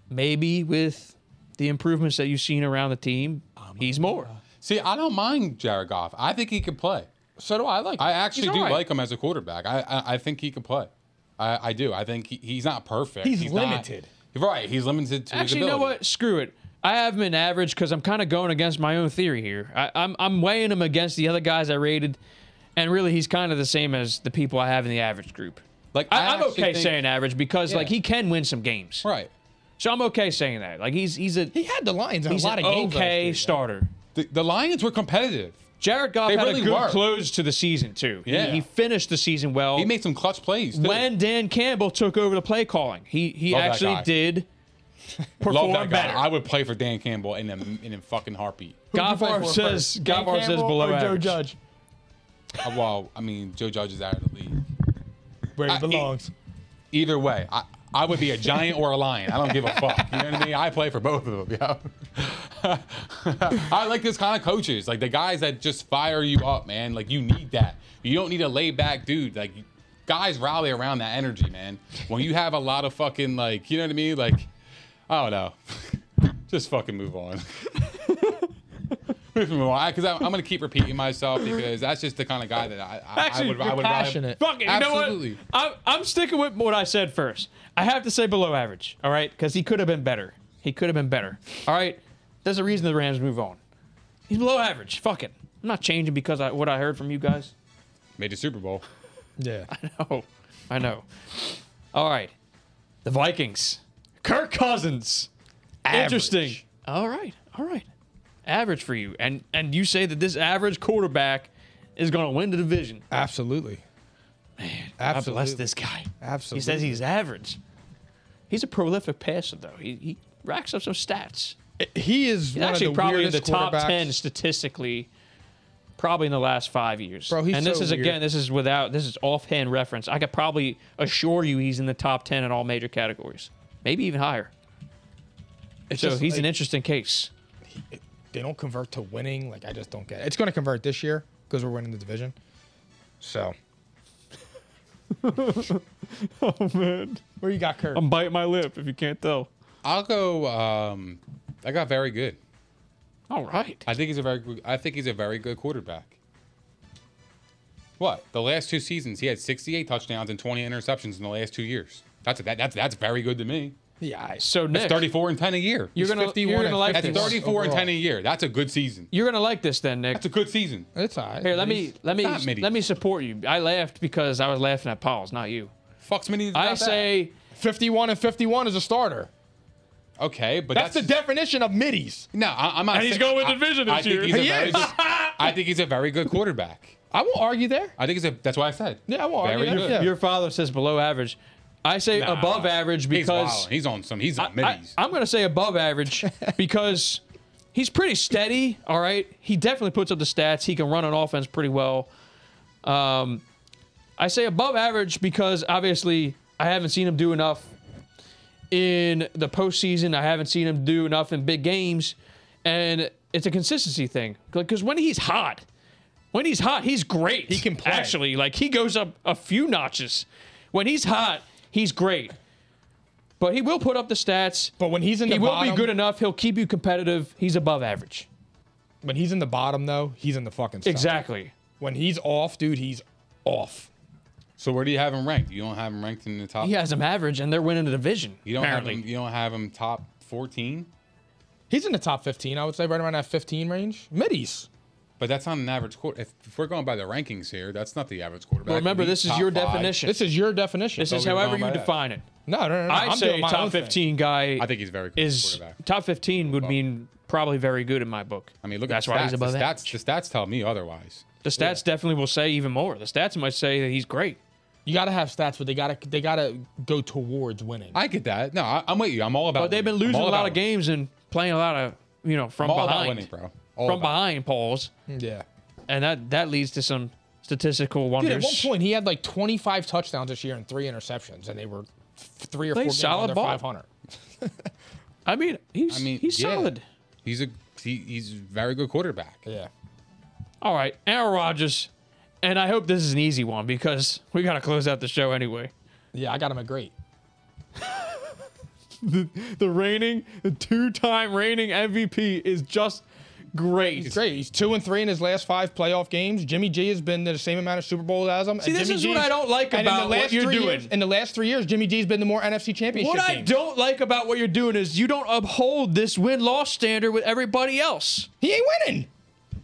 Speaker 3: Maybe with the improvements that you've seen around the team, he's more.
Speaker 2: See, I don't mind Jared Goff. I think he could play.
Speaker 5: So do I like.
Speaker 2: I
Speaker 5: him.
Speaker 2: actually
Speaker 3: He's
Speaker 2: do
Speaker 3: all right.
Speaker 2: like him as a quarterback. I I, I think he can play. I, I do. I think he, he's not perfect.
Speaker 5: He's
Speaker 2: not-
Speaker 5: limited.
Speaker 2: right. He's limited to
Speaker 3: Actually,
Speaker 2: his
Speaker 3: you know
Speaker 2: ability.
Speaker 3: what? Screw it. I have him in average because I'm kind of going against my own theory here. I, I'm I'm weighing him against the other guys I rated, and really he's kind of the same as the people I have in the average group.
Speaker 2: Like
Speaker 3: I, I'm
Speaker 2: actually
Speaker 3: okay
Speaker 2: think-
Speaker 3: saying average because like
Speaker 2: Yeah.
Speaker 3: he can win some games,
Speaker 2: right.
Speaker 3: so I'm okay saying that. Like he's he's a
Speaker 1: He had the Lions in
Speaker 3: he's
Speaker 1: a lot
Speaker 3: an
Speaker 1: of games.
Speaker 3: okay
Speaker 1: last year, though.
Speaker 3: starter.
Speaker 2: The, the Lions were competitive.
Speaker 3: Jared Goff
Speaker 2: They
Speaker 3: had
Speaker 2: really
Speaker 3: a good
Speaker 2: were.
Speaker 3: close to the season too. He-
Speaker 2: Yeah.
Speaker 3: He, finished the season well.
Speaker 2: He made some clutch plays. Too.
Speaker 3: when Dan Campbell took over the play calling, he he
Speaker 2: Love that
Speaker 3: actually
Speaker 2: guy.
Speaker 3: did
Speaker 2: love
Speaker 3: perform
Speaker 2: that guy.
Speaker 3: better.
Speaker 2: I would play for Dan Campbell in a in a fucking heartbeat.
Speaker 3: Goffar says Goffar says below
Speaker 5: or Joe
Speaker 3: average.
Speaker 5: Judge.
Speaker 2: Uh, well, I mean, Joe Judge is out of the league.
Speaker 1: Uh,
Speaker 5: Where he
Speaker 2: I-
Speaker 5: belongs.
Speaker 2: Either way, I, I would be a giant or a lion. I don't give a fuck. You know what I mean? I play for both of them. Yeah. I like this kind of coaches, like the guys that just fire you up, man. Like you need that. You don't need a laid back dude. Like guys rally around that energy, man. When you have a lot of fucking like, you know what I mean? Like, I don't know. just fucking move on. Move on, because I'm, I'm gonna keep repeating myself because that's just the kind of guy that I, I,
Speaker 3: Actually,
Speaker 2: I would, I
Speaker 3: you're
Speaker 2: would ride-
Speaker 4: passionate.
Speaker 3: Fuck it. You
Speaker 2: Absolutely.
Speaker 3: know what? I'm, I'm sticking with what I said first. I have to say below average, all right? Because he could have been better. He could have been better. All right? There's a reason the Rams move on. He's below average. Fuck it. I'm not changing because I what I heard from you guys.
Speaker 2: made the Super Bowl.
Speaker 5: Yeah.
Speaker 3: Oh, I know. All right. The Vikings. Kirk Cousins. Interesting. All right. All right. Average for you. And and you say that this average quarterback is going to win the division.
Speaker 1: Absolutely.
Speaker 3: God bless
Speaker 1: Absolutely.
Speaker 3: this guy.
Speaker 1: Absolutely.
Speaker 3: He says he's average. He's a prolific passer, though. He, he racks up some stats.
Speaker 1: He
Speaker 3: He's
Speaker 1: is one
Speaker 3: actually
Speaker 1: of the
Speaker 3: probably in
Speaker 1: weirdest
Speaker 3: the top
Speaker 1: quarterbacks.
Speaker 3: 10 statistically, probably in the last five years.
Speaker 1: Bro, he's
Speaker 3: and this
Speaker 1: so
Speaker 3: is,
Speaker 1: weird.
Speaker 3: again, this is without, this is offhand reference. I could probably assure you he's in the top 10 in all major categories, maybe even higher.
Speaker 1: It's
Speaker 3: So
Speaker 1: just
Speaker 3: he's an
Speaker 1: like,
Speaker 3: interesting case.
Speaker 1: They don't convert to winning. Like I just don't get it. It's going to convert this year because we're winning the division. So.
Speaker 3: Oh, man.
Speaker 1: Where you got Kirk?
Speaker 3: I'm biting my lip if you can't tell.
Speaker 2: I'll go. Um, I got very good.
Speaker 3: All right.
Speaker 2: I think he's a very. good- I think he's a very good quarterback. What the last two seasons he had 68 touchdowns and 20 interceptions in the last two years. That's that, that's that's very good to me.
Speaker 1: yeah, I,
Speaker 3: So,
Speaker 2: That's
Speaker 3: Nick,
Speaker 2: 34 and 10 a year.
Speaker 3: you're
Speaker 1: he's
Speaker 3: going to
Speaker 1: 51 and
Speaker 3: like
Speaker 2: That's
Speaker 3: this.
Speaker 1: 30
Speaker 2: 34 and
Speaker 1: overall.
Speaker 2: 10 a year. That's a good season.
Speaker 3: You're going to like this then, Nick.
Speaker 2: That's a good season.
Speaker 1: it's all right.
Speaker 3: Here, let me let me
Speaker 2: not Mitty.
Speaker 3: let me support you. I laughed because I was laughing at Paul's, not you.
Speaker 2: Fucks many.
Speaker 3: I say
Speaker 1: 51 and 51 is a starter.
Speaker 2: okay, but
Speaker 1: That's,
Speaker 2: that's,
Speaker 1: the definition of middies.
Speaker 2: No, I, I'm not.
Speaker 3: And he's
Speaker 2: saying-
Speaker 3: going with
Speaker 2: I-
Speaker 3: division
Speaker 2: I,
Speaker 3: this
Speaker 2: think
Speaker 3: year.
Speaker 2: he's a
Speaker 3: He
Speaker 2: very
Speaker 3: is.
Speaker 2: good- I think he's a very good quarterback.
Speaker 1: I won't argue there.
Speaker 2: I think he's a. That's why I said.
Speaker 1: Yeah, I won't
Speaker 2: Very
Speaker 1: argue that.
Speaker 2: good.
Speaker 1: Yeah.
Speaker 3: your father says below average. I say
Speaker 2: Nah,
Speaker 3: above average
Speaker 2: he's,
Speaker 3: because
Speaker 2: wildin'. he's on some. He's on
Speaker 3: I,
Speaker 2: middies.
Speaker 3: am going to say above average because he's pretty steady. All right, he definitely puts up the stats. He can run an offense pretty well. Um, I say above average because obviously I haven't seen him do enough in the postseason. I haven't seen him do enough in big games, and it's a consistency thing. Because when he's hot, when he's hot, he's great. He
Speaker 1: can play.
Speaker 3: Actually, like he goes up a few notches. When he's hot, he's great. But he will put up the stats.
Speaker 1: But when he's in the
Speaker 3: he will
Speaker 1: bottom,
Speaker 3: be good enough. He'll keep you competitive. He's above average.
Speaker 1: when he's in the bottom though, he's in the fucking stuff.
Speaker 3: Exactly.
Speaker 1: When he's off, dude, he's off.
Speaker 2: So where do you have him ranked? You don't have him ranked in the top.
Speaker 3: He has them average, and they're winning the division.
Speaker 2: You don't
Speaker 3: apparently.
Speaker 2: have him. You don't have him top 14.
Speaker 1: He's in the top 15, I would say, right around that 15 range. Middies.
Speaker 2: But that's not an average quarter. If, if we're going by the rankings here, that's not the average quarterback.
Speaker 3: But remember,
Speaker 2: He's
Speaker 3: this is
Speaker 2: top
Speaker 3: your
Speaker 2: five.
Speaker 3: definition.
Speaker 1: This is your definition.
Speaker 3: This is
Speaker 2: we're
Speaker 3: however
Speaker 2: going
Speaker 3: you
Speaker 2: by that.
Speaker 3: define it.
Speaker 1: no, no, no. no.
Speaker 3: I
Speaker 1: I'm
Speaker 3: say
Speaker 1: doing my
Speaker 3: top
Speaker 1: own thing.
Speaker 3: 15 guy.
Speaker 2: I think he's a very good
Speaker 3: is
Speaker 2: quarterback.
Speaker 3: top 15 would mean probably very good in my book.
Speaker 2: I mean, look
Speaker 3: that's
Speaker 2: at the
Speaker 3: why
Speaker 2: stats.
Speaker 3: he's above
Speaker 2: the stats,
Speaker 3: average.
Speaker 2: The stats tell me otherwise.
Speaker 3: The stats definitely will say even more. The stats might say that he's great.
Speaker 1: You gotta have stats, but they gotta they gotta go towards winning.
Speaker 2: I get that. No, I, I'm with you. I'm all about.
Speaker 3: But they've been
Speaker 2: winning. Uh,
Speaker 3: losing
Speaker 2: I'm all
Speaker 3: a lot
Speaker 2: about
Speaker 3: of games and playing a lot of you know from
Speaker 2: winning. I'm all about
Speaker 3: behind,
Speaker 2: winning, bro. All
Speaker 3: from
Speaker 2: about
Speaker 3: behind Pauls,
Speaker 1: yeah.
Speaker 3: and that that leads to some statistical
Speaker 1: Dude, at
Speaker 3: wonders.
Speaker 1: one point he had like 25 touchdowns this year and three interceptions, and they were f- three or
Speaker 3: Plays
Speaker 1: four games
Speaker 3: solid
Speaker 1: under
Speaker 3: ball.
Speaker 1: 500.
Speaker 3: I mean, he's
Speaker 2: I mean,
Speaker 3: he's
Speaker 2: yeah.
Speaker 3: solid.
Speaker 2: He's a he, he's a very good quarterback.
Speaker 1: Yeah.
Speaker 3: All right, Aaron Rodgers, and I hope this is an easy one because we got to close out the show anyway.
Speaker 1: Yeah, I got him a great.
Speaker 3: The reigning, the two-time reigning MVP is just great.
Speaker 1: He's great. He's two and three in his last five playoff games. Jimmy G has been to the same amount of Super Bowls as him.
Speaker 3: See, this is what I don't like about what you're doing.
Speaker 1: in the last three years, Jimmy G's been to more NFC championship
Speaker 3: What I
Speaker 1: games.
Speaker 3: don't like about what you're doing is you don't uphold this win-loss standard with everybody else.
Speaker 1: he ain't winning.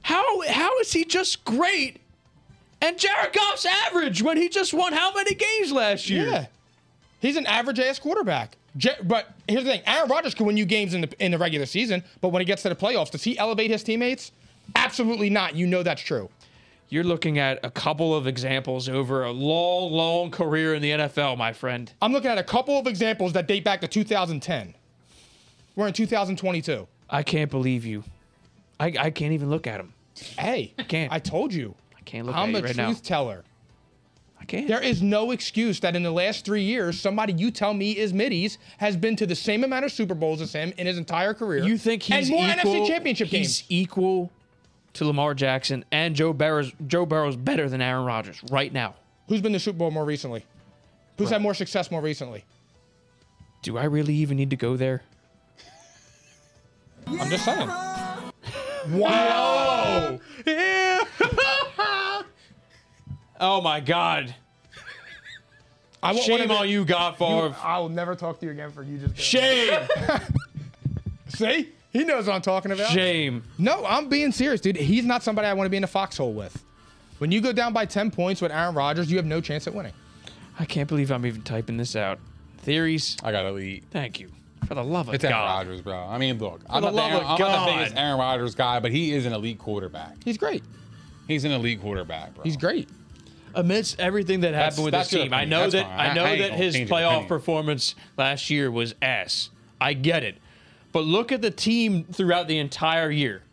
Speaker 3: How how is he just great? And Jared Goff's average when he just won how many games last year?
Speaker 1: Yeah. He's an average ass quarterback. Ja- but here's the thing Aaron Rodgers can win you games in the, in the regular season, but when he gets to the playoffs, does he elevate his teammates? Absolutely not. You know that's true.
Speaker 3: You're looking at a couple of examples over a long, long career in the NFL, my friend.
Speaker 1: I'm looking at a couple of examples that date back to 2010. We're in 2022.
Speaker 3: I can't believe you. I, I can't even look at him.
Speaker 1: Hey,
Speaker 3: Can't.
Speaker 1: I told you.
Speaker 3: I can't look
Speaker 1: I'm
Speaker 3: at
Speaker 1: a
Speaker 3: you right
Speaker 1: truth
Speaker 3: now.
Speaker 1: teller.
Speaker 3: I can't.
Speaker 1: There is no excuse that in the last three years, somebody you tell me is middies has been to the same amount of Super Bowls as him in his entire career.
Speaker 3: You think he's
Speaker 1: and more
Speaker 3: equal,
Speaker 1: NFC Championship
Speaker 3: he's
Speaker 1: games?
Speaker 3: equal to Lamar Jackson and Joe Burrow's Joe Burrow's better than Aaron Rodgers right now.
Speaker 1: Who's been to Super Bowl more recently? Who's had more success more recently?
Speaker 3: Do I really even need to go there?
Speaker 1: I'm just saying. Wow.
Speaker 3: Oh my God!
Speaker 1: I won't
Speaker 3: Shame on you, God Favre.
Speaker 1: I will never talk to you again for you just.
Speaker 3: Shame,
Speaker 1: See, he knows what I'm talking about.
Speaker 3: shame.
Speaker 1: No, I'm being serious, dude. He's not somebody I want to be in a foxhole with. When you go down by 10 points with Aaron Rodgers, you have no chance at winning.
Speaker 3: I can't believe I'm even typing this out. Theories.
Speaker 2: I got elite.
Speaker 3: Thank you for the love of
Speaker 2: It's Aaron
Speaker 3: God.
Speaker 2: Rodgers, bro. I mean, look, I'm
Speaker 3: the
Speaker 2: not, the
Speaker 3: love
Speaker 2: Aaron,
Speaker 3: of
Speaker 2: I'm not the
Speaker 3: God.
Speaker 2: biggest Aaron Rodgers guy, but he is an elite quarterback.
Speaker 1: He's great.
Speaker 2: He's an elite quarterback, bro.
Speaker 1: He's great.
Speaker 3: Amidst everything that
Speaker 2: That's-
Speaker 3: happened
Speaker 2: that's
Speaker 3: with
Speaker 2: your
Speaker 3: his team, I
Speaker 2: opinion.
Speaker 3: know
Speaker 2: That's
Speaker 3: that
Speaker 2: fine. I-
Speaker 3: I know
Speaker 2: I ain't
Speaker 3: that
Speaker 2: gonna
Speaker 3: his
Speaker 2: change your
Speaker 3: playoff
Speaker 2: opinion.
Speaker 3: performance last year was ass. I get it, but look at the team throughout the entire year.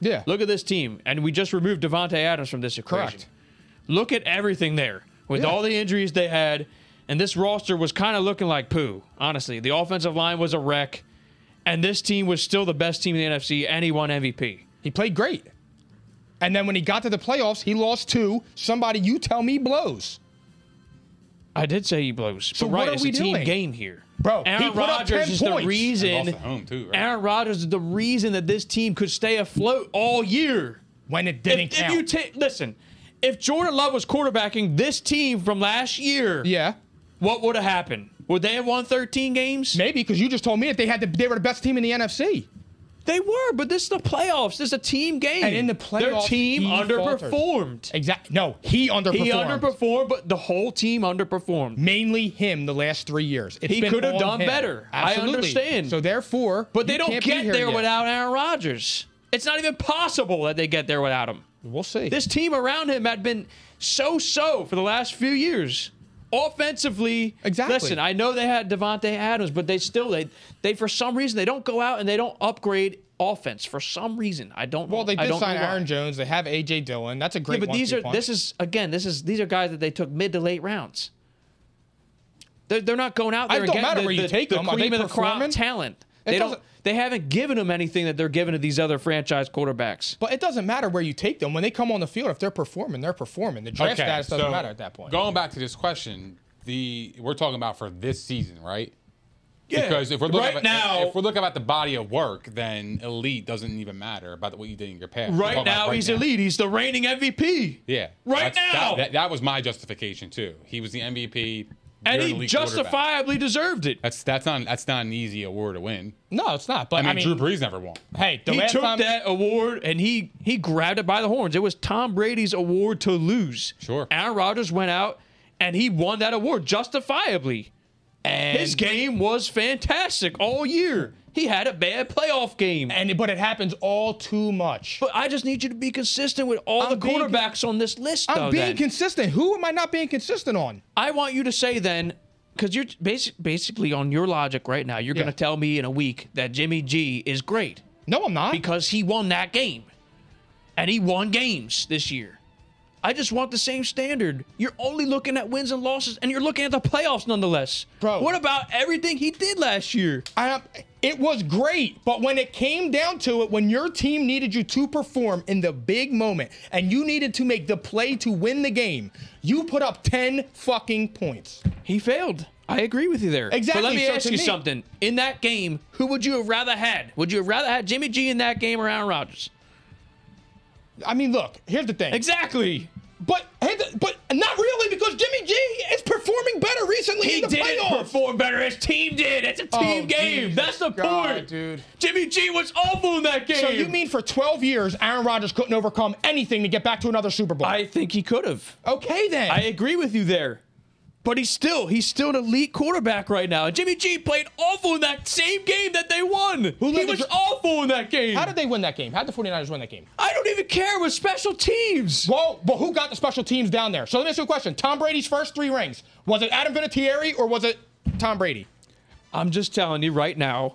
Speaker 1: Yeah.
Speaker 3: Look at this team, and we just removed Devonte Adams from this equation.
Speaker 1: Correct.
Speaker 3: Look at everything there with
Speaker 1: Yeah.
Speaker 3: all the injuries they had, and this roster was kind of looking like poo. Honestly, the offensive line was a wreck, and this team was still the best team in the NFC, and he won MVP.
Speaker 1: He played great. And then when he got to the playoffs, he lost to somebody you tell me blows.
Speaker 3: I did say he blows.
Speaker 1: So
Speaker 3: but
Speaker 1: what
Speaker 3: right,
Speaker 1: are
Speaker 3: it's
Speaker 1: we
Speaker 3: a team
Speaker 1: doing?
Speaker 3: game here,
Speaker 1: Bro, he
Speaker 3: Aaron
Speaker 1: put up 10
Speaker 3: Rodgers is the
Speaker 1: points.
Speaker 2: lost
Speaker 3: reason.
Speaker 2: at home too. Right?
Speaker 3: Aaron Rodgers is the reason that this team could stay afloat all year.
Speaker 1: When it
Speaker 3: If-
Speaker 1: didn't
Speaker 3: if,
Speaker 1: count.
Speaker 3: you take listen, if Jordan Love was quarterbacking this team from last year,
Speaker 1: yeah.
Speaker 3: what would have happened? Would they have won 13 games?
Speaker 1: Maybe because you just told me that they had the, they were the best team in the NFC.
Speaker 3: They were, but this is the playoffs. This is a team game.
Speaker 1: And in the
Speaker 3: their
Speaker 1: playoffs,
Speaker 3: team
Speaker 1: he
Speaker 3: underperformed.
Speaker 1: Exactly. No, he underperformed.
Speaker 3: He underperformed, but the whole team underperformed.
Speaker 1: Mainly him the last three years. It's
Speaker 3: He
Speaker 1: been
Speaker 3: could have
Speaker 1: on
Speaker 3: done
Speaker 1: him.
Speaker 3: better. I
Speaker 1: Absolutely.
Speaker 3: understand.
Speaker 1: So therefore,
Speaker 3: But they
Speaker 1: you
Speaker 3: don't
Speaker 1: can't be
Speaker 3: get
Speaker 1: here
Speaker 3: there
Speaker 1: yet.
Speaker 3: without Aaron Rodgers. It's not even possible that they get there without him.
Speaker 1: We'll see.
Speaker 3: This team around him had been so so for the last few years. Offensively,
Speaker 1: Exactly.
Speaker 3: Listen, I know they had Devonte Adams, but they still they they for some reason they don't go out and they don't upgrade offense for some reason. I don't.
Speaker 1: Well,
Speaker 3: know-
Speaker 1: they
Speaker 3: I
Speaker 1: did
Speaker 3: don't
Speaker 1: sign
Speaker 3: know why.
Speaker 1: Aaron Jones. They have AJ Dillon. That's a
Speaker 3: Yeah,
Speaker 1: great.
Speaker 3: but these
Speaker 1: one-two
Speaker 3: are
Speaker 1: punch.
Speaker 3: this is again this is these are guys that they took mid to late rounds. They're, they're not going out
Speaker 1: It
Speaker 3: there and
Speaker 1: don't
Speaker 3: getting
Speaker 1: matter
Speaker 3: the,
Speaker 1: where you
Speaker 3: the-
Speaker 1: take
Speaker 3: the
Speaker 1: them. Are
Speaker 3: cream
Speaker 1: they
Speaker 3: of the crop
Speaker 1: performing?
Speaker 3: talent.
Speaker 1: It
Speaker 3: They don't.
Speaker 1: doesn't-
Speaker 3: They haven't given them anything that they're giving to these other franchise quarterbacks.
Speaker 1: But it doesn't matter where you take them. When they come on the field, if they're performing, they're performing. The draft status doesn't
Speaker 2: so
Speaker 1: matter at that point.
Speaker 2: Going back to this question, the we're talking about for this season, right? Yeah. Because if we're looking
Speaker 3: Right
Speaker 2: at,
Speaker 3: now-
Speaker 2: if we're looking about the body of work, then elite doesn't even matter about what you did in your past. We're talking
Speaker 3: Right
Speaker 2: about
Speaker 3: now, he's elite. He's the reigning MVP.
Speaker 2: Yeah.
Speaker 3: Right
Speaker 2: That's-
Speaker 3: now.
Speaker 2: That, that, that was my justification too. He was the MVP.
Speaker 3: and
Speaker 2: you're an
Speaker 3: he
Speaker 2: elite quarterback.
Speaker 3: justifiably deserved it.
Speaker 2: That's that's not that's not an easy award to win.
Speaker 1: no, it's not. But
Speaker 2: I mean, Drew Brees never won.
Speaker 1: hey, the
Speaker 3: he
Speaker 1: last
Speaker 3: took
Speaker 1: time,
Speaker 3: that award and he he grabbed it by the horns. It was Tom Brady's award to lose.
Speaker 2: Sure.
Speaker 3: Aaron Rodgers went out and he won that award justifiably.
Speaker 1: and,
Speaker 3: His game was fantastic all year. He had a bad playoff game.
Speaker 1: and but it happens all too much.
Speaker 3: But I just need you to be consistent with all
Speaker 1: I'm
Speaker 3: the
Speaker 1: being-
Speaker 3: quarterbacks on this list.
Speaker 1: I'm
Speaker 3: though,
Speaker 1: being
Speaker 3: then.
Speaker 1: consistent. Who am I not being consistent on?
Speaker 3: I want you to say then, because you're basic, basically on your logic right now, you're
Speaker 1: Yeah.
Speaker 3: going to tell me in a week that Jimmy G is great
Speaker 1: No, I'm not.
Speaker 3: because he won that game. And he won games this year. I just want the same standard. You're only looking at wins and losses, and you're looking at the playoffs nonetheless.
Speaker 1: Bro.
Speaker 3: What about everything he did last year?
Speaker 1: I am- it was great, but when it came down to it, when your team needed you to perform in the big moment and you needed to make the play to win the game, you put up 10 fucking points.
Speaker 3: He failed. I agree with you there.
Speaker 1: Exactly,
Speaker 3: But let me
Speaker 1: so
Speaker 3: ask
Speaker 1: to
Speaker 3: you
Speaker 1: me-
Speaker 3: something. In that game, who would you have rather had? Would you have rather had Jimmy G in that game or Aaron Rodgers?
Speaker 1: I mean, look, here's the thing.
Speaker 3: Exactly.
Speaker 1: But hey, th- but not really because Jimmy G is performing better recently
Speaker 3: He
Speaker 1: in the
Speaker 3: didn't
Speaker 1: playoffs.
Speaker 3: perform better. His team did. It's a
Speaker 1: Oh,
Speaker 3: team game.
Speaker 1: Jesus
Speaker 3: That's the
Speaker 1: God,
Speaker 3: point,
Speaker 1: dude.
Speaker 3: Jimmy G was awful in that game.
Speaker 1: So you mean for 12 years Aaron Rodgers couldn't overcome anything to get back to another Super Bowl?
Speaker 3: I think he could have.
Speaker 1: okay then.
Speaker 3: I agree with you there. But he's still he's still an elite quarterback right now. And Jimmy G played awful in that same game that they won.
Speaker 1: Who
Speaker 3: he
Speaker 1: led the
Speaker 3: was
Speaker 1: dr-
Speaker 3: awful in that game.
Speaker 1: How did they win that game? How did the 49ers win that game?
Speaker 3: I don't even care with special teams.
Speaker 1: Whoa, but who got the special teams down there? So let me ask you a question. Tom Brady's first three rings, was it Adam Vinatieri or was it Tom Brady?
Speaker 3: I'm just telling you right now.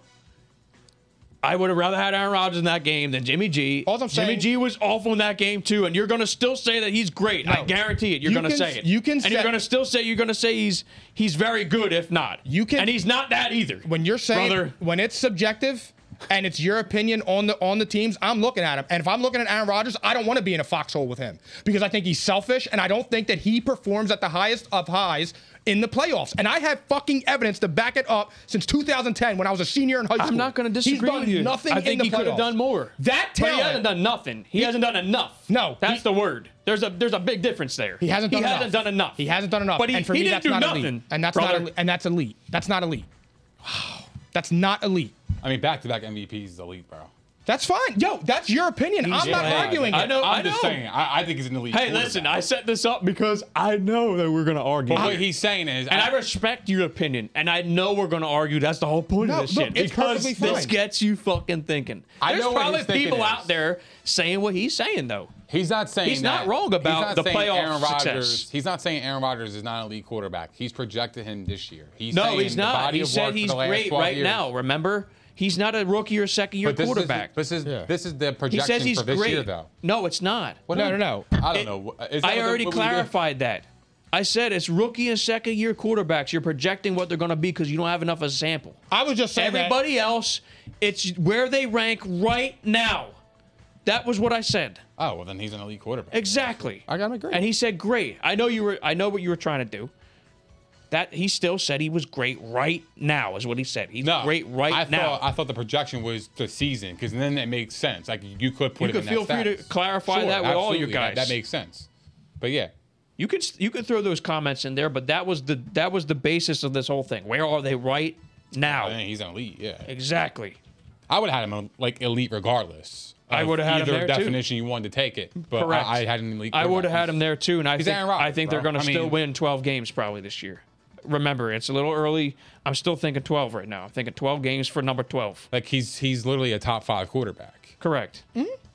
Speaker 3: I would have rather had Aaron Rodgers in that game than Jimmy G.
Speaker 1: All I'm saying-
Speaker 3: Jimmy G was awful in that game too, and you're gonna still say that he's great. I
Speaker 1: No.
Speaker 3: guarantee it. You're
Speaker 1: You
Speaker 3: gonna
Speaker 1: can-
Speaker 3: say it.
Speaker 1: you can
Speaker 3: and you're
Speaker 1: say-
Speaker 3: gonna still say you're gonna say he's he's very good, if not.
Speaker 1: You can-
Speaker 3: and he's not that either.
Speaker 1: When you're saying
Speaker 3: brother,
Speaker 1: when it's subjective and it's your opinion on the on the teams, I'm looking at him. And if I'm looking at Aaron Rodgers, I don't want to be in a foxhole with him because I think he's selfish and I don't think that he performs at the highest of highs in the playoffs. And I have fucking evidence to back it up since 2010 when I was a senior in high school.
Speaker 3: I'm not going to disagree
Speaker 1: He's done
Speaker 3: with you.
Speaker 1: Nothing
Speaker 3: I
Speaker 1: in
Speaker 3: think
Speaker 1: the
Speaker 3: he could have
Speaker 1: playoffs.
Speaker 3: done more.
Speaker 1: That
Speaker 3: but
Speaker 1: talent.
Speaker 3: he hasn't done nothing. He, hasn't done enough.
Speaker 1: No,
Speaker 3: that's
Speaker 1: he-
Speaker 3: the word. There's a there's a big difference there.
Speaker 1: He hasn't done
Speaker 3: he
Speaker 1: enough.
Speaker 3: hasn't done enough.
Speaker 1: He hasn't done enough.
Speaker 3: But he,
Speaker 1: and for
Speaker 3: he
Speaker 1: me,
Speaker 3: didn't
Speaker 1: that's
Speaker 3: do
Speaker 1: not
Speaker 3: nothing.
Speaker 1: elite. And that's
Speaker 3: brother.
Speaker 1: not el- and that's elite. That's not elite. That's not elite.
Speaker 2: I mean, back to back MVPs is elite, bro.
Speaker 1: That's fine. Yo, that's your opinion. I'm not
Speaker 2: playing.
Speaker 1: arguing
Speaker 3: I
Speaker 1: it.
Speaker 3: know.
Speaker 2: I'm
Speaker 3: I
Speaker 2: just
Speaker 3: know.
Speaker 2: saying. I, I think he's an elite.
Speaker 3: Hey, listen.
Speaker 2: quarterback.
Speaker 3: I set this up because I know that we're gonna argue.
Speaker 2: But what he's saying is,
Speaker 3: and I respect your opinion, and I know we're gonna argue. That's the whole point
Speaker 1: No,
Speaker 3: of this
Speaker 1: look,
Speaker 3: shit.
Speaker 1: it's
Speaker 3: because
Speaker 1: perfectly
Speaker 3: this
Speaker 1: fine.
Speaker 3: gets you fucking thinking.
Speaker 2: I
Speaker 3: There's
Speaker 2: know what
Speaker 3: probably
Speaker 2: his thinking
Speaker 3: people
Speaker 2: is.
Speaker 3: out there saying what he's saying though.
Speaker 2: He's not saying
Speaker 3: He's not
Speaker 2: that-
Speaker 3: wrong about the
Speaker 2: saying
Speaker 3: playoff
Speaker 2: Aaron
Speaker 3: success.
Speaker 2: Rodgers- He's not saying Aaron Rodgers is not an elite quarterback. He's projected him this year. He's
Speaker 3: No,
Speaker 2: saying
Speaker 3: he's
Speaker 2: the
Speaker 3: not.
Speaker 2: body
Speaker 3: He
Speaker 2: of work
Speaker 3: said
Speaker 2: for
Speaker 3: he's
Speaker 2: the last
Speaker 3: great
Speaker 2: 12
Speaker 3: right
Speaker 2: years.
Speaker 3: now. Remember, he's not a rookie or second year
Speaker 2: But this
Speaker 3: quarterback.
Speaker 2: Is, this is this is the
Speaker 3: he
Speaker 2: projection
Speaker 3: says he's
Speaker 2: for this
Speaker 3: great.
Speaker 2: year, though.
Speaker 3: No, it's not.
Speaker 2: What
Speaker 1: No,
Speaker 2: do you-
Speaker 1: no, no.
Speaker 2: I don't
Speaker 3: It-
Speaker 2: know. Is that what
Speaker 3: I
Speaker 2: the-
Speaker 3: already
Speaker 2: what we do?
Speaker 3: clarified that. I said it's rookie and second year quarterbacks. You're projecting what they're going to be because you don't have enough of a sample.
Speaker 1: I was just saying
Speaker 3: Everybody else, it's where they rank right now. That was what I said.
Speaker 2: Oh well, then he's an elite quarterback.
Speaker 3: Exactly.
Speaker 1: I gotta agree.
Speaker 3: And he said, "Great." I know you were. I know what you were trying to do. That he still said he was great right now is what he said. He's
Speaker 2: No,
Speaker 3: great right
Speaker 2: I
Speaker 3: now.
Speaker 2: Thought, I thought the projection was the season because then it makes sense. Like you could put
Speaker 3: You
Speaker 2: it
Speaker 3: could
Speaker 2: in
Speaker 3: feel
Speaker 2: that
Speaker 3: free to
Speaker 2: status.
Speaker 3: clarify
Speaker 2: Sure,
Speaker 3: that with all your
Speaker 2: absolutely.
Speaker 3: guys.
Speaker 2: That- That makes sense. But yeah,
Speaker 3: You could you could throw those comments in there, but that was the that was the basis of this whole thing. Where are they right
Speaker 2: I
Speaker 3: now?
Speaker 2: think he's an elite. Yeah,
Speaker 3: Exactly.
Speaker 2: I would have had him like elite regardless.
Speaker 3: I
Speaker 2: of
Speaker 3: would've had him
Speaker 2: either
Speaker 3: there, too.
Speaker 2: definition you wanted to take it, but
Speaker 3: Correct.
Speaker 2: I, I had him elite.
Speaker 3: I would have
Speaker 2: quarterback.
Speaker 3: had him there too, and I
Speaker 2: He's
Speaker 3: think
Speaker 2: Aaron Rodgers,
Speaker 3: I think they're
Speaker 2: bro.
Speaker 3: going
Speaker 2: I
Speaker 3: to still
Speaker 2: mean-
Speaker 3: win 12 games probably this year. Remember, it's a little early. I'm still thinking 12 right now. I'm thinking 12 games for number 12.
Speaker 2: Like he's he's literally a top five quarterback.
Speaker 3: Correct.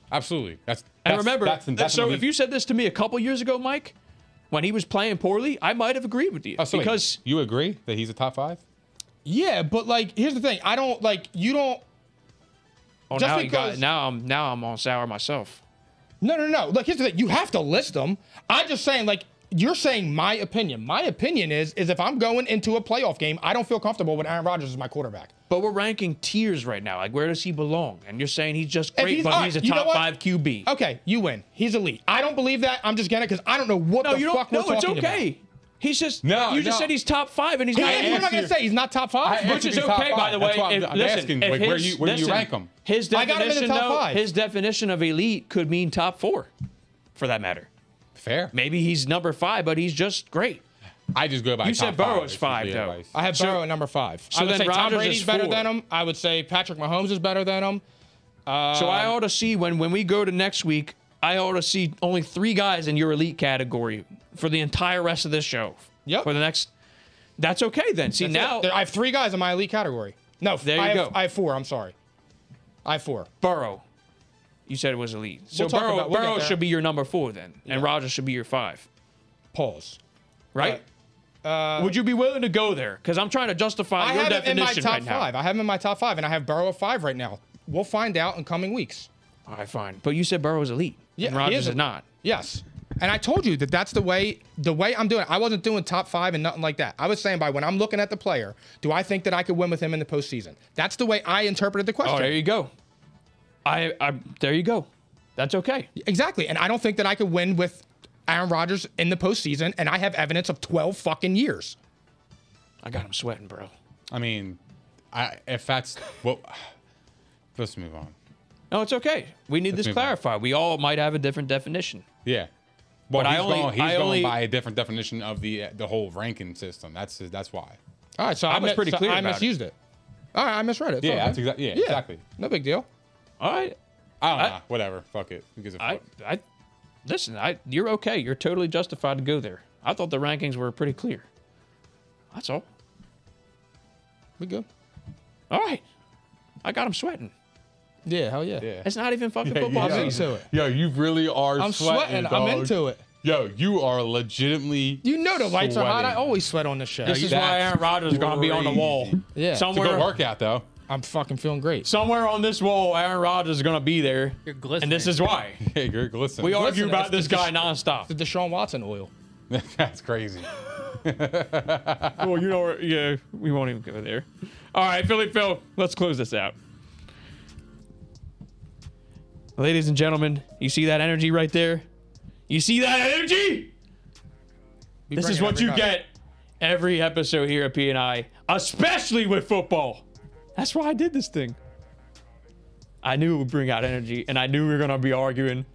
Speaker 2: Absolutely. That's,
Speaker 3: And
Speaker 2: that's-
Speaker 3: remember,
Speaker 2: that's, that's
Speaker 3: so
Speaker 2: an
Speaker 3: if you
Speaker 2: elite-
Speaker 3: said this to me a couple years ago, Mike, when he was playing poorly, I might have agreed with you
Speaker 2: Oh, so wait,
Speaker 3: because
Speaker 2: you agree that he's a top five.
Speaker 1: Yeah, but like, here's the thing. I don't like you don't.
Speaker 3: oh,
Speaker 1: just
Speaker 3: now, you got,
Speaker 1: because-
Speaker 3: now I'm now I'm on sour myself.
Speaker 1: No, no, no. Look, here's the thing. You have to list them. I'm just saying, like, you're saying my opinion. My opinion is, is if I'm going into a playoff game, I don't feel comfortable when Aaron Rodgers is my quarterback.
Speaker 3: But we're ranking tiers right now. Like, where does he belong? And you're saying he's just
Speaker 1: If
Speaker 3: great, but
Speaker 1: all
Speaker 3: he's a
Speaker 1: right, you know
Speaker 3: top
Speaker 1: what?
Speaker 3: five QB.
Speaker 1: Okay, you win. He's elite. I don't believe that. I'm just gonna because I don't know what
Speaker 3: No,
Speaker 1: the
Speaker 3: you don't.
Speaker 1: fuck we're
Speaker 3: No,
Speaker 1: talking
Speaker 3: it's
Speaker 1: about.
Speaker 3: okay. He's just.
Speaker 2: No,
Speaker 3: you just
Speaker 2: no.
Speaker 3: said he's top five, and he's
Speaker 1: He
Speaker 3: not.
Speaker 1: is,
Speaker 3: even-
Speaker 1: what am I gonna say? He's not top five.
Speaker 2: I-
Speaker 3: Which is
Speaker 2: He should be
Speaker 3: okay,
Speaker 2: top
Speaker 3: by the
Speaker 2: five.
Speaker 3: way.
Speaker 2: That's why I'm-
Speaker 3: If-
Speaker 2: I'm
Speaker 3: listen,
Speaker 2: asking,
Speaker 3: if
Speaker 2: like, where
Speaker 3: his-
Speaker 2: you- where you
Speaker 3: listen,
Speaker 2: rank him?
Speaker 3: His
Speaker 1: I got him in the
Speaker 3: definition,
Speaker 1: top
Speaker 3: though,
Speaker 1: five.
Speaker 3: his definition of elite could mean top four, for that matter.
Speaker 2: Fair.
Speaker 3: Maybe he's number five, but he's just great.
Speaker 2: I just go by.
Speaker 3: You
Speaker 2: top
Speaker 3: said Burrow's
Speaker 2: is
Speaker 3: five,
Speaker 2: the
Speaker 3: though.
Speaker 2: advice.
Speaker 1: I have Burrow at number five.
Speaker 3: so
Speaker 1: I would
Speaker 3: then
Speaker 1: say Tom
Speaker 3: Rodgers
Speaker 1: Brady's
Speaker 3: is
Speaker 1: better
Speaker 3: four.
Speaker 1: than him. I would say Patrick Mahomes is better than him.
Speaker 3: so
Speaker 1: Um,
Speaker 3: I ought to see when when we go to next week. I ought to see only three guys in your elite category for the entire rest of this show.
Speaker 1: Yep.
Speaker 3: For the next. That's okay then. See now
Speaker 1: There- I have three guys in my elite category. No,
Speaker 3: There you
Speaker 1: I have,
Speaker 3: go.
Speaker 1: I have four. I'm sorry. I have four.
Speaker 3: Burrow. You said it was elite. So
Speaker 1: We'll talk
Speaker 3: Burrow,
Speaker 1: about- we'll get
Speaker 3: Burrow
Speaker 1: there.
Speaker 3: should be your number four then, and Rogers should be your five,
Speaker 1: Pause.
Speaker 3: right? Would you be willing to go there? Because I'm trying to justify
Speaker 1: Uh, I
Speaker 3: your
Speaker 1: have him in
Speaker 3: definition
Speaker 1: my top
Speaker 3: right
Speaker 1: five.
Speaker 3: now.
Speaker 1: I have him in my top five, and I have Burrow at five right now. We'll find out in coming weeks.
Speaker 3: All right, fine. But you said Burrow is elite.
Speaker 1: Yeah,
Speaker 3: and
Speaker 1: he
Speaker 3: Rogers
Speaker 1: is
Speaker 3: is,
Speaker 1: a-
Speaker 3: not.
Speaker 1: Yes. And I told you that that's the way the way I'm doing. It. I wasn't doing top five and nothing like that. I was saying by when I'm looking at the player, do I think that I could win with him in the postseason? That's the way I interpreted the question.
Speaker 3: Oh, there you go. I, I there you go. That's okay.
Speaker 1: Exactly. And I don't think that I could win with Aaron Rodgers in the postseason, and I have evidence of 12 fucking years.
Speaker 3: I got him sweating, bro.
Speaker 2: I mean, I if that's what. Let's move on.
Speaker 3: No, it's okay. We need this
Speaker 2: move on.
Speaker 3: clarified. We all might have a different definition.
Speaker 2: Yeah. Well,
Speaker 3: But I
Speaker 2: he's,
Speaker 3: only-
Speaker 2: going, he's
Speaker 3: I
Speaker 2: going
Speaker 3: only-
Speaker 2: by a different definition of the the whole ranking system. That's that's why.
Speaker 1: All right, so I
Speaker 3: I was
Speaker 1: mi-
Speaker 3: pretty
Speaker 1: so
Speaker 3: clear
Speaker 1: I
Speaker 3: about it.
Speaker 1: misused it. All right, I misread it. It's
Speaker 2: Yeah,
Speaker 1: all right.
Speaker 2: that's exactly. Yeah,
Speaker 1: Yeah,
Speaker 2: exactly.
Speaker 1: No big deal.
Speaker 3: All right.
Speaker 2: I don't
Speaker 3: I-
Speaker 2: know. Whatever. Fuck it. Who gives a
Speaker 3: I
Speaker 2: fuck?
Speaker 3: I listen, I you're okay. You're totally justified to go there. I thought the rankings were pretty clear. That's all.
Speaker 1: We good.
Speaker 3: All right. I got him sweating.
Speaker 1: Yeah, hell yeah.
Speaker 2: Yeah.
Speaker 3: It's not even fucking
Speaker 2: Yeah,
Speaker 3: football
Speaker 2: yeah.
Speaker 1: I'm
Speaker 3: season.
Speaker 1: into it.
Speaker 2: Yo, you really are.
Speaker 1: I'm sweating. I'm into it.
Speaker 2: Yo, you are legitimately.
Speaker 1: You know the lights are hot. I
Speaker 2: sweating.
Speaker 1: always sweat on this show.
Speaker 3: This is
Speaker 2: That's
Speaker 3: why Aaron Rodgers is going to be on the wall.
Speaker 2: crazy.
Speaker 1: Yeah. It's a
Speaker 2: It's a
Speaker 3: Somewhere,
Speaker 2: good workout though.
Speaker 1: I'm fucking feeling great.
Speaker 3: somewhere on this wall, Aaron Rodgers is going to be there.
Speaker 4: You're
Speaker 3: And
Speaker 4: glistening.
Speaker 3: this is why.
Speaker 2: Hey, Greg, listen.
Speaker 3: We argue about
Speaker 1: it's
Speaker 3: this guy nonstop.
Speaker 1: The Deshaun Watson oil.
Speaker 2: that's crazy.
Speaker 3: well, you know, yeah, we won't even go there. All right, Philly Phil, let's close this out. Ladies and gentlemen, you see that energy right there? You see that energy? This is
Speaker 1: bring it
Speaker 3: what you
Speaker 1: every
Speaker 3: get every episode here at P&I, especially with football. That's why I did this thing. I knew it would bring out energy, and I knew we were going to be arguing.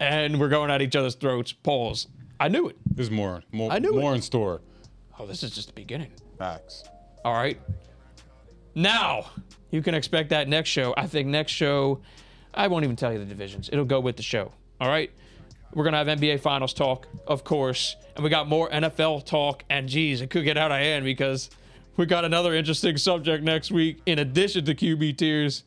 Speaker 3: And we're going at each other's throats. Pause. I knew it.
Speaker 2: There's more. More.
Speaker 3: I knew
Speaker 2: more
Speaker 3: it.
Speaker 2: in store.
Speaker 3: Oh, this is just the beginning.
Speaker 2: Facts.
Speaker 3: All right. Now you can expect that next show. I think next show, I won't even tell you the divisions. It'll go with the show. All right. We're gonna have NBA Finals talk, of course, and we got more NFL talk. And geez, it could get out of hand because we got another interesting subject next week in addition to QB tiers.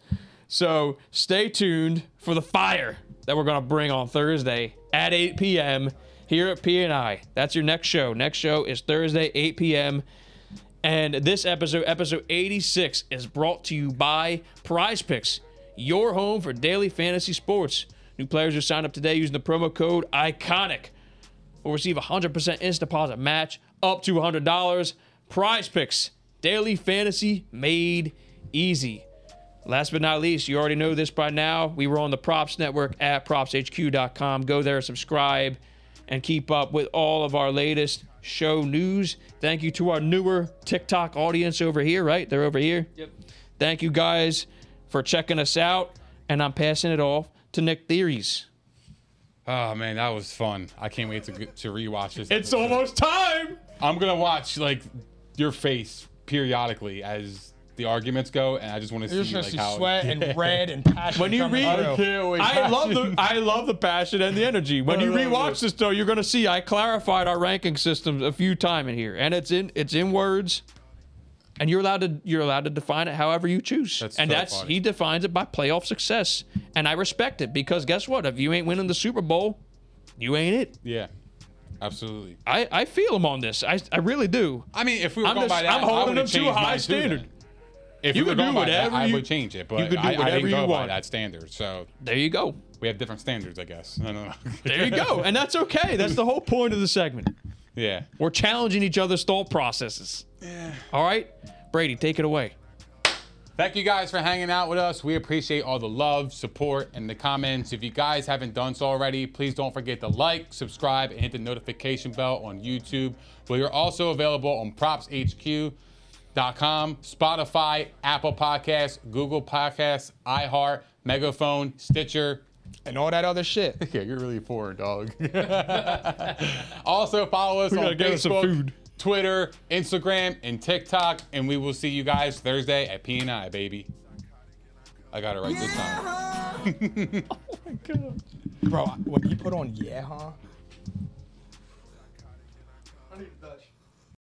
Speaker 3: So stay tuned for the fire that we're gonna bring on Thursday at 8 p.m. here at PNI. That's your next show. Next show is Thursday 8 p.m. And this episode, episode 86, is brought to you by Prize Picks, your home for daily fantasy sports. New players who sign up today using the promo code ICONIC will receive a 100% instant deposit match up to $100. Prize Picks, daily fantasy made easy. Last but not least, you already know this by now. We were on the Props Network at propshq.com. Go there, subscribe, and keep up with all of our latest show news. Thank you to our newer TikTok audience over here, right? They're over here. Yep. Thank you guys for checking us out. And I'm passing it off to Nick Theories.
Speaker 2: Oh man, that was fun. I can't wait to to rewatch this.
Speaker 3: It's almost time.
Speaker 2: I'm gonna watch like your face periodically as the arguments go, and I just want to
Speaker 1: You're
Speaker 2: see
Speaker 1: just
Speaker 2: like
Speaker 1: gonna see
Speaker 2: how.
Speaker 1: sweat and red and passion.
Speaker 3: When you
Speaker 1: coming
Speaker 3: read,
Speaker 1: through.
Speaker 3: I love the I love the passion and the energy. When you rewatch this though, you're gonna see I clarified our ranking systems a few times in here, and it's in it's in words, and you're allowed to you're allowed to define it however you choose.
Speaker 2: That's
Speaker 3: and
Speaker 2: so
Speaker 3: that's
Speaker 2: funny.
Speaker 3: he defines it by playoff success, and I respect it because guess what? If you ain't winning the Super Bowl, you ain't it.
Speaker 2: Yeah, absolutely.
Speaker 3: I, I feel him on this. I, I really do.
Speaker 2: I mean, if we were
Speaker 3: I'm
Speaker 2: going
Speaker 3: just-
Speaker 2: by that,
Speaker 3: I'm
Speaker 2: I
Speaker 3: holding
Speaker 2: would've
Speaker 3: them to a
Speaker 2: changed
Speaker 3: high
Speaker 2: mine too
Speaker 3: standard.
Speaker 2: then. If
Speaker 3: You
Speaker 2: we were
Speaker 3: can do
Speaker 2: going by that,
Speaker 3: whatever
Speaker 2: I
Speaker 3: you-
Speaker 2: would change it, but
Speaker 3: you can do
Speaker 2: I, I
Speaker 3: whatever
Speaker 2: didn't
Speaker 3: you
Speaker 2: go by
Speaker 3: want.
Speaker 2: that standard. So
Speaker 3: There you go.
Speaker 2: we have different standards, I guess. No, no, no.
Speaker 3: There you go. and that's okay. That's the whole point of the segment.
Speaker 2: yeah.
Speaker 3: We're challenging each other's thought processes. All right, Brady, take it away.
Speaker 2: Thank you guys for hanging out with us. We appreciate all the love, support, and the comments. If you guys haven't done so already, please don't forget to like, subscribe, and hit the notification bell on YouTube. We are also available on propshq.com, Spotify, Apple Podcasts, Google Podcasts, iHeart, Megaphone, Stitcher,
Speaker 1: and all that other shit.
Speaker 2: Yeah, you're really poor, dog. also, follow us on
Speaker 3: gotta get us some
Speaker 2: Facebook,
Speaker 3: food.
Speaker 2: Twitter, Instagram, and TikTok. And we will see you guys Thursday at P&I, baby. I got it right this time.
Speaker 1: Bro, when you put on yeah, huh?
Speaker 5: I need that